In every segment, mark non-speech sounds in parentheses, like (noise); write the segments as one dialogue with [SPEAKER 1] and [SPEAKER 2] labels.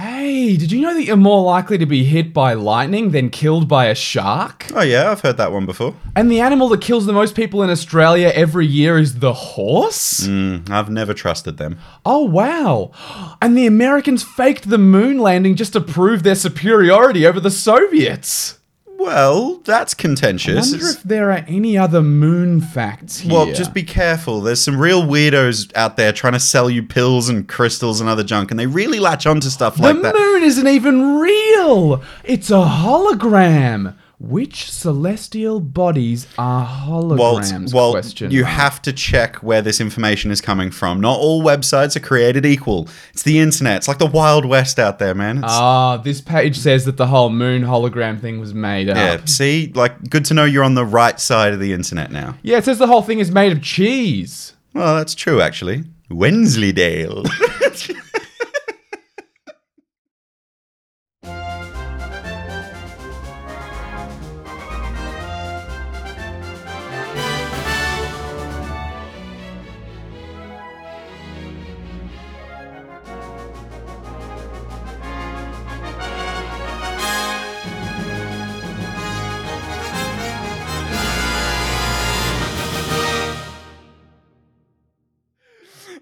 [SPEAKER 1] Hey, did you know that you're more likely to be hit by lightning than killed by a shark?
[SPEAKER 2] Oh, yeah, I've heard that one before.
[SPEAKER 1] And the animal that kills the most people in Australia every year is the horse?
[SPEAKER 2] Mm, I've never trusted them.
[SPEAKER 1] Oh, wow. (gasps) And the Americans faked the moon landing just to prove their superiority over the Soviets.
[SPEAKER 2] Well, that's
[SPEAKER 1] I
[SPEAKER 2] contentious.
[SPEAKER 1] wonder if there are any other moon facts here.
[SPEAKER 2] well, just be careful. There's some real weirdos out there trying to sell you pills and crystals and other junk, and they really latch onto stuff
[SPEAKER 1] The
[SPEAKER 2] like that.
[SPEAKER 1] moon isn't even real! It's a hologram! Which celestial bodies are
[SPEAKER 2] Well,
[SPEAKER 1] holograms?
[SPEAKER 2] well,
[SPEAKER 1] question
[SPEAKER 2] you
[SPEAKER 1] mark.
[SPEAKER 2] have to check where this information is coming from. Not all websites are created equal. It's the internet. It's like the Wild West out there, man. It's,
[SPEAKER 1] Ah, this page says that the whole moon hologram thing was made up.
[SPEAKER 2] yeah, see, like, good to know you're on the right side of the internet now.
[SPEAKER 1] Yeah, it says the whole thing is made of cheese.
[SPEAKER 2] Well, that's true, actually. Wensleydale. (laughs)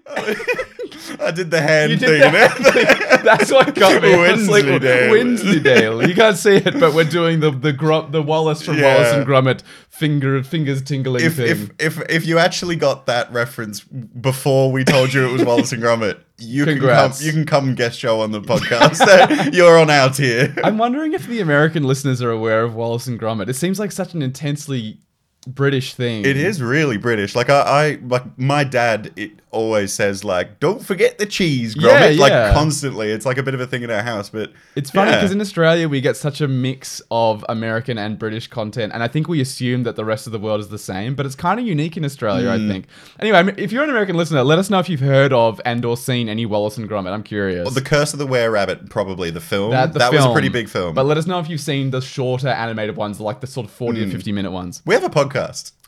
[SPEAKER 2] I did the hand
[SPEAKER 1] You
[SPEAKER 2] thing.
[SPEAKER 1] did that. (laughs) That's what got me. I was like,
[SPEAKER 2] Winsleydale.
[SPEAKER 1] Winsleydale. You can't see it, but we're doing the the, gro- the Wallace from
[SPEAKER 2] Yeah.
[SPEAKER 1] Wallace and Gromit finger fingers tingling
[SPEAKER 2] if,
[SPEAKER 1] thing.
[SPEAKER 2] if if if you actually got that reference before we told you it was Wallace and Gromit, you
[SPEAKER 1] Congrats.
[SPEAKER 2] can come you can come guest show on the podcast. (laughs) You're on our tier.
[SPEAKER 1] I'm wondering if the American listeners are aware of Wallace and Gromit. It seems like such an intensely British thing.
[SPEAKER 2] It is really British. Like I, I like my dad. It always says like, "Don't forget the cheese,
[SPEAKER 1] Yeah,
[SPEAKER 2] Gromit." like
[SPEAKER 1] yeah.
[SPEAKER 2] constantly. It's like a bit of a thing in our house. But
[SPEAKER 1] It's funny
[SPEAKER 2] Yeah.
[SPEAKER 1] because in Australia we get such a mix of American and British content, and I think we assume that the rest of the world is the same, but it's kind of unique in Australia, I
[SPEAKER 2] Hmm.
[SPEAKER 1] think. Anyway, I mean, if you're an American listener, let us know if you've heard of and/or seen any Wallace and Gromit. I'm curious.
[SPEAKER 2] the Curse of the Were Rabbit, probably the film.
[SPEAKER 1] that
[SPEAKER 2] That,
[SPEAKER 1] the
[SPEAKER 2] was a
[SPEAKER 1] film,
[SPEAKER 2] pretty big film.
[SPEAKER 1] But let us know if you've seen the shorter animated ones, like the sort of 40
[SPEAKER 2] Hmm.
[SPEAKER 1] to 50 minute ones.
[SPEAKER 2] we have a podcast.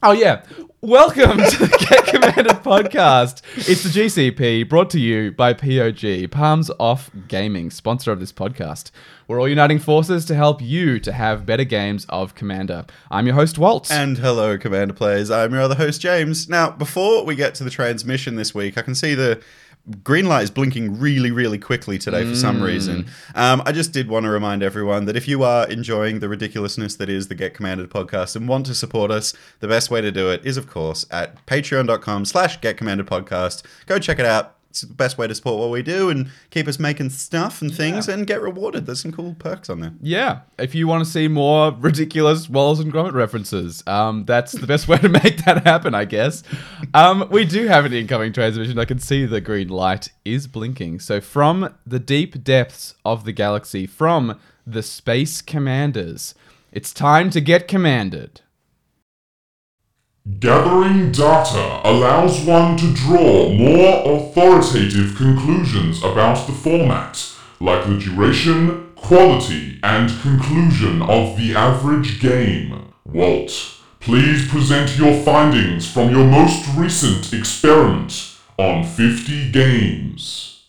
[SPEAKER 1] Oh, yeah. Welcome to the Get Commanded podcast. It's the GCP brought to you by POG, Palms Off Gaming, sponsor of this podcast. We're all uniting forces to help you to have better games of Commander. I'm your host, Waltz.
[SPEAKER 2] And hello, Commander Players. I'm your other host, James. Now, before we get to the transmission this week, I can see the green light is blinking really, really quickly today for some reason. Um, I just did want to remind everyone that if you are enjoying the ridiculousness that is the Get Commanded podcast and want to support us, the best way to do it is, of course, at patreon.com slash Get Commanded podcast. Go check it out. It's the best way to support what we do and keep us making stuff and things and get rewarded. There's some cool perks on there.
[SPEAKER 1] yeah, if you want to see more ridiculous Wallace and Gromit references, um, that's the best (laughs) way to make that happen, I guess. Um, we do have an incoming transmission. I can see the green light is blinking. So, from the deep depths of the galaxy, from the space commanders, it's time to get commanded.
[SPEAKER 3] Gathering data allows one to draw more authoritative conclusions about the format, like the duration, quality, and conclusion of the average game. Walt, please present your findings from your most recent experiment on 50 games.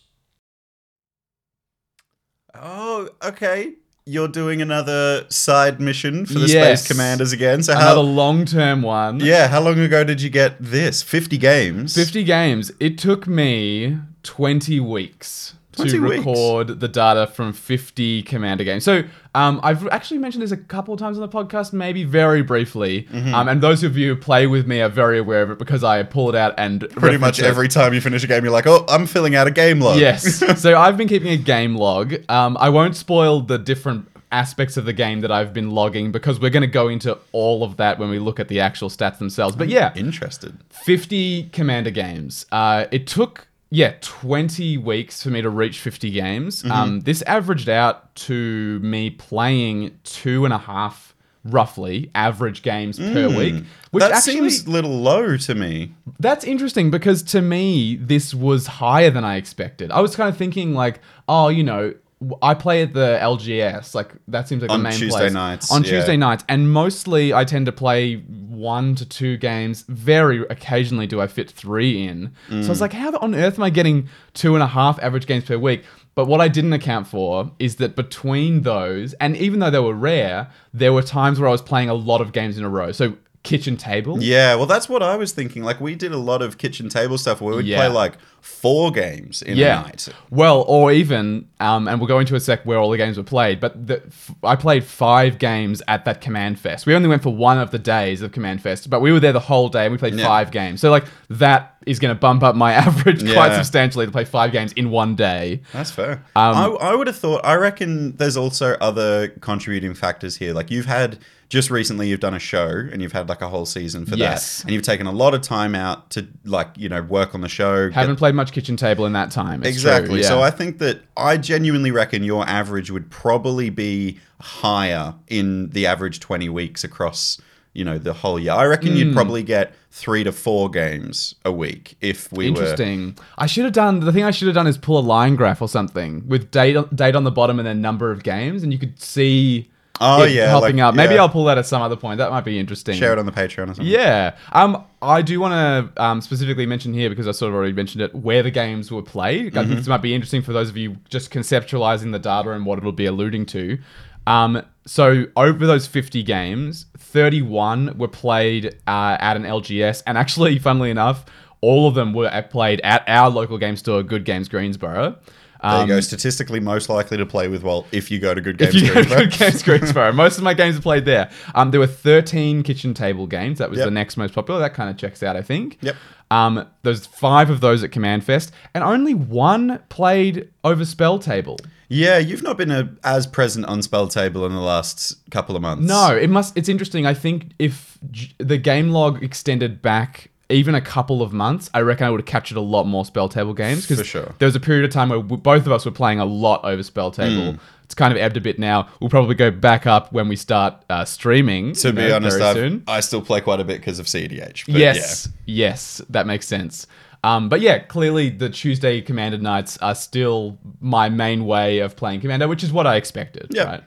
[SPEAKER 2] Oh, okay. You're doing another side mission for the
[SPEAKER 1] Yes.
[SPEAKER 2] Space Commanders again. So how?
[SPEAKER 1] Another long term one.
[SPEAKER 2] yeah, how long ago did you get this? Fifty games.
[SPEAKER 1] 50 games. It took me 20 weeks
[SPEAKER 2] 20
[SPEAKER 1] to
[SPEAKER 2] weeks?
[SPEAKER 1] record the data from 50 Commander games. So um, I've actually mentioned this a couple of times on the podcast, maybe very briefly.
[SPEAKER 2] Mm-hmm.
[SPEAKER 1] Um, and those of you who play with me are very aware of it because I pull it out and
[SPEAKER 2] Pretty
[SPEAKER 1] reference
[SPEAKER 2] much
[SPEAKER 1] it.
[SPEAKER 2] every time you finish a game, you're like, "Oh, I'm filling out a game
[SPEAKER 1] (laughs)
[SPEAKER 2] log."
[SPEAKER 1] Yes. so I've been keeping a game log. Um, I won't spoil the different aspects of the game that I've been logging because we're going to go into all of that when we look at the actual stats themselves. But yeah,
[SPEAKER 2] Interested.
[SPEAKER 1] 50 commander games uh, it took yeah 20 weeks for me to reach 50 games
[SPEAKER 2] Mm-hmm.
[SPEAKER 1] um, this averaged out to me playing two and a half roughly average games per week which
[SPEAKER 2] Mm. that
[SPEAKER 1] actually
[SPEAKER 2] seems little low to me.
[SPEAKER 1] that's interesting because to me this was higher than i expected i was kind of thinking like oh you know w- I play at the LGS, like that seems like
[SPEAKER 2] On
[SPEAKER 1] the main
[SPEAKER 2] Tuesday
[SPEAKER 1] place.
[SPEAKER 2] nights,
[SPEAKER 1] On
[SPEAKER 2] yeah.
[SPEAKER 1] Tuesday nights, and mostly I tend to play one to two games. Very
[SPEAKER 2] Mm.
[SPEAKER 1] occasionally do I fit three in. So I was like, how on earth am I getting two and a half average games per week? But what I didn't account for is that between those, and even though they were rare, there were times where I was playing a lot of games in a row. So kitchen table.
[SPEAKER 2] Yeah, well, that's what I was thinking. Like, we did a lot of kitchen table stuff where we'd
[SPEAKER 1] Yeah.
[SPEAKER 2] play like four games in
[SPEAKER 1] Yeah.
[SPEAKER 2] a night.
[SPEAKER 1] Well, or even, um, and we'll go into a sec where all the games were played, but the, f- I played five games at that Command Fest. We only went for one of the days of Command Fest, but we were there the whole day and we played
[SPEAKER 2] Yeah.
[SPEAKER 1] five games. So, like, that is going to bump up my (laughs) average quite
[SPEAKER 2] Yeah.
[SPEAKER 1] substantially to play five games in one day.
[SPEAKER 2] That's fair.
[SPEAKER 1] Um,
[SPEAKER 2] I, I would have thought, I reckon there's also other contributing factors here. Like, you've had just recently, you've done a show and you've had like a whole season for
[SPEAKER 1] Yes.
[SPEAKER 2] that. And you've taken a lot of time out to, like, you know, work on the show. get
[SPEAKER 1] Haven't played much kitchen table in that time. It's true,
[SPEAKER 2] Exactly. So
[SPEAKER 1] yeah.
[SPEAKER 2] I think that I genuinely reckon your average would probably be higher in the average 20 weeks across, you know, the whole year. I reckon
[SPEAKER 1] Hmm.
[SPEAKER 2] you'd probably get 3 to 4 games a week if we were
[SPEAKER 1] Interesting. I should have done the thing. I should have done is pull a line graph or something with date date on the bottom and then number of games, and you could see
[SPEAKER 2] Oh,
[SPEAKER 1] it
[SPEAKER 2] yeah,
[SPEAKER 1] popping
[SPEAKER 2] like-
[SPEAKER 1] up. Maybe
[SPEAKER 2] yeah.
[SPEAKER 1] I'll pull that at some other point. That might be interesting.
[SPEAKER 2] share it on the Patreon or something.
[SPEAKER 1] Yeah. Um, I do want to um, specifically mention here because I sort of already mentioned it where the games were played.
[SPEAKER 2] Mm-hmm.
[SPEAKER 1] I think this might be interesting for those of you just conceptualizing the data and what it'll be alluding to. Um, so over those 50 games, 31 were played uh, at an LGS, and actually, funnily enough, all of them were at- played at our local game store, Good Games Greensboro.
[SPEAKER 2] There
[SPEAKER 1] Um,
[SPEAKER 2] you go. Statistically most likely to play with Walt if you go to Good
[SPEAKER 1] if
[SPEAKER 2] Games.
[SPEAKER 1] you go to
[SPEAKER 2] Greensboro.
[SPEAKER 1] Good Games Greensboro. Most of my games are played there. Um, there were 13 kitchen table games. That was
[SPEAKER 2] Yep.
[SPEAKER 1] the next most popular. That kind of checks out, I think.
[SPEAKER 2] (laughs) Yep.
[SPEAKER 1] Um, there's five of those at Command Fest, and only one played over Spell Table.
[SPEAKER 2] yeah, you've not been a, as present on Spell Table in the last couple of months.
[SPEAKER 1] No, it must. It's interesting. I think if j- the game log extended back even a couple of months, I reckon I would have captured a lot more spell table games.
[SPEAKER 2] For sure.
[SPEAKER 1] there was a period of time where we, both of us were playing a lot over spell table.
[SPEAKER 2] Hmm.
[SPEAKER 1] It's kind of ebbed a bit now. We'll probably go back up when we start uh, streaming.
[SPEAKER 2] To
[SPEAKER 1] you
[SPEAKER 2] be
[SPEAKER 1] know,
[SPEAKER 2] honest,
[SPEAKER 1] very
[SPEAKER 2] I've,
[SPEAKER 1] soon.
[SPEAKER 2] I still play quite a bit because of CDH. but
[SPEAKER 1] yes, yes, that makes sense. Um, but yeah, clearly the Tuesday Commander nights are still my main way of playing Commander, which is what I expected.
[SPEAKER 2] Yep.
[SPEAKER 1] Right.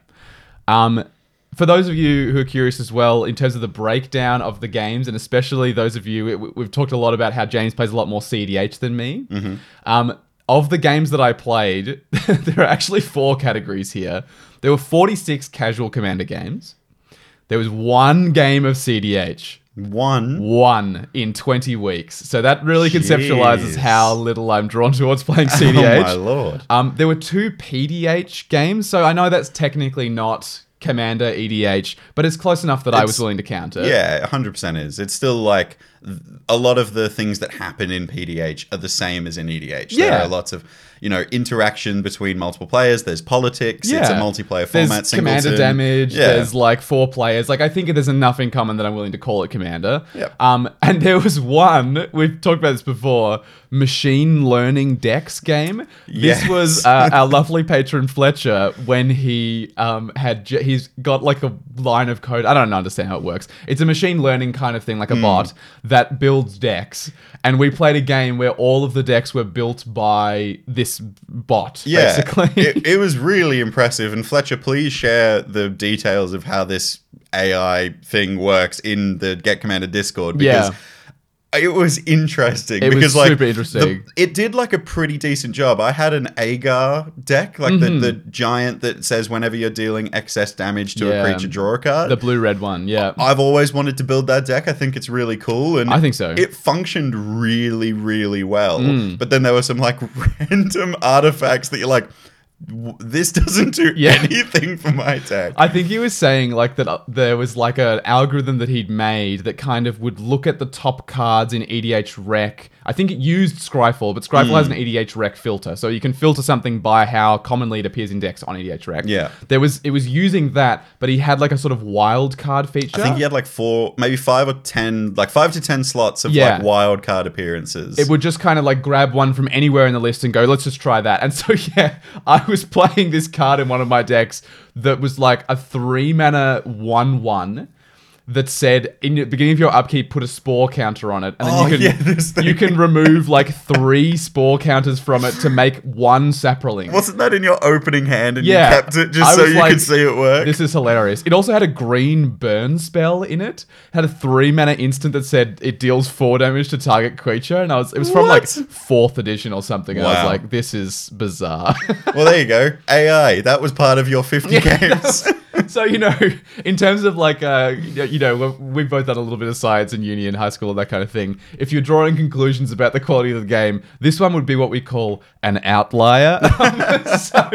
[SPEAKER 1] Um, for those of you who are curious as well, in terms of the breakdown of the games, and especially those of you, we- we've talked a lot about how James plays a lot more CDH than me. Um, of the games that I played, (laughs) there are actually four categories here. There were 46 casual Commander games. There was one game of CDH
[SPEAKER 2] Yeah. One.
[SPEAKER 1] one in 20 weeks. So that really conceptualizes
[SPEAKER 2] Jeez.
[SPEAKER 1] how little I'm drawn towards playing CDH.
[SPEAKER 2] (laughs) (laughs) Oh my lord.
[SPEAKER 1] Um, there were two PDH games, so I know that's technically not Commander EDH, but it's close enough that I was
[SPEAKER 2] It's-
[SPEAKER 1] willing to count it.
[SPEAKER 2] Yeah, 100% is. It's still like th- a lot of the things that happen in PDH are the same as in EDH. There
[SPEAKER 1] Yeah.
[SPEAKER 2] are lots of, you know, interaction between multiple players. There's politics. It's a
[SPEAKER 1] Yeah.
[SPEAKER 2] multiplayer
[SPEAKER 1] There's
[SPEAKER 2] format.
[SPEAKER 1] commander
[SPEAKER 2] singleton.
[SPEAKER 1] damage.
[SPEAKER 2] Yeah.
[SPEAKER 1] There's like four players. Like I think there's enough in common that I'm willing to call it commander.
[SPEAKER 2] Yep.
[SPEAKER 1] Um, (laughs) and there was one we've talked about this before. Machine learning decks game. This
[SPEAKER 2] Yes.
[SPEAKER 1] was
[SPEAKER 2] (laughs)
[SPEAKER 1] uh, our lovely patron Fletcher when he um had j- he's got like a line of code. I don't understand how it works. It's a machine learning kind of thing, like a
[SPEAKER 2] Hmm.
[SPEAKER 1] bot that builds decks. And we played a game where all of the decks were built by this bot.
[SPEAKER 2] yeah,
[SPEAKER 1] basically.
[SPEAKER 2] it, it was really impressive. And Fletcher, please share the details of how this AI thing works in the Get Commander Discord because
[SPEAKER 1] Yeah.
[SPEAKER 2] it was interesting.
[SPEAKER 1] It was
[SPEAKER 2] because, like,
[SPEAKER 1] super
[SPEAKER 2] the-
[SPEAKER 1] interesting.
[SPEAKER 2] it did like a pretty decent job. I had an Agar deck, like the,
[SPEAKER 1] Mm-hmm.
[SPEAKER 2] the giant that says whenever you're dealing excess damage to
[SPEAKER 1] Yeah.
[SPEAKER 2] a creature, draw a card.
[SPEAKER 1] the blue red one. Yeah.
[SPEAKER 2] I've always wanted to build that deck. I think it's really cool, and
[SPEAKER 1] I think so.
[SPEAKER 2] um, It functioned really, really well.
[SPEAKER 1] Hmm.
[SPEAKER 2] But then there were some like (laughs) random artifacts that you're like, "W- this doesn't do
[SPEAKER 1] (laughs) Yeah.
[SPEAKER 2] anything for my deck.
[SPEAKER 1] I think he was saying like that uh, there was like an algorithm that he'd made that kind of would look at the top cards in EDH rec. I think it used Scryfall, but Scryfall
[SPEAKER 2] Hmm.
[SPEAKER 1] has an EDH rec filter, so you can filter something by how commonly it appears in decks on EDH rec.
[SPEAKER 2] Yeah.
[SPEAKER 1] there was it was using that, but he had like a sort of wild card feature.
[SPEAKER 2] I think he had like four, maybe five or ten, like five to ten slots of
[SPEAKER 1] Yeah.
[SPEAKER 2] like wild card appearances.
[SPEAKER 1] it would just kind of like grab one from anywhere in the list and go, let's just try that. And so, (laughs) yeah, I was playing this card in one of my decks that was like a three mana 1 1 that said in the beginning of your upkeep, put a spore counter on it, and then
[SPEAKER 2] Oh,
[SPEAKER 1] you can
[SPEAKER 2] (laughs) yeah, this thing.
[SPEAKER 1] you can remove like three spore counters from it to make one sapling.
[SPEAKER 2] Wasn't that in your opening hand and
[SPEAKER 1] Yeah.
[SPEAKER 2] you kept it just
[SPEAKER 1] I
[SPEAKER 2] so
[SPEAKER 1] was
[SPEAKER 2] you
[SPEAKER 1] like,
[SPEAKER 2] could see it work?
[SPEAKER 1] This is hilarious. It also had a green burn spell in it. Had a three mana instant that said it deals four damage to target creature, and I was it was from like
[SPEAKER 2] What?
[SPEAKER 1] fourth edition or something. And I
[SPEAKER 2] Wow.
[SPEAKER 1] was like, this is bizarre. (laughs)
[SPEAKER 2] well, there you go. AI. That was part of your 50
[SPEAKER 1] Yeah,
[SPEAKER 2] games.
[SPEAKER 1] so you know, in terms of like, uh, you know, we've- we've both done a little bit of science in uni and high school and that kind of thing. If you're drawing conclusions about the quality of the game, this one would be what we call an outlier. (laughs) so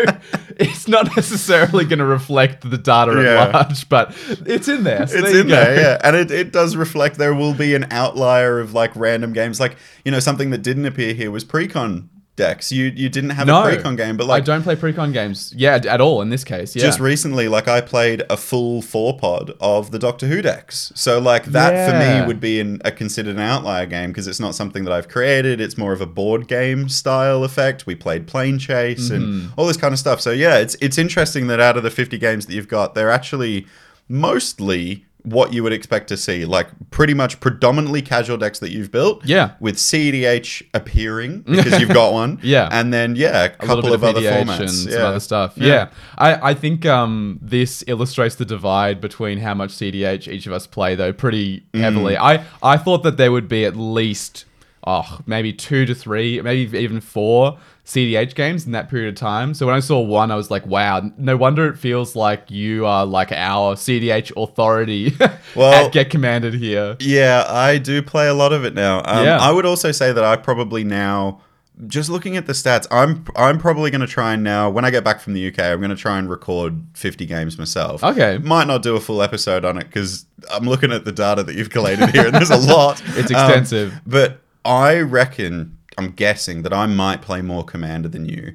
[SPEAKER 1] it's not necessarily going to reflect the data
[SPEAKER 2] Yeah.
[SPEAKER 1] at large, but it's in there. So
[SPEAKER 2] it's
[SPEAKER 1] there you
[SPEAKER 2] in
[SPEAKER 1] go.
[SPEAKER 2] there, yeah. And it, it does reflect there will be an outlier of like random games. Like, you know, something that didn't appear here was precon decks. You you didn't have
[SPEAKER 1] No,
[SPEAKER 2] a precon game, but
[SPEAKER 1] I
[SPEAKER 2] like
[SPEAKER 1] don't play precon games. Yeah, d- at all in this case. Yeah.
[SPEAKER 2] just recently, like I played a full four pod of the Doctor Who decks. So like that for
[SPEAKER 1] Yeah.
[SPEAKER 2] me would be an, a considered an outlier game because it's not something that I've created. It's more of a board game style effect. We played Plane Chase and
[SPEAKER 1] Mm-hmm.
[SPEAKER 2] all this kind of stuff. So yeah, it's it's interesting that out of the fifty games that you've got, they're actually mostly what you would expect to see, like pretty much predominantly casual decks that you've built.
[SPEAKER 1] Yeah.
[SPEAKER 2] with CEDH appearing
[SPEAKER 1] (laughs)
[SPEAKER 2] because you've got one.
[SPEAKER 1] Yeah.
[SPEAKER 2] and then yeah, a
[SPEAKER 1] a little
[SPEAKER 2] couple
[SPEAKER 1] bit
[SPEAKER 2] of, other
[SPEAKER 1] PDH
[SPEAKER 2] formats.
[SPEAKER 1] and some
[SPEAKER 2] yeah.
[SPEAKER 1] other stuff.
[SPEAKER 2] Yeah.
[SPEAKER 1] Yeah, I, I think um, this illustrates the divide between how much CDH each of us play, though, pretty
[SPEAKER 2] Mm.
[SPEAKER 1] heavily. I, I thought that there would be at least, oh, maybe two to three, maybe even four CDH games in that period of time. So when I saw one, I was like, wow, no wonder it feels like you are like our CDH authority (laughs)
[SPEAKER 2] Well-
[SPEAKER 1] at Get Commanded here.
[SPEAKER 2] Yeah, I do play a lot of it now. Um,
[SPEAKER 1] Yeah.
[SPEAKER 2] I would also say that I probably now, just looking at the stats, I'm I'm probably going to try and now when I get back from the UK, I'm going to try and record 50 games myself. (laughs)
[SPEAKER 1] Okay.
[SPEAKER 2] might not do a full episode on it because I'm looking at the data that you've collated here, and
[SPEAKER 1] (laughs)
[SPEAKER 2] there's a lot.
[SPEAKER 1] It's
[SPEAKER 2] Um,
[SPEAKER 1] extensive.
[SPEAKER 2] but I reckon I'm guessing that I might play more Commander than you.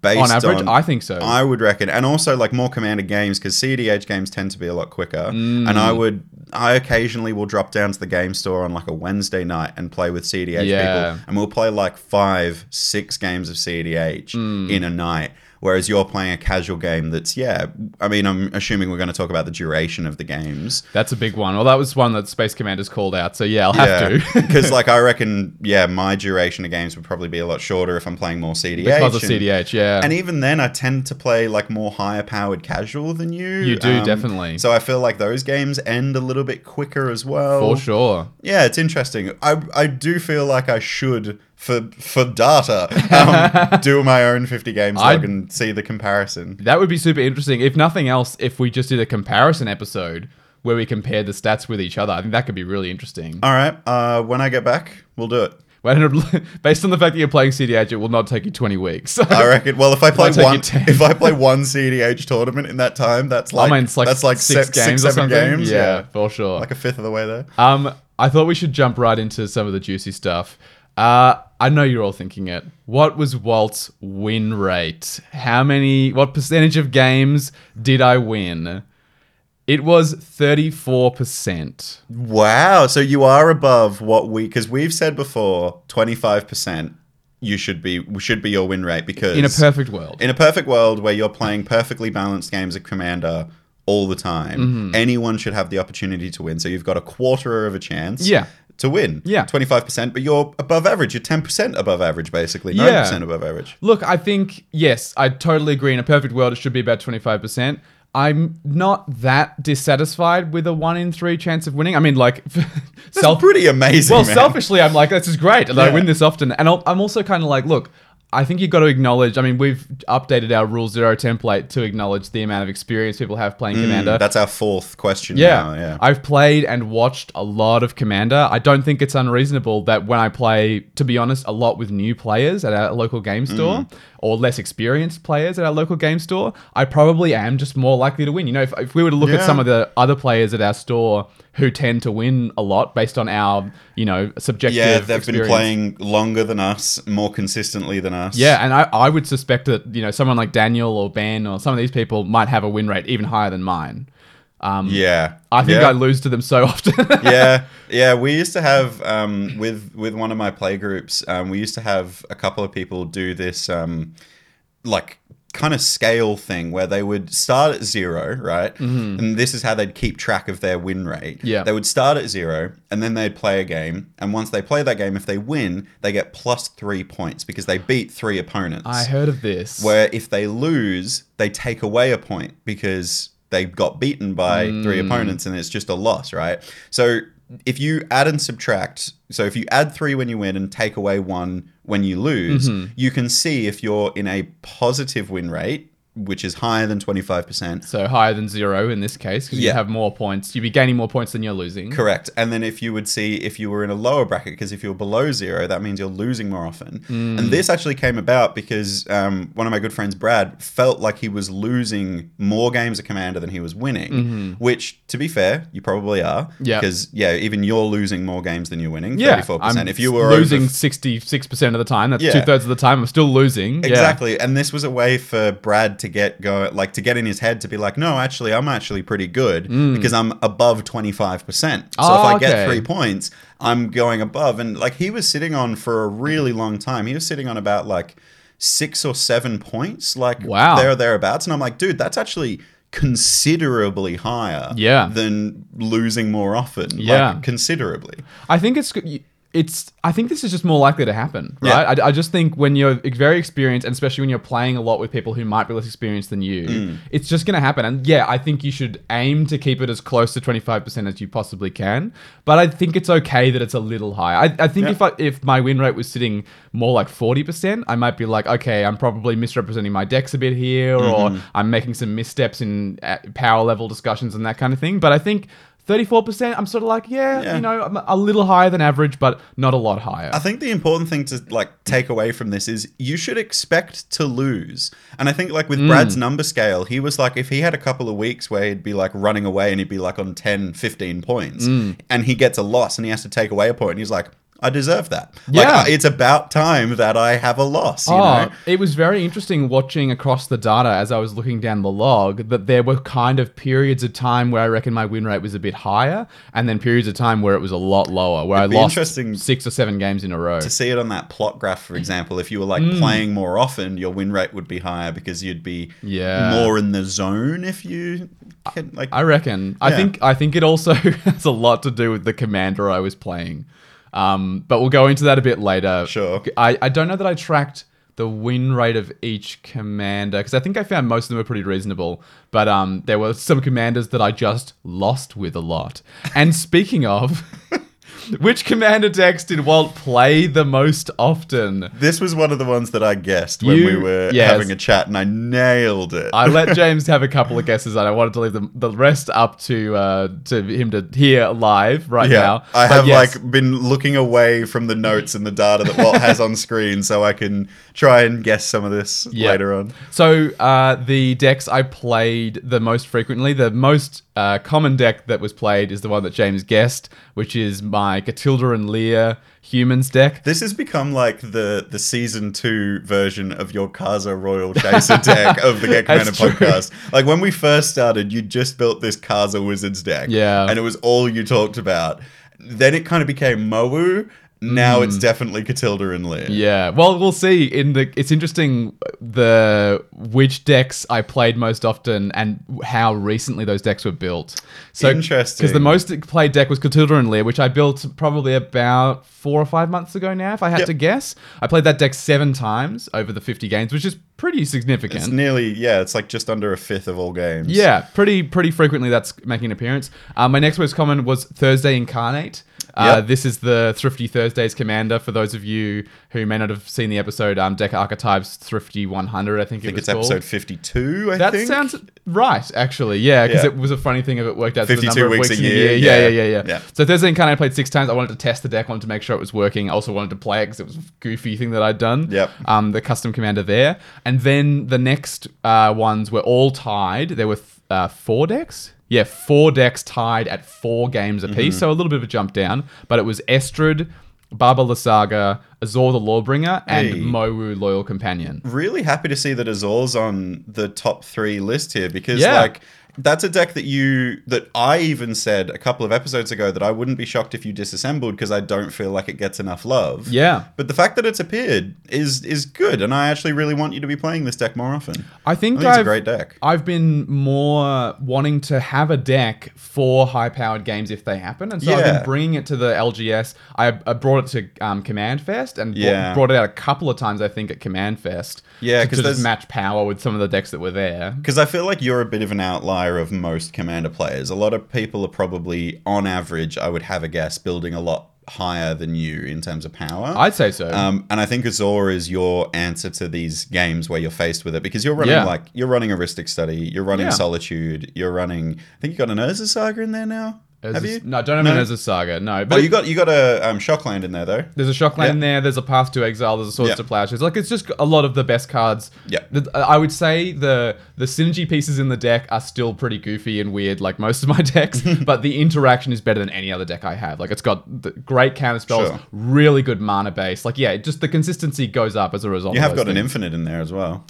[SPEAKER 2] Based
[SPEAKER 1] On average, I think so.
[SPEAKER 2] I would reckon, and also like more Commander games because CDH games tend to be a lot quicker. And
[SPEAKER 1] Mm.
[SPEAKER 2] I would, I occasionally will drop down to the game store on like a Wednesday night and play with CDH
[SPEAKER 1] Yeah.
[SPEAKER 2] people, and we'll play like five, six games of CDH
[SPEAKER 1] Mm.
[SPEAKER 2] in a night. Whereas you're playing a casual game that's yeah, I mean, I'm assuming we're going to talk about the duration of the games.
[SPEAKER 1] That's a big one. Well, that was one that Space Commanders called out. So yeah, I'll have
[SPEAKER 2] (laughs)
[SPEAKER 1] to. (laughs)
[SPEAKER 2] because like I reckon, yeah, my duration of games would probably be a lot shorter if I'm playing more CDH.
[SPEAKER 1] because of
[SPEAKER 2] and-
[SPEAKER 1] CDH, yeah.
[SPEAKER 2] And even then, I tend to play like more higher powered casual than you. Um,
[SPEAKER 1] You do, definitely.
[SPEAKER 2] So I feel like those games end a little bit quicker as well.
[SPEAKER 1] for sure.
[SPEAKER 2] Yeah, it's interesting. I I do feel like I should for for data
[SPEAKER 1] (laughs)
[SPEAKER 2] um, do my own fifty games log
[SPEAKER 1] I'd-
[SPEAKER 2] and see the comparison.
[SPEAKER 1] That would be super interesting. If nothing else, if we just did a comparison episode where we compared the stats with each other, I think that could be really interesting.
[SPEAKER 2] All right. Uh, when I get back, we'll do it.
[SPEAKER 1] When- (laughs) Based on the fact that you're playing CDH, it will not take you 20 weeks. (laughs)
[SPEAKER 2] I reckon. Well, if I play
[SPEAKER 1] Might take you (laughs)
[SPEAKER 2] one,
[SPEAKER 1] 10.
[SPEAKER 2] if I play one CDH tournament in that time, that's like,
[SPEAKER 1] I mean, it's like,
[SPEAKER 2] that's like
[SPEAKER 1] six,
[SPEAKER 2] se-
[SPEAKER 1] games or
[SPEAKER 2] six, seven
[SPEAKER 1] something.
[SPEAKER 2] games.
[SPEAKER 1] yeah,
[SPEAKER 2] Yeah,
[SPEAKER 1] for sure.
[SPEAKER 2] like a fifth of the way there.
[SPEAKER 1] um, I thought we should jump right into some of the juicy stuff. Uh, I know you're all thinking it. What was Walt's win rate? How many, what percentage of games did I win? It was 34%.
[SPEAKER 2] Wow. So you are above what we because we've said before, twenty five percent. You should be should be your win rate because
[SPEAKER 1] In a perfect world.
[SPEAKER 2] in a perfect world where you're playing perfectly balanced games of Commander all the time,
[SPEAKER 1] Mm-hmm.
[SPEAKER 2] anyone should have the opportunity to win. So you've got a quarter of a chance.
[SPEAKER 1] Yeah.
[SPEAKER 2] To win,
[SPEAKER 1] Yeah.
[SPEAKER 2] twenty five percent, but you're above average. You're ten percent above average, basically nine
[SPEAKER 1] Yeah.
[SPEAKER 2] percent above average.
[SPEAKER 1] Look, I think yes, I totally agree. In a perfect world, it should be about twenty five percent. I'm not that dissatisfied with a one in three chance of winning. I mean, like, (laughs)
[SPEAKER 2] That's
[SPEAKER 1] self.
[SPEAKER 2] pretty amazing.
[SPEAKER 1] Well,
[SPEAKER 2] man.
[SPEAKER 1] selfishly, I'm like, this is great, and I
[SPEAKER 2] Yeah.
[SPEAKER 1] win this often. And I'll, I'm also kind of like, look, I think you've got to acknowledge. I mean, we've updated our Rule Zero template to acknowledge the amount of experience people have
[SPEAKER 2] Mm,
[SPEAKER 1] playing Commander.
[SPEAKER 2] That's our fourth question.
[SPEAKER 1] Yeah.
[SPEAKER 2] now, yeah.
[SPEAKER 1] I've played and watched a lot of Commander. I don't think it's unreasonable that when I play, to be honest, a lot with new players at our local game
[SPEAKER 2] Hmm.
[SPEAKER 1] store or less experienced players at our local game store, I probably am just more likely to win. You know, if, if we were to look
[SPEAKER 2] Yeah.
[SPEAKER 1] at some of the other players at our store who tend to win a lot based on our, you know, subjective.
[SPEAKER 2] yeah, they've been
[SPEAKER 1] experience.
[SPEAKER 2] playing longer than us, more consistently than us.
[SPEAKER 1] Yeah, and I, I would suspect that, you know, someone like Daniel or Ben or some of these people might have a win rate even higher than mine. Um,
[SPEAKER 2] Yeah.
[SPEAKER 1] I think
[SPEAKER 2] yeah.
[SPEAKER 1] I lose to them so often. (laughs)
[SPEAKER 2] yeah, yeah. We used to have um, with with one of my playgroups. Um, we used to have a couple of people do this, um, like kind of scale thing where they would start at zero, right?
[SPEAKER 1] Mm-hmm.
[SPEAKER 2] And this is how they'd keep track of their win rate.
[SPEAKER 1] Mm. Yeah.
[SPEAKER 2] They would start at zero and then they'd play a game. And once they play that game, if they win, they get plus three points because they beat three opponents.
[SPEAKER 1] I heard of this.
[SPEAKER 2] where if they lose, they take away a point because they got beaten by three opponents and it's just a loss, right? So if you add and subtract, so if you add three when you win and take away one when you lose, you can see if you're in a positive win rate, which is higher than 25%.
[SPEAKER 1] so higher than zero in this case because you
[SPEAKER 2] Yeah.
[SPEAKER 1] have more points. You'd be gaining more points than you're losing.
[SPEAKER 2] Correct. And then if you would see if you were in a lower bracket, because if you're below zero, that means you're losing more often.
[SPEAKER 1] Hmm.
[SPEAKER 2] And this actually came about because um, one of my good friends, Brad, felt like he was losing more games of Commander than he was winning, which, to be fair, you probably are.
[SPEAKER 1] Mm-hmm. Yeah.
[SPEAKER 2] Because, yeah, even you're losing more games than you're winning,
[SPEAKER 1] Yeah,
[SPEAKER 2] 34%.
[SPEAKER 1] I'm
[SPEAKER 2] if you were over
[SPEAKER 1] losing sixty six percent of the time, that's
[SPEAKER 2] Yeah.
[SPEAKER 1] two thirds of the time I'm still losing. Yeah.
[SPEAKER 2] Exactly. And this was a way for Brad to get go like to get in his head to be like, no, actually I'm actually pretty good because I'm above 25%. So
[SPEAKER 1] Oh,
[SPEAKER 2] if I get
[SPEAKER 1] Mm. okay.
[SPEAKER 2] 3 points, I'm going above and like he was sitting on for a really long time. He was sitting on about like 6 or 7 points like
[SPEAKER 1] Wow.
[SPEAKER 2] there or thereabouts and I'm like, dude, that's actually considerably higher
[SPEAKER 1] Yeah.
[SPEAKER 2] than losing more often
[SPEAKER 1] Yeah.
[SPEAKER 2] like considerably
[SPEAKER 1] I think it's it's. I think this is just more likely to happen,
[SPEAKER 2] Yeah.
[SPEAKER 1] right? I, I just think when you're very experienced, and especially when you're playing a lot with people who might be less experienced than you,
[SPEAKER 2] Mm.
[SPEAKER 1] it's just going to happen. And yeah, I think you should aim to keep it as close to twenty five percent as you possibly can. But I think it's okay that it's a little high. I, I think
[SPEAKER 2] Yeah.
[SPEAKER 1] if I, if my win rate was sitting more like forty percent, I might be like, okay, I'm probably misrepresenting my decks a bit here,
[SPEAKER 2] Mm-hmm.
[SPEAKER 1] or I'm making some missteps in uh, power level discussions and that kind of thing. But I think. 34%, I'm sort of like, yeah,
[SPEAKER 2] Yeah.
[SPEAKER 1] you know, I'm a little higher than average, but not a lot higher.
[SPEAKER 2] I think the important thing to like take away from this is you should expect to lose. And I think like
[SPEAKER 1] Hmm.
[SPEAKER 2] with Brad's number scale, he was like if he had a couple of weeks where he'd be like running away and he'd be like on 10, 15 points
[SPEAKER 1] Hmm.
[SPEAKER 2] and he gets a loss and he has to take away a point and he's like I deserve that. Like
[SPEAKER 1] Yeah.
[SPEAKER 2] I- it's about time that I have a loss, you
[SPEAKER 1] Oh,
[SPEAKER 2] know.
[SPEAKER 1] it was very interesting watching across the data as I was looking down the log that there were kind of periods of time where I reckon my win rate was a bit higher, and then periods of time where it was a lot lower, where
[SPEAKER 2] be
[SPEAKER 1] I lost
[SPEAKER 2] interesting
[SPEAKER 1] six or seven games in a row.
[SPEAKER 2] To see it on that plot graph, for example, if you were like
[SPEAKER 1] Hmm.
[SPEAKER 2] playing more often, your win rate would be higher because you'd be
[SPEAKER 1] Yeah.
[SPEAKER 2] more in the zone if you can, like
[SPEAKER 1] I reckon. I
[SPEAKER 2] Yeah.
[SPEAKER 1] think. I think it also (laughs) has a lot to do with the commander I was playing. Um, but we'll go into that a bit later.
[SPEAKER 2] Sure.
[SPEAKER 1] I, I don't know that I tracked the win rate of each commander because I think I found most of them were pretty reasonable. But um, there were some commanders that I just lost with a lot. And (laughs) speaking of, which commander decks did Walt play the most often?
[SPEAKER 2] This was one of the ones that I guessed when we
[SPEAKER 1] You-
[SPEAKER 2] were
[SPEAKER 1] yes.
[SPEAKER 2] having a chat, and I nailed it.
[SPEAKER 1] I
[SPEAKER 2] (laughs)
[SPEAKER 1] let James have a couple of guesses, and I wanted to leave the, the rest up to uh, to him to hear live right
[SPEAKER 2] yeah,
[SPEAKER 1] now.
[SPEAKER 2] I
[SPEAKER 1] But
[SPEAKER 2] have
[SPEAKER 1] yes.
[SPEAKER 2] like been looking away from the notes and the data that Walt has on screen, so I can try and guess some of this
[SPEAKER 1] Yeah.
[SPEAKER 2] later on.
[SPEAKER 1] So uh, the decks I played the most frequently, the most uh, common deck that was played is the one that James guessed, which is my Catilda and Lear humans deck.
[SPEAKER 2] This has become like the the season two version of your Kaza
[SPEAKER 1] (laughs)
[SPEAKER 2] Royal Chaser deck of the Get Commander
[SPEAKER 1] That's true.
[SPEAKER 2] podcast. Like when we first started, you just built this Kaza Wizards deck.
[SPEAKER 1] Yeah.
[SPEAKER 2] And it was all you talked about. Then it kind of became Mowu. Now
[SPEAKER 1] Mm.
[SPEAKER 2] it's definitely Catilda and Lear.
[SPEAKER 1] Yeah. Well, we'll see. In the it's interesting uh, the which decks I played most often and how recently those decks were built. So
[SPEAKER 2] Interesting.
[SPEAKER 1] Because the most played deck was Catilda and Lear, which I built probably about four or five months ago now, if I had
[SPEAKER 2] Yep.
[SPEAKER 1] to guess. I played that deck seven times over the fifty games, which is pretty significant.
[SPEAKER 2] It's nearly yeah. It's like just under a fifth of all games.
[SPEAKER 1] Yeah, pretty pretty frequently that's making an appearance. Uh, my next most common was Thursday Incarnate. Uh,
[SPEAKER 2] Yep.
[SPEAKER 1] This is the Thrifty Thursdays commander. For those of you who may not have seen the episode, um, Deck Archetypes Thrifty 100, I think,
[SPEAKER 2] I think
[SPEAKER 1] it was
[SPEAKER 2] it's
[SPEAKER 1] called.
[SPEAKER 2] episode fifty-two. I
[SPEAKER 1] that
[SPEAKER 2] think
[SPEAKER 1] sounds right, actually. Yeah, because
[SPEAKER 2] Yeah.
[SPEAKER 1] it was a funny thing if it worked out to the
[SPEAKER 2] 52
[SPEAKER 1] number of
[SPEAKER 2] weeks
[SPEAKER 1] weeks,
[SPEAKER 2] a
[SPEAKER 1] in
[SPEAKER 2] year,
[SPEAKER 1] Yeah, yeah,
[SPEAKER 2] yeah.
[SPEAKER 1] yeah, yeah,
[SPEAKER 2] Yeah.
[SPEAKER 1] So Thursday Incarnate, I played six times. I wanted to test the deck, wanted to make sure it was working. I also wanted to play it because it was a goofy thing that I'd done.
[SPEAKER 2] Yep.
[SPEAKER 1] Um, the custom commander there, and then the next uh, ones were all tied. There were th- uh, four decks. Yeah, four decks tied at four games
[SPEAKER 2] Mm-hmm.
[SPEAKER 1] apiece. So a little bit of a jump down, but it was Estrad, Baba La Saga, Azor the Lawbringer, and
[SPEAKER 2] Hey.
[SPEAKER 1] Mowu Loyal Companion.
[SPEAKER 2] really happy to see that Azor's on the top three list here because
[SPEAKER 1] Yeah.
[SPEAKER 2] like that's a deck that you that I even said a couple of episodes ago that I wouldn't be shocked if you disassembled because I don't feel like it gets enough love.
[SPEAKER 1] Yeah.
[SPEAKER 2] But the fact that it's appeared is is good, and I actually really want you to be playing this deck more often.
[SPEAKER 1] I think,
[SPEAKER 2] I think it's
[SPEAKER 1] I've,
[SPEAKER 2] a great deck.
[SPEAKER 1] I've been more wanting to have a deck for high-powered games if they happen, and so I've
[SPEAKER 2] Yeah.
[SPEAKER 1] been bringing it to the LGS. I, I brought it to um, Command Fest and brought-
[SPEAKER 2] Yeah.
[SPEAKER 1] brought it out a couple of times, I think, at Command Fest.
[SPEAKER 2] Yeah,
[SPEAKER 1] to-
[SPEAKER 2] 'cause
[SPEAKER 1] to
[SPEAKER 2] there's-
[SPEAKER 1] just match power with some of the decks that were there.
[SPEAKER 2] Because I feel like you're a bit of an outlier of most commander players. A lot of people are probably, on average, I would have a guess, building a lot higher than you in terms of power.
[SPEAKER 1] I'd say so.
[SPEAKER 2] Um, and I think Azor is your answer to these games where you're faced with it because you're running
[SPEAKER 1] Yeah.
[SPEAKER 2] like you're running Aristic Study, you're running
[SPEAKER 1] Yeah.
[SPEAKER 2] Solitude, you're running. I think you got an Urza Saga in there now.
[SPEAKER 1] As
[SPEAKER 2] Have
[SPEAKER 1] a-
[SPEAKER 2] you?
[SPEAKER 1] No, I don't have
[SPEAKER 2] No.
[SPEAKER 1] an as a saga. No,
[SPEAKER 2] Oh,
[SPEAKER 1] but
[SPEAKER 2] you got you got a um, Shockland in there though.
[SPEAKER 1] There's a shock
[SPEAKER 2] Yeah.
[SPEAKER 1] land there. There's a path to exile. There's a swords
[SPEAKER 2] Yeah.
[SPEAKER 1] to plowshares. Like it's just a lot of the best cards.
[SPEAKER 2] Yeah.
[SPEAKER 1] The- I would say the the synergy pieces in the deck are still pretty goofy and weird, like most of my (laughs)
[SPEAKER 2] (laughs)
[SPEAKER 1] decks. but the interaction is better than any other deck I have. Like it's got the great counter spells,
[SPEAKER 2] Sure.
[SPEAKER 1] really good mana base. Like yeah, just the consistency goes up as a result.
[SPEAKER 2] You have got an infinite in there as
[SPEAKER 1] (laughs)
[SPEAKER 2] well.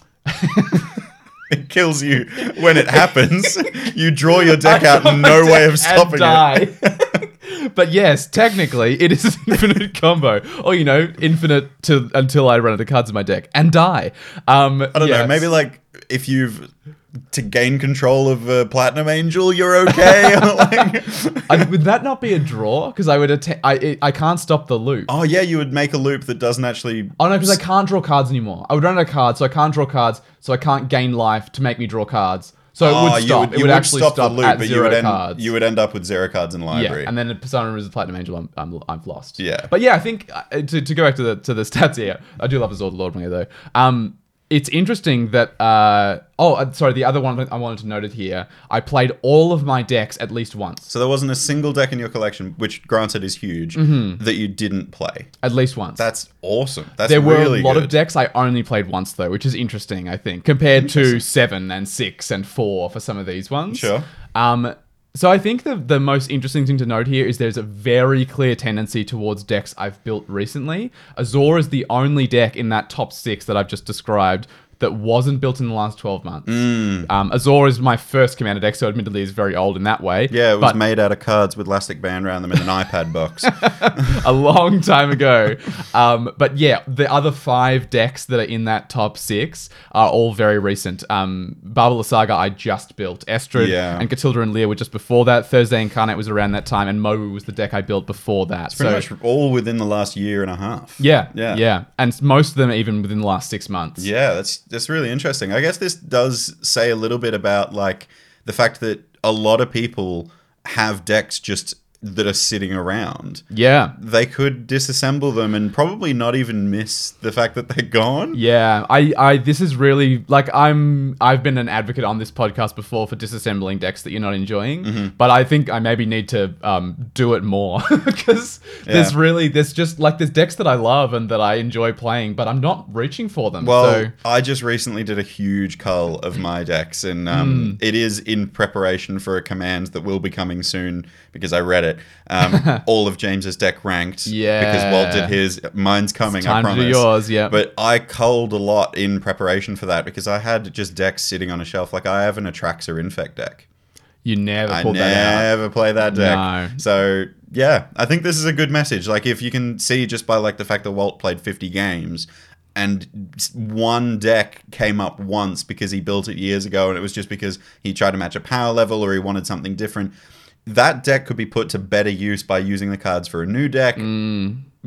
[SPEAKER 2] it kills you when
[SPEAKER 1] (laughs)
[SPEAKER 2] it happens. you draw your deck out, no way of stopping it. (laughs)
[SPEAKER 1] it. (laughs) but yes, technically it is an (laughs) infinite combo, or you know, infinite to until I run out of cards in my deck and die. Um,
[SPEAKER 2] I don't know. Maybe like if you've to gain control of a platinum angel, you're okay. (laughs) Like-
[SPEAKER 1] I, would that not be a draw? Because I would atta- I I- I can't stop the loop.
[SPEAKER 2] oh yeah, you would make a loop that doesn't actually.
[SPEAKER 1] Oh no, because I can't draw cards anymore. I would run out of cards, so I can't draw cards, so I can't gain life to make me draw cards. So it
[SPEAKER 2] Oh,
[SPEAKER 1] would stop. it would, actually stop, at zero
[SPEAKER 2] you would end
[SPEAKER 1] cards.
[SPEAKER 2] you would end up with zero cards in
[SPEAKER 1] yeah,
[SPEAKER 2] library.
[SPEAKER 1] and then if Persona is Platinum Angel. I'm, I'm I've lost.
[SPEAKER 2] Yeah.
[SPEAKER 1] but yeah, I think uh, to, to go back to the to the (laughs) stats here, I do love Azor the Lordbringer though. Um, it's interesting that uh oh uh, sorry, the other one I wanted to note it here. I played all of my decks at least once,
[SPEAKER 2] so there wasn't a single deck in your collection, which granted is huge, that you didn't play.
[SPEAKER 1] at least once.
[SPEAKER 2] That's awesome. That's
[SPEAKER 1] Mm-hmm. There were
[SPEAKER 2] really
[SPEAKER 1] a lot
[SPEAKER 2] good.
[SPEAKER 1] of decks I only played once though, which is interesting, I think, compared to seven and six and four for some of these ones.
[SPEAKER 2] Sure.
[SPEAKER 1] Um, so I think the the most interesting thing to note here is there's a very clear tendency towards decks I've built recently. Azor is the only deck in that top six that I've just described that wasn't built in the last 12 months.
[SPEAKER 2] Hmm.
[SPEAKER 1] Um, Azor is my first commander deck, so admittedly is very old in that way.
[SPEAKER 2] Yeah, it was
[SPEAKER 1] but
[SPEAKER 2] made out of cards with elastic band around them in an iPad box.
[SPEAKER 1] a long time ago. Um, but yeah, the other five decks that are in that top six are all very recent. Um, Barbala Saga I just built. Estrid
[SPEAKER 2] Yeah.
[SPEAKER 1] and Catilda and Lear were just before that. Thursday Incarnate was around that time, and Mobu was the deck I built before that. so
[SPEAKER 2] Pretty much all within the last year and a half.
[SPEAKER 1] yeah, yeah,
[SPEAKER 2] Yeah.
[SPEAKER 1] yeah, and most of them even within the last six months.
[SPEAKER 2] Yeah, that's that's really interesting. I guess this does say a little bit about like the fact that a lot of people have decks just that are sitting around.
[SPEAKER 1] yeah.
[SPEAKER 2] They could disassemble them and probably not even miss the fact that they're gone.
[SPEAKER 1] Yeah, I, I, this is really like I'm. I've been an advocate on this podcast before for disassembling decks that you're not enjoying,
[SPEAKER 2] Mm-hmm.
[SPEAKER 1] but I think I maybe need to um, do it more (laughs) because there's
[SPEAKER 2] Yeah.
[SPEAKER 1] really there's just like there's decks that I love and that I enjoy playing, but I'm not reaching for them.
[SPEAKER 2] Well,
[SPEAKER 1] so
[SPEAKER 2] I just recently did a huge cull of my decks, and
[SPEAKER 1] Hmm.
[SPEAKER 2] um, it is in preparation for a command that will be coming soon because I read it.
[SPEAKER 1] (laughs)
[SPEAKER 2] Um, all of James's deck ranked. Because Walt
[SPEAKER 1] Yeah.
[SPEAKER 2] did his. Mine's coming, I
[SPEAKER 1] time to
[SPEAKER 2] promise.
[SPEAKER 1] do yours. Yeah,
[SPEAKER 2] But I culled a lot in preparation for that because I had just decks sitting on a shelf. Like I have an Atraxa Infect deck.
[SPEAKER 1] you never
[SPEAKER 2] I
[SPEAKER 1] pulled that out.
[SPEAKER 2] never play that deck.
[SPEAKER 1] No.
[SPEAKER 2] So yeah, I think this is a good message. Like if you can see just by like the fact that Walt played 50 games and s- one deck came up once because he built it years ago and it was just because he tried to match a power level or he wanted something different. That deck could be put to better use by using the cards for a new deck.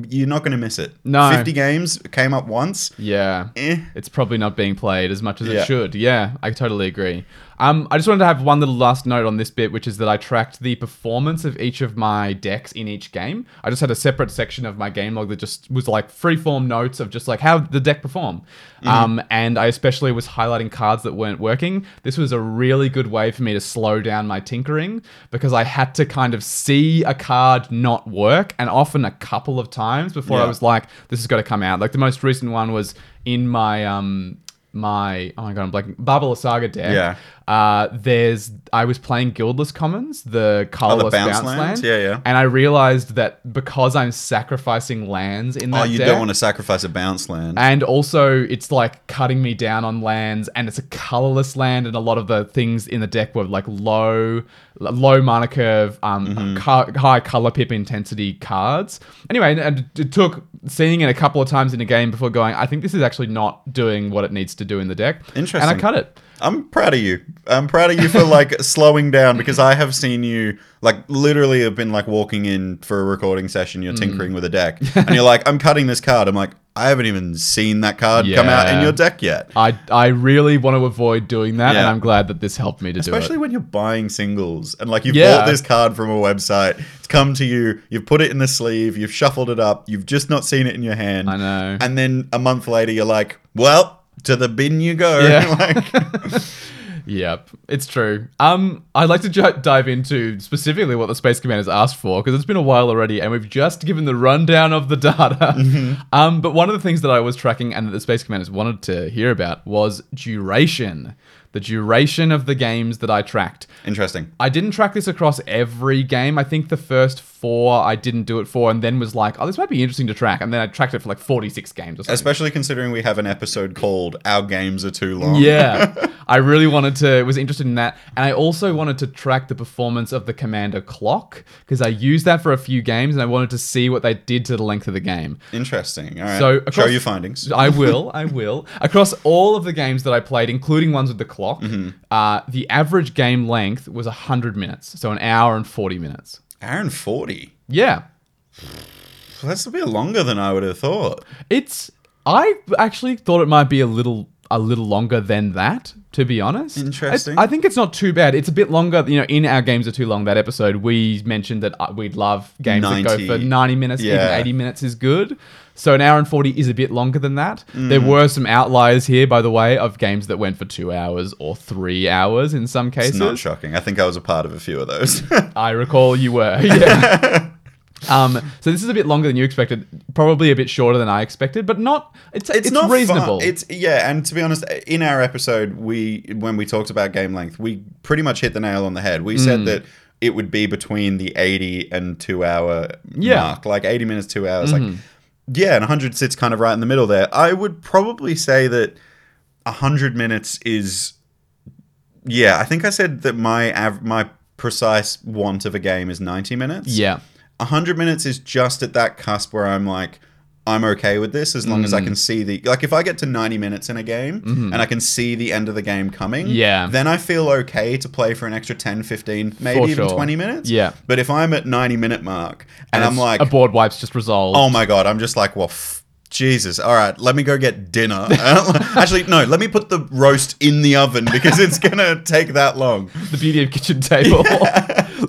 [SPEAKER 2] You're not going to miss it.
[SPEAKER 1] Mm. No.
[SPEAKER 2] 50 games came up once.
[SPEAKER 1] Yeah.
[SPEAKER 2] Eh.
[SPEAKER 1] it's probably not being played as much as
[SPEAKER 2] Yeah.
[SPEAKER 1] it should. Yeah, I totally agree. Um, I just wanted to have one little last note on this bit, which is that I tracked the performance of each of my decks in each game. I just had a separate section of my game log that just was like freeform notes of just like how did the deck perform.
[SPEAKER 2] Mm-hmm.
[SPEAKER 1] Um, and I especially was highlighting cards that weren't working. This was a really good way for me to slow down my tinkering because I had to kind of see a card not work, and often a couple of times before
[SPEAKER 2] Yeah.
[SPEAKER 1] I was like, "This has got to come out." Like the most recent one was in my um my oh my god, I'm blanking Barbala Saga deck.
[SPEAKER 2] Yeah.
[SPEAKER 1] Uh, there's I was playing Guildless Commons, the colorless
[SPEAKER 2] bounce
[SPEAKER 1] bounce, land.
[SPEAKER 2] lands? Yeah, yeah.
[SPEAKER 1] And I realized that because I'm sacrificing lands in that
[SPEAKER 2] Oh, you
[SPEAKER 1] deck,
[SPEAKER 2] don't want to sacrifice a bounce land.
[SPEAKER 1] and also, it's like cutting me down on lands, and it's a colorless land, and a lot of the things in the deck were like low, low mana curve, um,
[SPEAKER 2] Mm-hmm.
[SPEAKER 1] co- high color pip intensity cards. Anyway, and- and it took seeing it a couple of times in a game before going, I think this is actually not doing what it needs to do in the deck. And I
[SPEAKER 2] Interesting.
[SPEAKER 1] cut it.
[SPEAKER 2] I'm proud of you. I'm proud of you for
[SPEAKER 1] (laughs)
[SPEAKER 2] like slowing down because I have seen you like literally have been like walking in for a recording session.
[SPEAKER 1] Mm.
[SPEAKER 2] You're tinkering with
[SPEAKER 1] (laughs)
[SPEAKER 2] a deck, and you're like, "I'm cutting this card." I'm like, "I haven't even seen that card come out in
[SPEAKER 1] Yeah.
[SPEAKER 2] your deck yet."
[SPEAKER 1] I, I really want to avoid doing that, and
[SPEAKER 2] Yeah.
[SPEAKER 1] I'm glad that this helped me to do it.
[SPEAKER 2] Especially when you're buying singles and like you've
[SPEAKER 1] Yeah.
[SPEAKER 2] bought this card from a website, it's come to you, you've put it in the sleeve, you've shuffled it up, you've just not seen it in your hand.
[SPEAKER 1] I know.
[SPEAKER 2] And then a month later, you're like, "Well, to the bin you go."
[SPEAKER 1] Yeah.
[SPEAKER 2] (laughs)
[SPEAKER 1] (laughs)
[SPEAKER 2] like,
[SPEAKER 1] Yep, it's true. Um, I'd like to ju- dive into specifically what the Space Command has asked for because it's been a while already, and we've just given the rundown of the (laughs) data. Um, but one of the things that I was tracking and that the Space Commanders wanted to hear about was duration, the duration of the games that I tracked.
[SPEAKER 2] interesting.
[SPEAKER 1] I didn't track this across every game. I think the first four I didn't do it for, and then was like, oh, this might be interesting to track, and then I tracked it for like forty-six games or something.
[SPEAKER 2] Especially considering we have an episode called "Our Games Are Too Long."
[SPEAKER 1] Yeah, (laughs) I really wanted to was interested in that, and I also wanted to track the performance of the commander clock because I used that for a few games, and I wanted to see what they did to the length of the game.
[SPEAKER 2] Interesting. All right.
[SPEAKER 1] So,
[SPEAKER 2] So,
[SPEAKER 1] across-
[SPEAKER 2] show your findings.
[SPEAKER 1] I will, I will. Across all of the games that I played, including ones with the clock, uh, the average game length was hundred minutes, so an hour and forty minutes.
[SPEAKER 2] Aaron forty.
[SPEAKER 1] Yeah,
[SPEAKER 2] Well, that's a bit longer than I would have thought.
[SPEAKER 1] it's. I actually thought it might be a little a little longer than that. To be honest,
[SPEAKER 2] Interesting.
[SPEAKER 1] I, I think it's not too bad. It's a bit longer. You know, in our games are too long. That episode we mentioned that uh, we'd love games that go
[SPEAKER 2] 90.
[SPEAKER 1] for ninety minutes.
[SPEAKER 2] Yeah.
[SPEAKER 1] Even eighty minutes is good. So an hour and forty is a bit longer than that.
[SPEAKER 2] Mm.
[SPEAKER 1] There were some outliers here, by the way, of games that went for two hours or three hours in some cases.
[SPEAKER 2] It's not shocking. I think I was a part of a few of those. (laughs)
[SPEAKER 1] I recall you were. (laughs) Yeah. um, so this is a bit longer than you expected. Probably a bit shorter than I expected, but not. It's it's,
[SPEAKER 2] not fun.
[SPEAKER 1] reasonable.
[SPEAKER 2] It's yeah, and to be honest, in our episode, we when we talked about game length, we pretty much hit the nail on the head. We
[SPEAKER 1] Mm.
[SPEAKER 2] said that it would be between the eighty and two hour
[SPEAKER 1] Yeah. Mm-hmm.
[SPEAKER 2] mark, like eighty minutes, two hours, like yeah, and hundred sits kind of right in the middle there. I would probably say that hundred minutes is yeah. I think I said that my av- my precise want of a game is ninety minutes.
[SPEAKER 1] yeah.
[SPEAKER 2] 100 minutes is just at that cusp where I'm like, I'm okay with this as long
[SPEAKER 1] Mm.
[SPEAKER 2] as I can see the. Like, if I get to 90 minutes in a game and I can see the end of the game coming,
[SPEAKER 1] Mm-hmm. Yeah.
[SPEAKER 2] then I feel okay to play for an extra 10, 15, maybe
[SPEAKER 1] For
[SPEAKER 2] even
[SPEAKER 1] sure.
[SPEAKER 2] 20 minutes.
[SPEAKER 1] Yeah.
[SPEAKER 2] But if I'm at 90 minute mark and, I'm
[SPEAKER 1] it's-
[SPEAKER 2] like,
[SPEAKER 1] a board wipe's just resolved.
[SPEAKER 2] oh my God, I'm just like, well, f- Jesus, all right, let me go get dinner. (laughs) Actually, no, let me put the roast in the oven because it's going to take that long.
[SPEAKER 1] the beauty of kitchen
[SPEAKER 2] (laughs)
[SPEAKER 1] table. (laughs)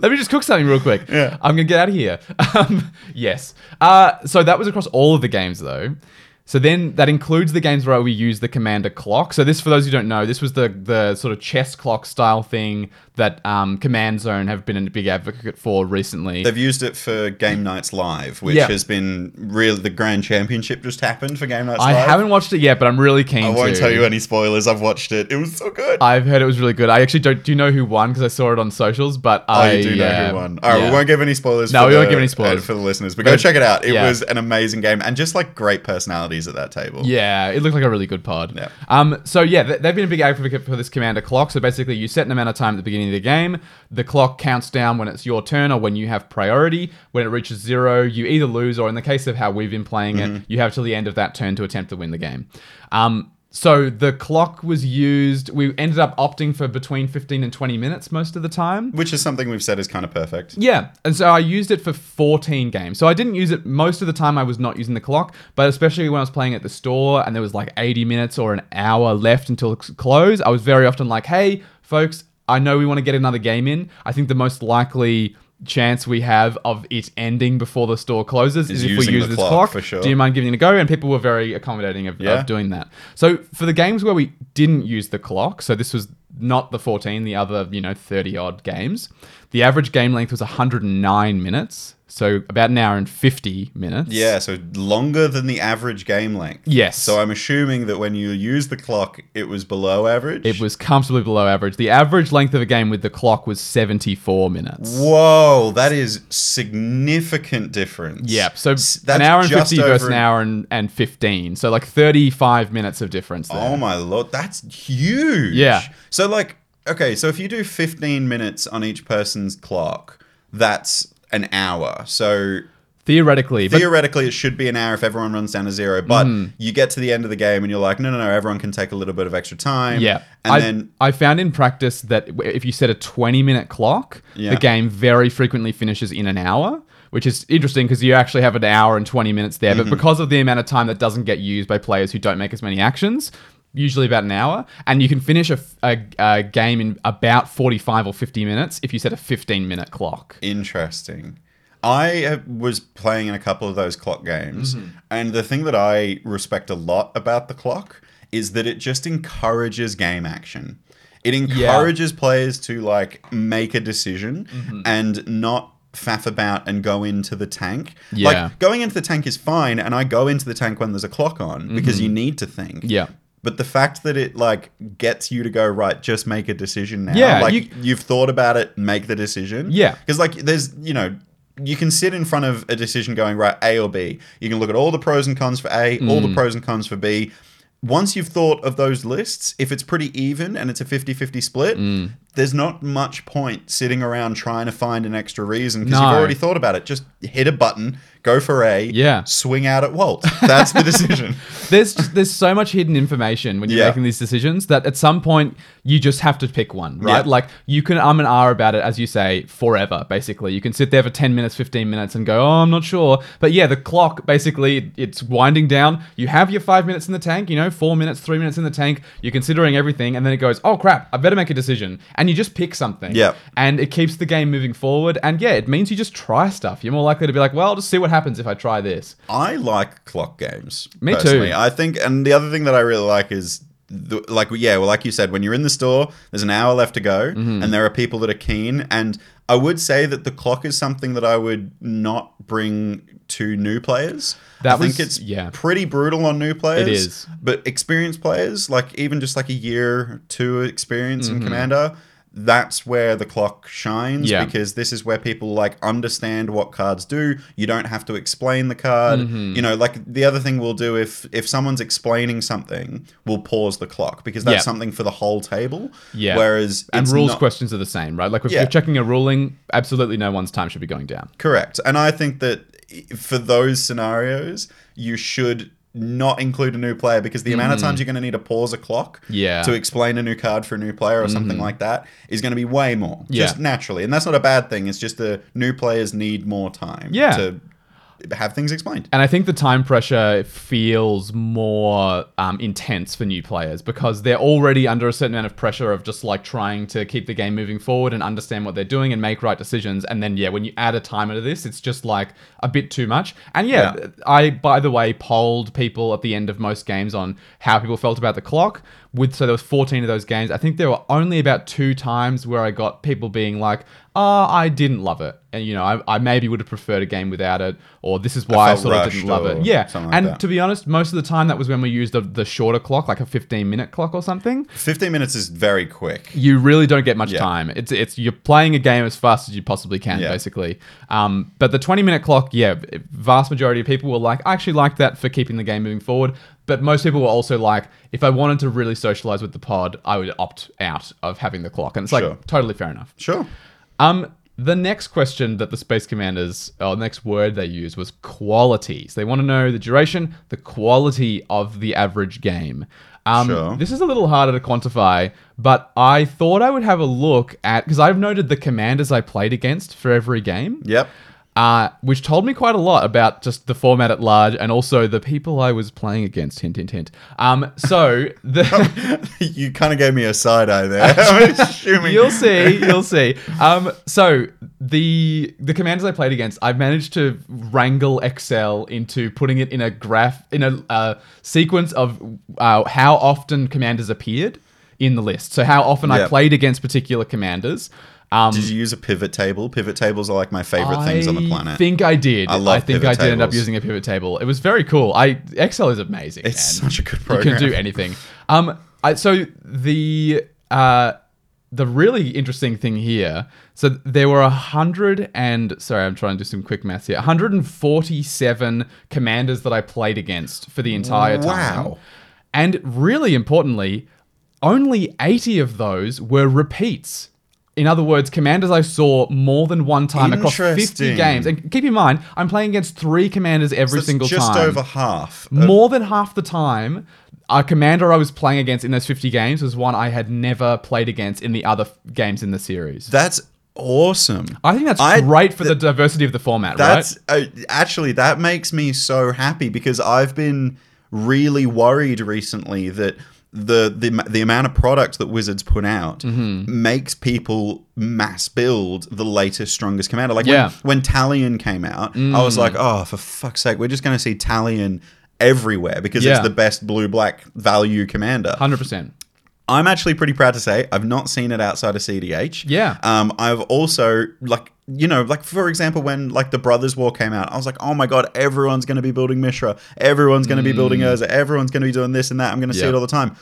[SPEAKER 1] Let me just cook something real quick.
[SPEAKER 2] Yeah.
[SPEAKER 1] I'm gonna get out of here. (laughs) Um, yes. Uh, so that was across all of the games though. So then that includes the games where we use the commander clock. So this, for those who don't know, this was the the sort of chess clock style thing that um, Command Zone have been a big advocate for recently.
[SPEAKER 2] They've used it for Game Nights Live, which
[SPEAKER 1] Yeah.
[SPEAKER 2] has been real. The Grand Championship just happened for Game Nights
[SPEAKER 1] I
[SPEAKER 2] Live.
[SPEAKER 1] haven't watched it yet, but I'm really keen.
[SPEAKER 2] I won't
[SPEAKER 1] to.
[SPEAKER 2] tell you any spoilers. I've watched it. It was so good.
[SPEAKER 1] I've heard it was really good. I actually don't. Do you know who won? Because I saw it on socials. But
[SPEAKER 2] Oh,
[SPEAKER 1] I
[SPEAKER 2] you do know
[SPEAKER 1] yeah,
[SPEAKER 2] who won. All right,
[SPEAKER 1] yeah.
[SPEAKER 2] we won't give any spoilers.
[SPEAKER 1] No,
[SPEAKER 2] for
[SPEAKER 1] we won't
[SPEAKER 2] the-
[SPEAKER 1] give any spoilers.
[SPEAKER 2] uh, for the listeners. But,
[SPEAKER 1] But-
[SPEAKER 2] go check it out. It
[SPEAKER 1] yeah.
[SPEAKER 2] was an amazing game, and just like great personalities at that table.
[SPEAKER 1] Yeah, it looked like a really good pod.
[SPEAKER 2] Yeah.
[SPEAKER 1] Um. So yeah, th- they've been a big advocate for this commander clock. So basically, you set an amount of time at the beginning of the game. The clock counts down when it's your turn or when you have priority. When it reaches zero, you either lose or, in the case of how we've been playing
[SPEAKER 2] Mm-hmm.
[SPEAKER 1] it, you have till the end of that turn to attempt to win the game. Um. So the clock was used. We ended up opting for between 15 and 20 minutes most of the time.
[SPEAKER 2] which is something we've said is kind of perfect.
[SPEAKER 1] Yeah, and so I used it for 14 games. So I didn't use it most of the time. I was not using the clock, but especially when I was playing at the store and there was like 80 minutes or an hour left until c- close, I was very often like, "Hey, folks, I know we want to get another game in. I think the most likely chance we have of it ending before the store closes is,
[SPEAKER 2] Is
[SPEAKER 1] if we
[SPEAKER 2] using
[SPEAKER 1] use
[SPEAKER 2] the
[SPEAKER 1] this clock.
[SPEAKER 2] clock, for sure.
[SPEAKER 1] Do you mind giving it a go?" And people were very accommodating of,
[SPEAKER 2] Yeah.
[SPEAKER 1] of doing that. So for the games where we didn't use the clock, so this was not the 14, the other, you know, 30 odd games, The average game length was 109 minutes, so about an hour and 50 minutes.
[SPEAKER 2] Yeah, so longer than the average game length.
[SPEAKER 1] Yes.
[SPEAKER 2] So I'm assuming that when you use the clock, it was below average.
[SPEAKER 1] It was comfortably below average. The average length of a game with the clock was 74 minutes.
[SPEAKER 2] Whoa, that is significant difference.
[SPEAKER 1] Yep. So
[SPEAKER 2] S-
[SPEAKER 1] an
[SPEAKER 2] that's
[SPEAKER 1] hour and
[SPEAKER 2] just
[SPEAKER 1] 50 versus
[SPEAKER 2] over
[SPEAKER 1] an
[SPEAKER 2] an-
[SPEAKER 1] hour and, and 15. So like 35 minutes of difference there.
[SPEAKER 2] Oh my lord, that's huge.
[SPEAKER 1] Yeah.
[SPEAKER 2] So like, okay, so if you do 15 minutes on each person's clock, that's an hour. So
[SPEAKER 1] Theoretically. But Hmm.
[SPEAKER 2] theoretically, it should be an hour if everyone runs down to zero. But you get to the end of the game and you're like, no, no, no, everyone can take a little bit of extra time.
[SPEAKER 1] yeah.
[SPEAKER 2] And
[SPEAKER 1] I,
[SPEAKER 2] then
[SPEAKER 1] I found in practice that w- if you set a 20 minute clock,
[SPEAKER 2] Yeah.
[SPEAKER 1] the game very frequently finishes in an hour, which is interesting because you actually have an hour and 20 minutes there. But
[SPEAKER 2] Mm-hmm.
[SPEAKER 1] because of the amount of time that doesn't get used by players who don't make as many actions, usually about an hour, and you can finish a, f- a- a game in about 45 or 50 minutes if you set a 15 minute clock.
[SPEAKER 2] Interesting. I uh, was playing in a couple of those clock games,
[SPEAKER 1] Mm-hmm.
[SPEAKER 2] and the thing that I respect a lot about the clock is that it just encourages game action. It encourages players to like make a decision
[SPEAKER 1] Mm-hmm.
[SPEAKER 2] and not faff about and go into the tank.
[SPEAKER 1] Yeah.
[SPEAKER 2] Like going into the tank is fine, and I go into the tank when there's a clock on because you need to think.
[SPEAKER 1] Mm-hmm. Yeah.
[SPEAKER 2] But the fact that it like gets you to go right, just make a decision now.
[SPEAKER 1] Yeah,
[SPEAKER 2] like
[SPEAKER 1] you-
[SPEAKER 2] you've thought about it, make the decision.
[SPEAKER 1] Yeah.
[SPEAKER 2] Because, like, there's, you know, you can sit in front of a decision going, right, A or B. You can look at all the pros and cons for A, all
[SPEAKER 1] Mm.
[SPEAKER 2] the pros and cons for B. Once you've thought of those lists, if it's pretty even and it's a 50 50 split,
[SPEAKER 1] Mm.
[SPEAKER 2] there's not much point sitting around trying to find an extra reason because
[SPEAKER 1] No.
[SPEAKER 2] you've already thought about it. Just hit a button, go for A,
[SPEAKER 1] Yeah.
[SPEAKER 2] swing out at Walt. That's the (laughs) decision.
[SPEAKER 1] there's just, there's so much hidden information when you're
[SPEAKER 2] Yeah.
[SPEAKER 1] making these decisions that at some point you just have to pick one, right?
[SPEAKER 2] Yeah.
[SPEAKER 1] Like you can um and ah about it, as you say, forever. Basically, you can sit there for ten minutes, fifteen minutes, and go, "Oh, I'm not sure." But yeah, the clock basically it's winding down. You have your five minutes in the tank, you know, four minutes, three minutes in the tank. You're considering everything, and then it goes, "Oh crap, I better make a decision," and you just pick something.
[SPEAKER 2] Yeah.
[SPEAKER 1] and it keeps the game moving forward. And yeah, it means you just try stuff. You're more likely to be like, "Well, I'll just see what happens if I try this."
[SPEAKER 2] I like clock games.
[SPEAKER 1] Me too.
[SPEAKER 2] personally. I think, and the other thing that I really like is, the, like, yeah, well, like you said, when you're in the store, there's an hour left to go,
[SPEAKER 1] Mm-hmm.
[SPEAKER 2] and there are people that are keen. And I would say that the clock is something that I would not bring to new players.
[SPEAKER 1] That
[SPEAKER 2] I think
[SPEAKER 1] was-
[SPEAKER 2] it's
[SPEAKER 1] yeah.
[SPEAKER 2] pretty brutal on new players.
[SPEAKER 1] is.
[SPEAKER 2] But experienced players, like even just like a year, or two experience in Commander, that's where the clock shines
[SPEAKER 1] Mm-hmm. Yeah.
[SPEAKER 2] because this is where people like understand what cards do. You don't have to explain the card.
[SPEAKER 1] Mm-hmm.
[SPEAKER 2] You know, like the other thing we'll do if if someone's explaining something, we'll pause the clock because that's
[SPEAKER 1] Yeah.
[SPEAKER 2] something for the whole table.
[SPEAKER 1] Yeah.
[SPEAKER 2] Whereas
[SPEAKER 1] and
[SPEAKER 2] it's
[SPEAKER 1] rules
[SPEAKER 2] not-
[SPEAKER 1] questions are the same, right? Like if
[SPEAKER 2] Yeah.
[SPEAKER 1] you're checking a ruling, absolutely no one's time should be going down.
[SPEAKER 2] Correct. And I think that i- for those scenarios, you should not include a new player because the amount of times you're going to need to pause a clock
[SPEAKER 1] Mm. Yeah. Mm-hmm.
[SPEAKER 2] to explain a new card for a new player or something like that is going to be way more
[SPEAKER 1] Yeah.
[SPEAKER 2] just naturally and that's not a bad thing it's just the new players need more time
[SPEAKER 1] Yeah.
[SPEAKER 2] to have things explained
[SPEAKER 1] And I think the time pressure feels more um, intense for new players because they're already under a certain amount of pressure of just like trying to keep the game moving forward and understand what they're doing and make right decisions. And then, yeah, when you add a timer to this, it's just like a bit too much. And yeah,
[SPEAKER 2] Yeah.
[SPEAKER 1] I, by the way, polled people at the end of most games on how people felt about the clock. With so there was 14 of those games. I think there were only about two times where I got people being like, "Ah, I didn't love it," and you know, I, I maybe would have preferred a game without it, or this is why I,
[SPEAKER 2] felt
[SPEAKER 1] sort of
[SPEAKER 2] rushed
[SPEAKER 1] didn't love
[SPEAKER 2] or
[SPEAKER 1] it. Yeah,
[SPEAKER 2] something like
[SPEAKER 1] and
[SPEAKER 2] that.
[SPEAKER 1] to be honest, most of the time that was when we used the, the shorter clock, like a 15 minute clock or something.
[SPEAKER 2] 15 minutes is very quick
[SPEAKER 1] You really don't get much
[SPEAKER 2] Yeah.
[SPEAKER 1] time. It's it's you're playing a game as fast as you possibly can,
[SPEAKER 2] Yeah.
[SPEAKER 1] basically. Um, but the 20 minute clock, yeah, vast majority of people were like, I actually like that for keeping the game moving forward. But most people were also like, if I wanted to really socialize with the pod, I would opt out of having the clock, and it's like
[SPEAKER 2] Sure.
[SPEAKER 1] totally fair enough.
[SPEAKER 2] sure
[SPEAKER 1] Um, the next question that the space commanders, or the next word they used was quality. So they want to know the duration, the quality of the average game. Um,
[SPEAKER 2] Sure.
[SPEAKER 1] This is a little harder to quantify, but I thought I would have a look at because I've noted the commanders I played against for every game.
[SPEAKER 2] yep (laughs)
[SPEAKER 1] Uh, which told me quite a lot about just the format at large and also the people I was playing against. Hint, hint, hint. Um, so
[SPEAKER 2] (laughs)
[SPEAKER 1] the, (laughs)
[SPEAKER 2] you kind of gave me a side eye there i'm assuming
[SPEAKER 1] You'll
[SPEAKER 2] (laughs)
[SPEAKER 1] see. You'll see. Um, so the the commanders I played against, I've managed to wrangle Excel into putting it in a graph in a uh, sequence of uh, how often commanders appeared in the list. So how often I
[SPEAKER 2] Yep.
[SPEAKER 1] played against particular commanders. Um,
[SPEAKER 2] Did you use a pivot table? Pivot tables are like my favorite things on the
[SPEAKER 1] I
[SPEAKER 2] planet.
[SPEAKER 1] think I did.
[SPEAKER 2] I
[SPEAKER 1] I,
[SPEAKER 2] love
[SPEAKER 1] think
[SPEAKER 2] pivot
[SPEAKER 1] I did end up
[SPEAKER 2] tables.
[SPEAKER 1] using a pivot table. It was very cool. I Excel is amazing.
[SPEAKER 2] it's
[SPEAKER 1] man.
[SPEAKER 2] such a
[SPEAKER 1] (laughs)
[SPEAKER 2] good
[SPEAKER 1] you
[SPEAKER 2] program.
[SPEAKER 1] can do anything. Um, I, so the uh, the really interesting thing here. So there were a hundred and sorry, I'm trying to do some quick maths here. 147 commanders that I played against for the entire time.
[SPEAKER 2] Wow.
[SPEAKER 1] And really importantly, only 80 of those were repeats. In other words, commanders I saw more than one time across 50
[SPEAKER 2] Interesting.
[SPEAKER 1] games. And keep in mind, I'm playing against three commanders every
[SPEAKER 2] That's
[SPEAKER 1] single
[SPEAKER 2] just
[SPEAKER 1] time
[SPEAKER 2] over half. of-
[SPEAKER 1] more than half the time a commander i was playing against in those 50 games was one i had never played against in the other f- games in the series
[SPEAKER 2] that's awesome.
[SPEAKER 1] i think that's
[SPEAKER 2] I-
[SPEAKER 1] great for the diversity of the format
[SPEAKER 2] That's
[SPEAKER 1] right
[SPEAKER 2] uh, actually that makes me so happy because I've been really worried recently that the the the amount of product that Wizards put out
[SPEAKER 1] Mm-hmm.
[SPEAKER 2] makes people mass build the latest strongest commander. Like
[SPEAKER 1] Yeah. Mm.
[SPEAKER 2] when, when Talion came out, I was like, oh for fuck's sake, we're just going to see Talion everywhere because
[SPEAKER 1] Yeah.
[SPEAKER 2] it's the best blue black value commander.
[SPEAKER 1] 100%
[SPEAKER 2] I'm actually pretty proud to say I've not seen it outside of CDH.
[SPEAKER 1] Yeah.
[SPEAKER 2] Um, I've also like you know like for example when like the Brothers War came out, I was like, oh my god, everyone's going to be building Mishra, everyone's going to be building Urza, everyone's going to be doing this and that. I'm going to see
[SPEAKER 1] Mm. Yeah.
[SPEAKER 2] it all the time.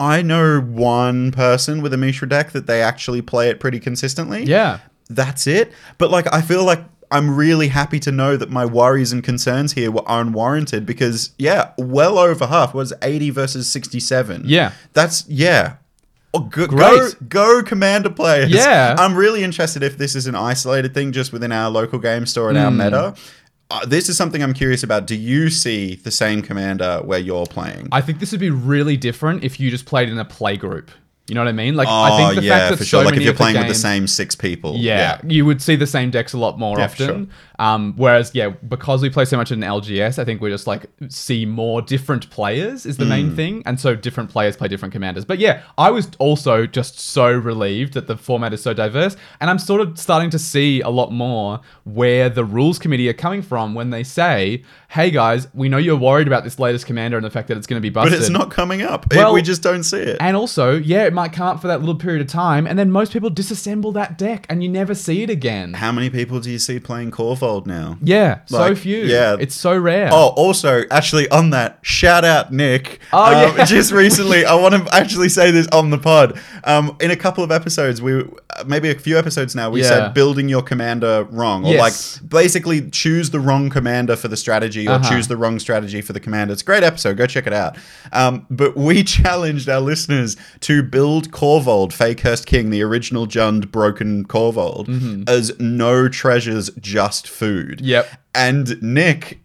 [SPEAKER 2] I know one person with a Mishra deck that they actually play it pretty consistently
[SPEAKER 1] yeah
[SPEAKER 2] that's it. But like, I feel like I'm really happy to know that my worries and concerns here were unwarranted because, yeah, well over half was 80 versus 67.
[SPEAKER 1] Yeah.
[SPEAKER 2] That's, yeah. Oh, go, go,
[SPEAKER 1] Great.
[SPEAKER 2] go, commander players.
[SPEAKER 1] Yeah.
[SPEAKER 2] I'm really interested if this is an isolated thing just within our local game store and our
[SPEAKER 1] Hmm.
[SPEAKER 2] meta. Uh, this is something I'm curious about. Do you see the same commander where you're playing?
[SPEAKER 1] i think this would be really different if you just played in a play group you know what i mean like i think the fact that
[SPEAKER 2] Oh, for sure.
[SPEAKER 1] so
[SPEAKER 2] like if
[SPEAKER 1] many
[SPEAKER 2] you're
[SPEAKER 1] of the
[SPEAKER 2] playing with the
[SPEAKER 1] games-
[SPEAKER 2] same six people.
[SPEAKER 1] Yeah, you would see the same decks a lot more
[SPEAKER 2] Yeah, for
[SPEAKER 1] often. Um, whereas, yeah, because we play so much in LGS, I think we just like see more different players is the
[SPEAKER 2] Hmm.
[SPEAKER 1] main thing, and so different players play different commanders. But yeah, I was also just so relieved that the format is so diverse, and I'm sort of starting to see a lot more where the rules committee are coming from when they say, "Hey guys, we know you're worried about this latest commander and the fact that it's going to be busted,
[SPEAKER 2] But it's not coming up. It-
[SPEAKER 1] Well-
[SPEAKER 2] we just don't see it.
[SPEAKER 1] and also, yeah, it might come up for that little period of time, and then most people disassemble that deck, and you never see it again.
[SPEAKER 2] How many people do you see playing Corvold now?
[SPEAKER 1] Yeah, so
[SPEAKER 2] Like,
[SPEAKER 1] few.
[SPEAKER 2] yeah.
[SPEAKER 1] it's so rare.
[SPEAKER 2] Oh, also, actually, on that, shout out Nick.
[SPEAKER 1] Oh,
[SPEAKER 2] Um,
[SPEAKER 1] yeah.
[SPEAKER 2] (laughs) Just recently, I want
[SPEAKER 1] (laughs)
[SPEAKER 2] to actually say this on the pod. Um, in a couple of episodes, we uh, maybe a few episodes now, we
[SPEAKER 1] Yeah.
[SPEAKER 2] said building your commander wrong, or
[SPEAKER 1] Yes.
[SPEAKER 2] like basically choose the wrong commander for the strategy, or
[SPEAKER 1] Uh-huh.
[SPEAKER 2] choose the wrong strategy for the commander. It's a great episode. Go check it out. Um, but we (laughs) challenged our listeners to build Corvold, Fakehurst King, the original Jund broken Corvold, as no treasures, just food.
[SPEAKER 1] Mm-hmm. Yep.
[SPEAKER 2] And Nick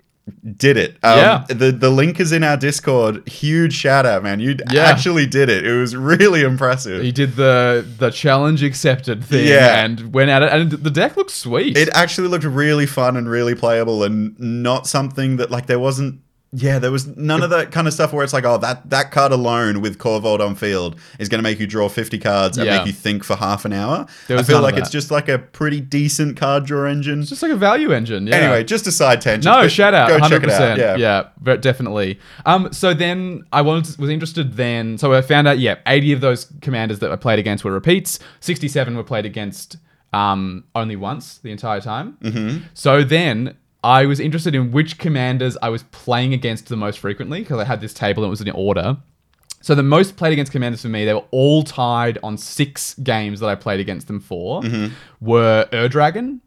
[SPEAKER 2] did it. Um,
[SPEAKER 1] Yeah.
[SPEAKER 2] The the link is in our Discord. Huge shout out, man. You
[SPEAKER 1] Yeah.
[SPEAKER 2] actually did it. It was really impressive.
[SPEAKER 1] he did the the challenge accepted thing,
[SPEAKER 2] Yeah.
[SPEAKER 1] and went at it, and the deck looks sweet.
[SPEAKER 2] it actually looked really fun and really playable and not something that like there wasn't yeah, there was none of that kind of stuff where it's like, oh, that that card alone with Corvold on field is going to make you draw 50 cards and
[SPEAKER 1] Yeah.
[SPEAKER 2] make you think for half an hour.
[SPEAKER 1] There
[SPEAKER 2] I
[SPEAKER 1] was
[SPEAKER 2] feel
[SPEAKER 1] none of
[SPEAKER 2] like it's
[SPEAKER 1] that.
[SPEAKER 2] just like a pretty decent card draw engine.
[SPEAKER 1] it's just like a value engine. Yeah.
[SPEAKER 2] Anyway, just a side tangent.
[SPEAKER 1] No,
[SPEAKER 2] but
[SPEAKER 1] shout out,
[SPEAKER 2] Go
[SPEAKER 1] hundred
[SPEAKER 2] check it out.
[SPEAKER 1] percent.
[SPEAKER 2] Yeah.
[SPEAKER 1] Yeah, but definitely. Um, so then I wanted to, was interested then. So I found out, yeah, eighty of those commanders that I played against were repeats. Sixty-seven were played against um only once the entire time. Mm-hmm. So then I was interested in which commanders I was playing against the most frequently because I had this table and it was in order. So the most played against commanders for me, they were all tied on six games that I played against them for.
[SPEAKER 2] Mm-hmm.
[SPEAKER 1] Were Erdragon,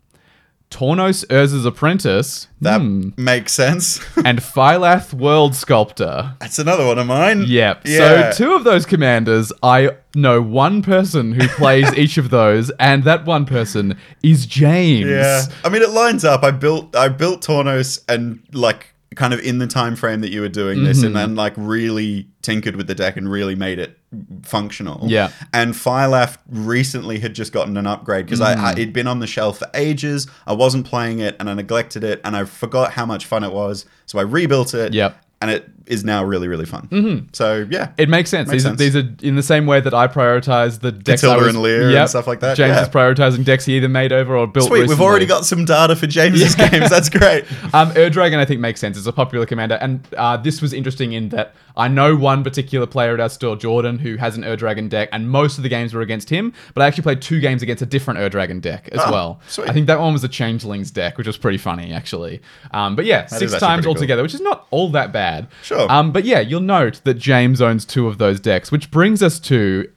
[SPEAKER 1] Tornos Urza's Apprentice,
[SPEAKER 2] That
[SPEAKER 1] hmm,
[SPEAKER 2] makes sense. (laughs)
[SPEAKER 1] and Phylath World Sculptor.
[SPEAKER 2] That's another one of mine.
[SPEAKER 1] Yep.
[SPEAKER 2] Yeah.
[SPEAKER 1] So two of those commanders, I know one person who
[SPEAKER 2] (laughs)
[SPEAKER 1] plays each of those, and that one person is James.
[SPEAKER 2] Yeah. I mean, it lines up. I built I built Tornos and like kind of in the time frame that you were doing this,
[SPEAKER 1] Mm-hmm.
[SPEAKER 2] and then like really tinkered with the deck and really made it functional.
[SPEAKER 1] Yeah.
[SPEAKER 2] And Phylaf recently had just gotten an upgrade because I, I
[SPEAKER 1] Mm.
[SPEAKER 2] it'd been on the shelf for ages. I wasn't playing it and I neglected it and I forgot how much fun it was. So I rebuilt it.
[SPEAKER 1] Yep.
[SPEAKER 2] and it is now really really fun. Mm-hmm. So yeah,
[SPEAKER 1] It makes sense. these,
[SPEAKER 2] Makes sense.
[SPEAKER 1] Are, these are in the same way that I prioritize the decks. I
[SPEAKER 2] Hilda
[SPEAKER 1] was-
[SPEAKER 2] and Lear and stuff like that,
[SPEAKER 1] James
[SPEAKER 2] yeah.
[SPEAKER 1] is prioritizing decks he either made over or built.
[SPEAKER 2] sweet. We've
[SPEAKER 1] recently.
[SPEAKER 2] already got some data
[SPEAKER 1] (laughs)
[SPEAKER 2] for James's games. That's great.
[SPEAKER 1] Um, Erdragon, I think, makes sense. It's a popular commander, and uh, this was interesting in that I know one particular player at our store, Jordan, who has an Erdragon deck, and most of the games were against him. But I actually played two games against a different Erdragon deck as
[SPEAKER 2] Oh,
[SPEAKER 1] well.
[SPEAKER 2] sweet.
[SPEAKER 1] I think that one was a Changelings deck, which was pretty funny actually. Um, but yeah, six
[SPEAKER 2] actually pretty
[SPEAKER 1] times
[SPEAKER 2] cool.
[SPEAKER 1] altogether, which is not all that bad.
[SPEAKER 2] Sure.
[SPEAKER 1] Um, but yeah, you'll note that James owns two of those decks, which brings us to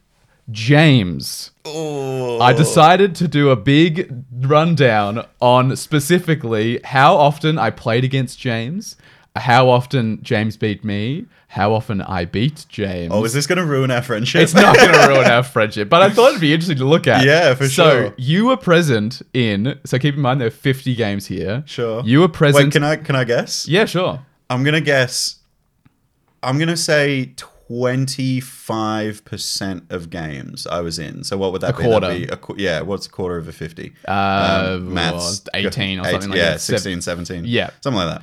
[SPEAKER 1] James.
[SPEAKER 2] Ooh.
[SPEAKER 1] I decided to do a big rundown on specifically how often I played against James, how often James beat me, how often I beat James.
[SPEAKER 2] Oh, is this going to ruin our
[SPEAKER 1] (laughs)
[SPEAKER 2] friendship?
[SPEAKER 1] it's not going to ruin our friendship, but I thought it'd be interesting to look at.
[SPEAKER 2] Yeah, for
[SPEAKER 1] So
[SPEAKER 2] sure.
[SPEAKER 1] you were present in. So keep in mind there are 50 games here.
[SPEAKER 2] sure.
[SPEAKER 1] You were present.
[SPEAKER 2] Wait, can I can I guess?
[SPEAKER 1] yeah, sure.
[SPEAKER 2] I'm gonna guess. I'm gonna say twenty five percent of games I was in. So what would that be? That'd
[SPEAKER 1] quarter.
[SPEAKER 2] be a qu- yeah, what's a quarter of a fifty?
[SPEAKER 1] Uh,
[SPEAKER 2] Um,
[SPEAKER 1] well, 18 or
[SPEAKER 2] Eight-
[SPEAKER 1] something like
[SPEAKER 2] yeah,
[SPEAKER 1] that. Seven-
[SPEAKER 2] 16, 17.
[SPEAKER 1] Yeah.
[SPEAKER 2] something like that.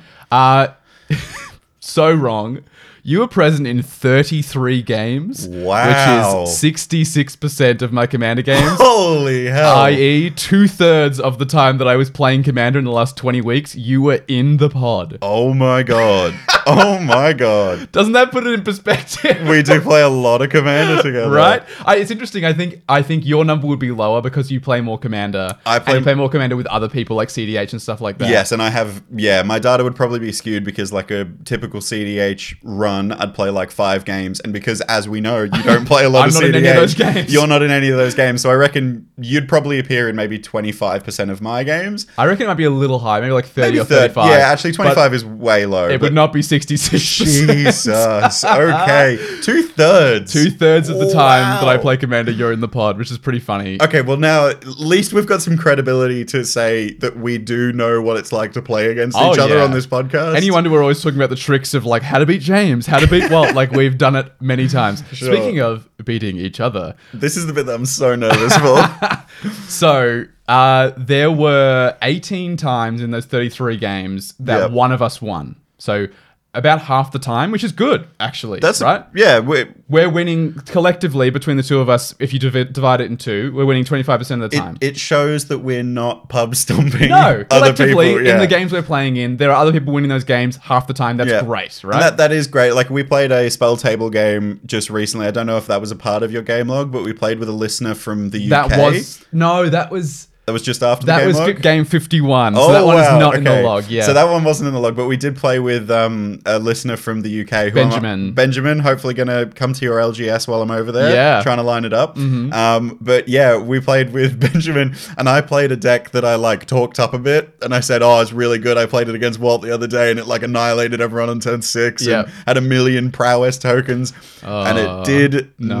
[SPEAKER 1] Uh, (laughs) so wrong. You were present in 33 games,
[SPEAKER 2] Wow.
[SPEAKER 1] which is 66% of my Commander games,
[SPEAKER 2] Holy hell!
[SPEAKER 1] i.e., two thirds E, of the time that I was playing Commander in the last 20 weeks, you were in the pod.
[SPEAKER 2] oh
[SPEAKER 1] (laughs)
[SPEAKER 2] my god! oh my god!
[SPEAKER 1] Doesn't that put it in perspective?
[SPEAKER 2] (laughs) We do play a lot
[SPEAKER 1] (laughs)
[SPEAKER 2] of Commander together,
[SPEAKER 1] Right, I, it's interesting. I think I think your number would be lower because you play more commander.
[SPEAKER 2] I play-
[SPEAKER 1] and you play more commander with other people like CDH and stuff like that.
[SPEAKER 2] Yes, and I have yeah, my data would probably be skewed because like a typical CDH run, I'd play like five games, and because as we know, you don't
[SPEAKER 1] (laughs)
[SPEAKER 2] play a lot
[SPEAKER 1] I'm
[SPEAKER 2] of
[SPEAKER 1] not
[SPEAKER 2] CDH.
[SPEAKER 1] in any of those games.
[SPEAKER 2] You're not in any of those games, so I reckon you'd probably appear in maybe twenty five percent of my games.
[SPEAKER 1] I reckon it might be a little high, maybe like thirty
[SPEAKER 2] Maybe
[SPEAKER 1] or
[SPEAKER 2] third-
[SPEAKER 1] thirty-five.
[SPEAKER 2] Yeah, actually twenty
[SPEAKER 1] but
[SPEAKER 2] five is way low.
[SPEAKER 1] It
[SPEAKER 2] but
[SPEAKER 1] would not be sixty-six. (laughs)
[SPEAKER 2] Jesus. okay. Two thirds.
[SPEAKER 1] Two thirds of the time that I
[SPEAKER 2] Wow.
[SPEAKER 1] play Commander, you're in the pod, which is pretty funny.
[SPEAKER 2] Okay, well now at least we've got some credibility to say that we do know what it's like to play against
[SPEAKER 1] Oh,
[SPEAKER 2] each other
[SPEAKER 1] yeah.
[SPEAKER 2] on this podcast.
[SPEAKER 1] Any wonder we're always talking about the tricks of like how to beat James, how to beat
[SPEAKER 2] (laughs)
[SPEAKER 1] Walt. like we've done it many times.
[SPEAKER 2] Sure.
[SPEAKER 1] Speaking of beating each other,
[SPEAKER 2] This is the bit that I'm so
[SPEAKER 1] (laughs)
[SPEAKER 2] nervous for.
[SPEAKER 1] so uh, there were 18 times in those 33 games that
[SPEAKER 2] Yep.
[SPEAKER 1] one of us won. So about half the time, which is good actually.
[SPEAKER 2] That's
[SPEAKER 1] right.
[SPEAKER 2] Yeah, we, it,
[SPEAKER 1] We're winning collectively between the two of us. If you divi- divide it in two, we're winning 25% of the time.
[SPEAKER 2] it shows that we're not pub stomping.
[SPEAKER 1] No,
[SPEAKER 2] other
[SPEAKER 1] collectively
[SPEAKER 2] people, yeah.
[SPEAKER 1] in the games we're playing in, there are other people winning those games half the time. That's
[SPEAKER 2] Yeah.
[SPEAKER 1] great,
[SPEAKER 2] And
[SPEAKER 1] right?
[SPEAKER 2] that, that is great. Like we played a spell table game just recently. I don't know if that was a part of your game log, but we played with a listener from the
[SPEAKER 1] That
[SPEAKER 2] UK.
[SPEAKER 1] was no, that was
[SPEAKER 2] that was just after the
[SPEAKER 1] that
[SPEAKER 2] game
[SPEAKER 1] was
[SPEAKER 2] log. Oh,
[SPEAKER 1] game fifty one. so that one is not in the log. Yeah,
[SPEAKER 2] So that one wasn't in the log, but we did play with um, a listener from the UK, who
[SPEAKER 1] Benjamin.
[SPEAKER 2] I'm, Benjamin, hopefully going to come to your LGS while I'm over there.
[SPEAKER 1] Yeah. Mm-hmm.
[SPEAKER 2] Trying to line it up. Um, but yeah, we played with (laughs) Benjamin, and I played a deck that I like talked up a bit, and I said, "Oh, it's really good." I played it against Walt the other day, and it like annihilated everyone on turn six.
[SPEAKER 1] Yep.
[SPEAKER 2] And had a million prowess tokens, and
[SPEAKER 1] Oh,
[SPEAKER 2] it did
[SPEAKER 1] No.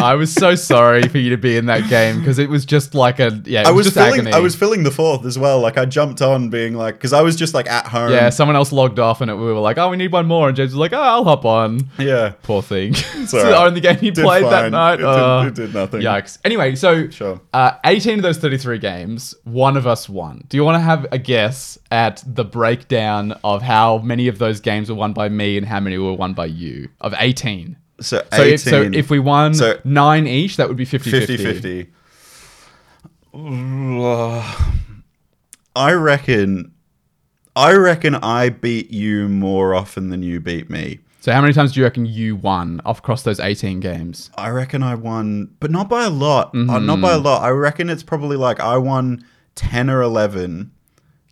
[SPEAKER 1] (laughs) I was so sorry for you to be in that game because it was just like a yeah. It
[SPEAKER 2] I
[SPEAKER 1] was,
[SPEAKER 2] was
[SPEAKER 1] just
[SPEAKER 2] filling.
[SPEAKER 1] agony.
[SPEAKER 2] I was filling the fourth as well. Like I jumped on, being like, because I was just like at home.
[SPEAKER 1] yeah. Someone else logged off and it, we were like, oh, we need one more, and James was like, oh, I'll hop on.
[SPEAKER 2] Yeah.
[SPEAKER 1] Poor thing. (laughs) It's
[SPEAKER 2] all
[SPEAKER 1] the
[SPEAKER 2] right.
[SPEAKER 1] only game he
[SPEAKER 2] (laughs) Did
[SPEAKER 1] played that
[SPEAKER 2] fine.
[SPEAKER 1] night.
[SPEAKER 2] It did-
[SPEAKER 1] Uh,
[SPEAKER 2] it did nothing.
[SPEAKER 1] Yikes. Anyway, so
[SPEAKER 2] Sure.
[SPEAKER 1] uh, 18 of those 33 games, one of us won. Do you want to have a guess at the breakdown of how many of those games were won by me and how many were won by you? Of 18.
[SPEAKER 2] So,
[SPEAKER 1] So,
[SPEAKER 2] 18,
[SPEAKER 1] If, so if we won
[SPEAKER 2] So-
[SPEAKER 1] nine each, that would be 50 50.
[SPEAKER 2] 50-50. (sighs) I reckon I reckon I beat you more often than you beat me.
[SPEAKER 1] So how many times do you reckon you won off across those 18 games?
[SPEAKER 2] I reckon I won but not by a lot. Uh, not by a
[SPEAKER 1] Mm-hmm.
[SPEAKER 2] lot. I reckon it's probably like I won 10 or 11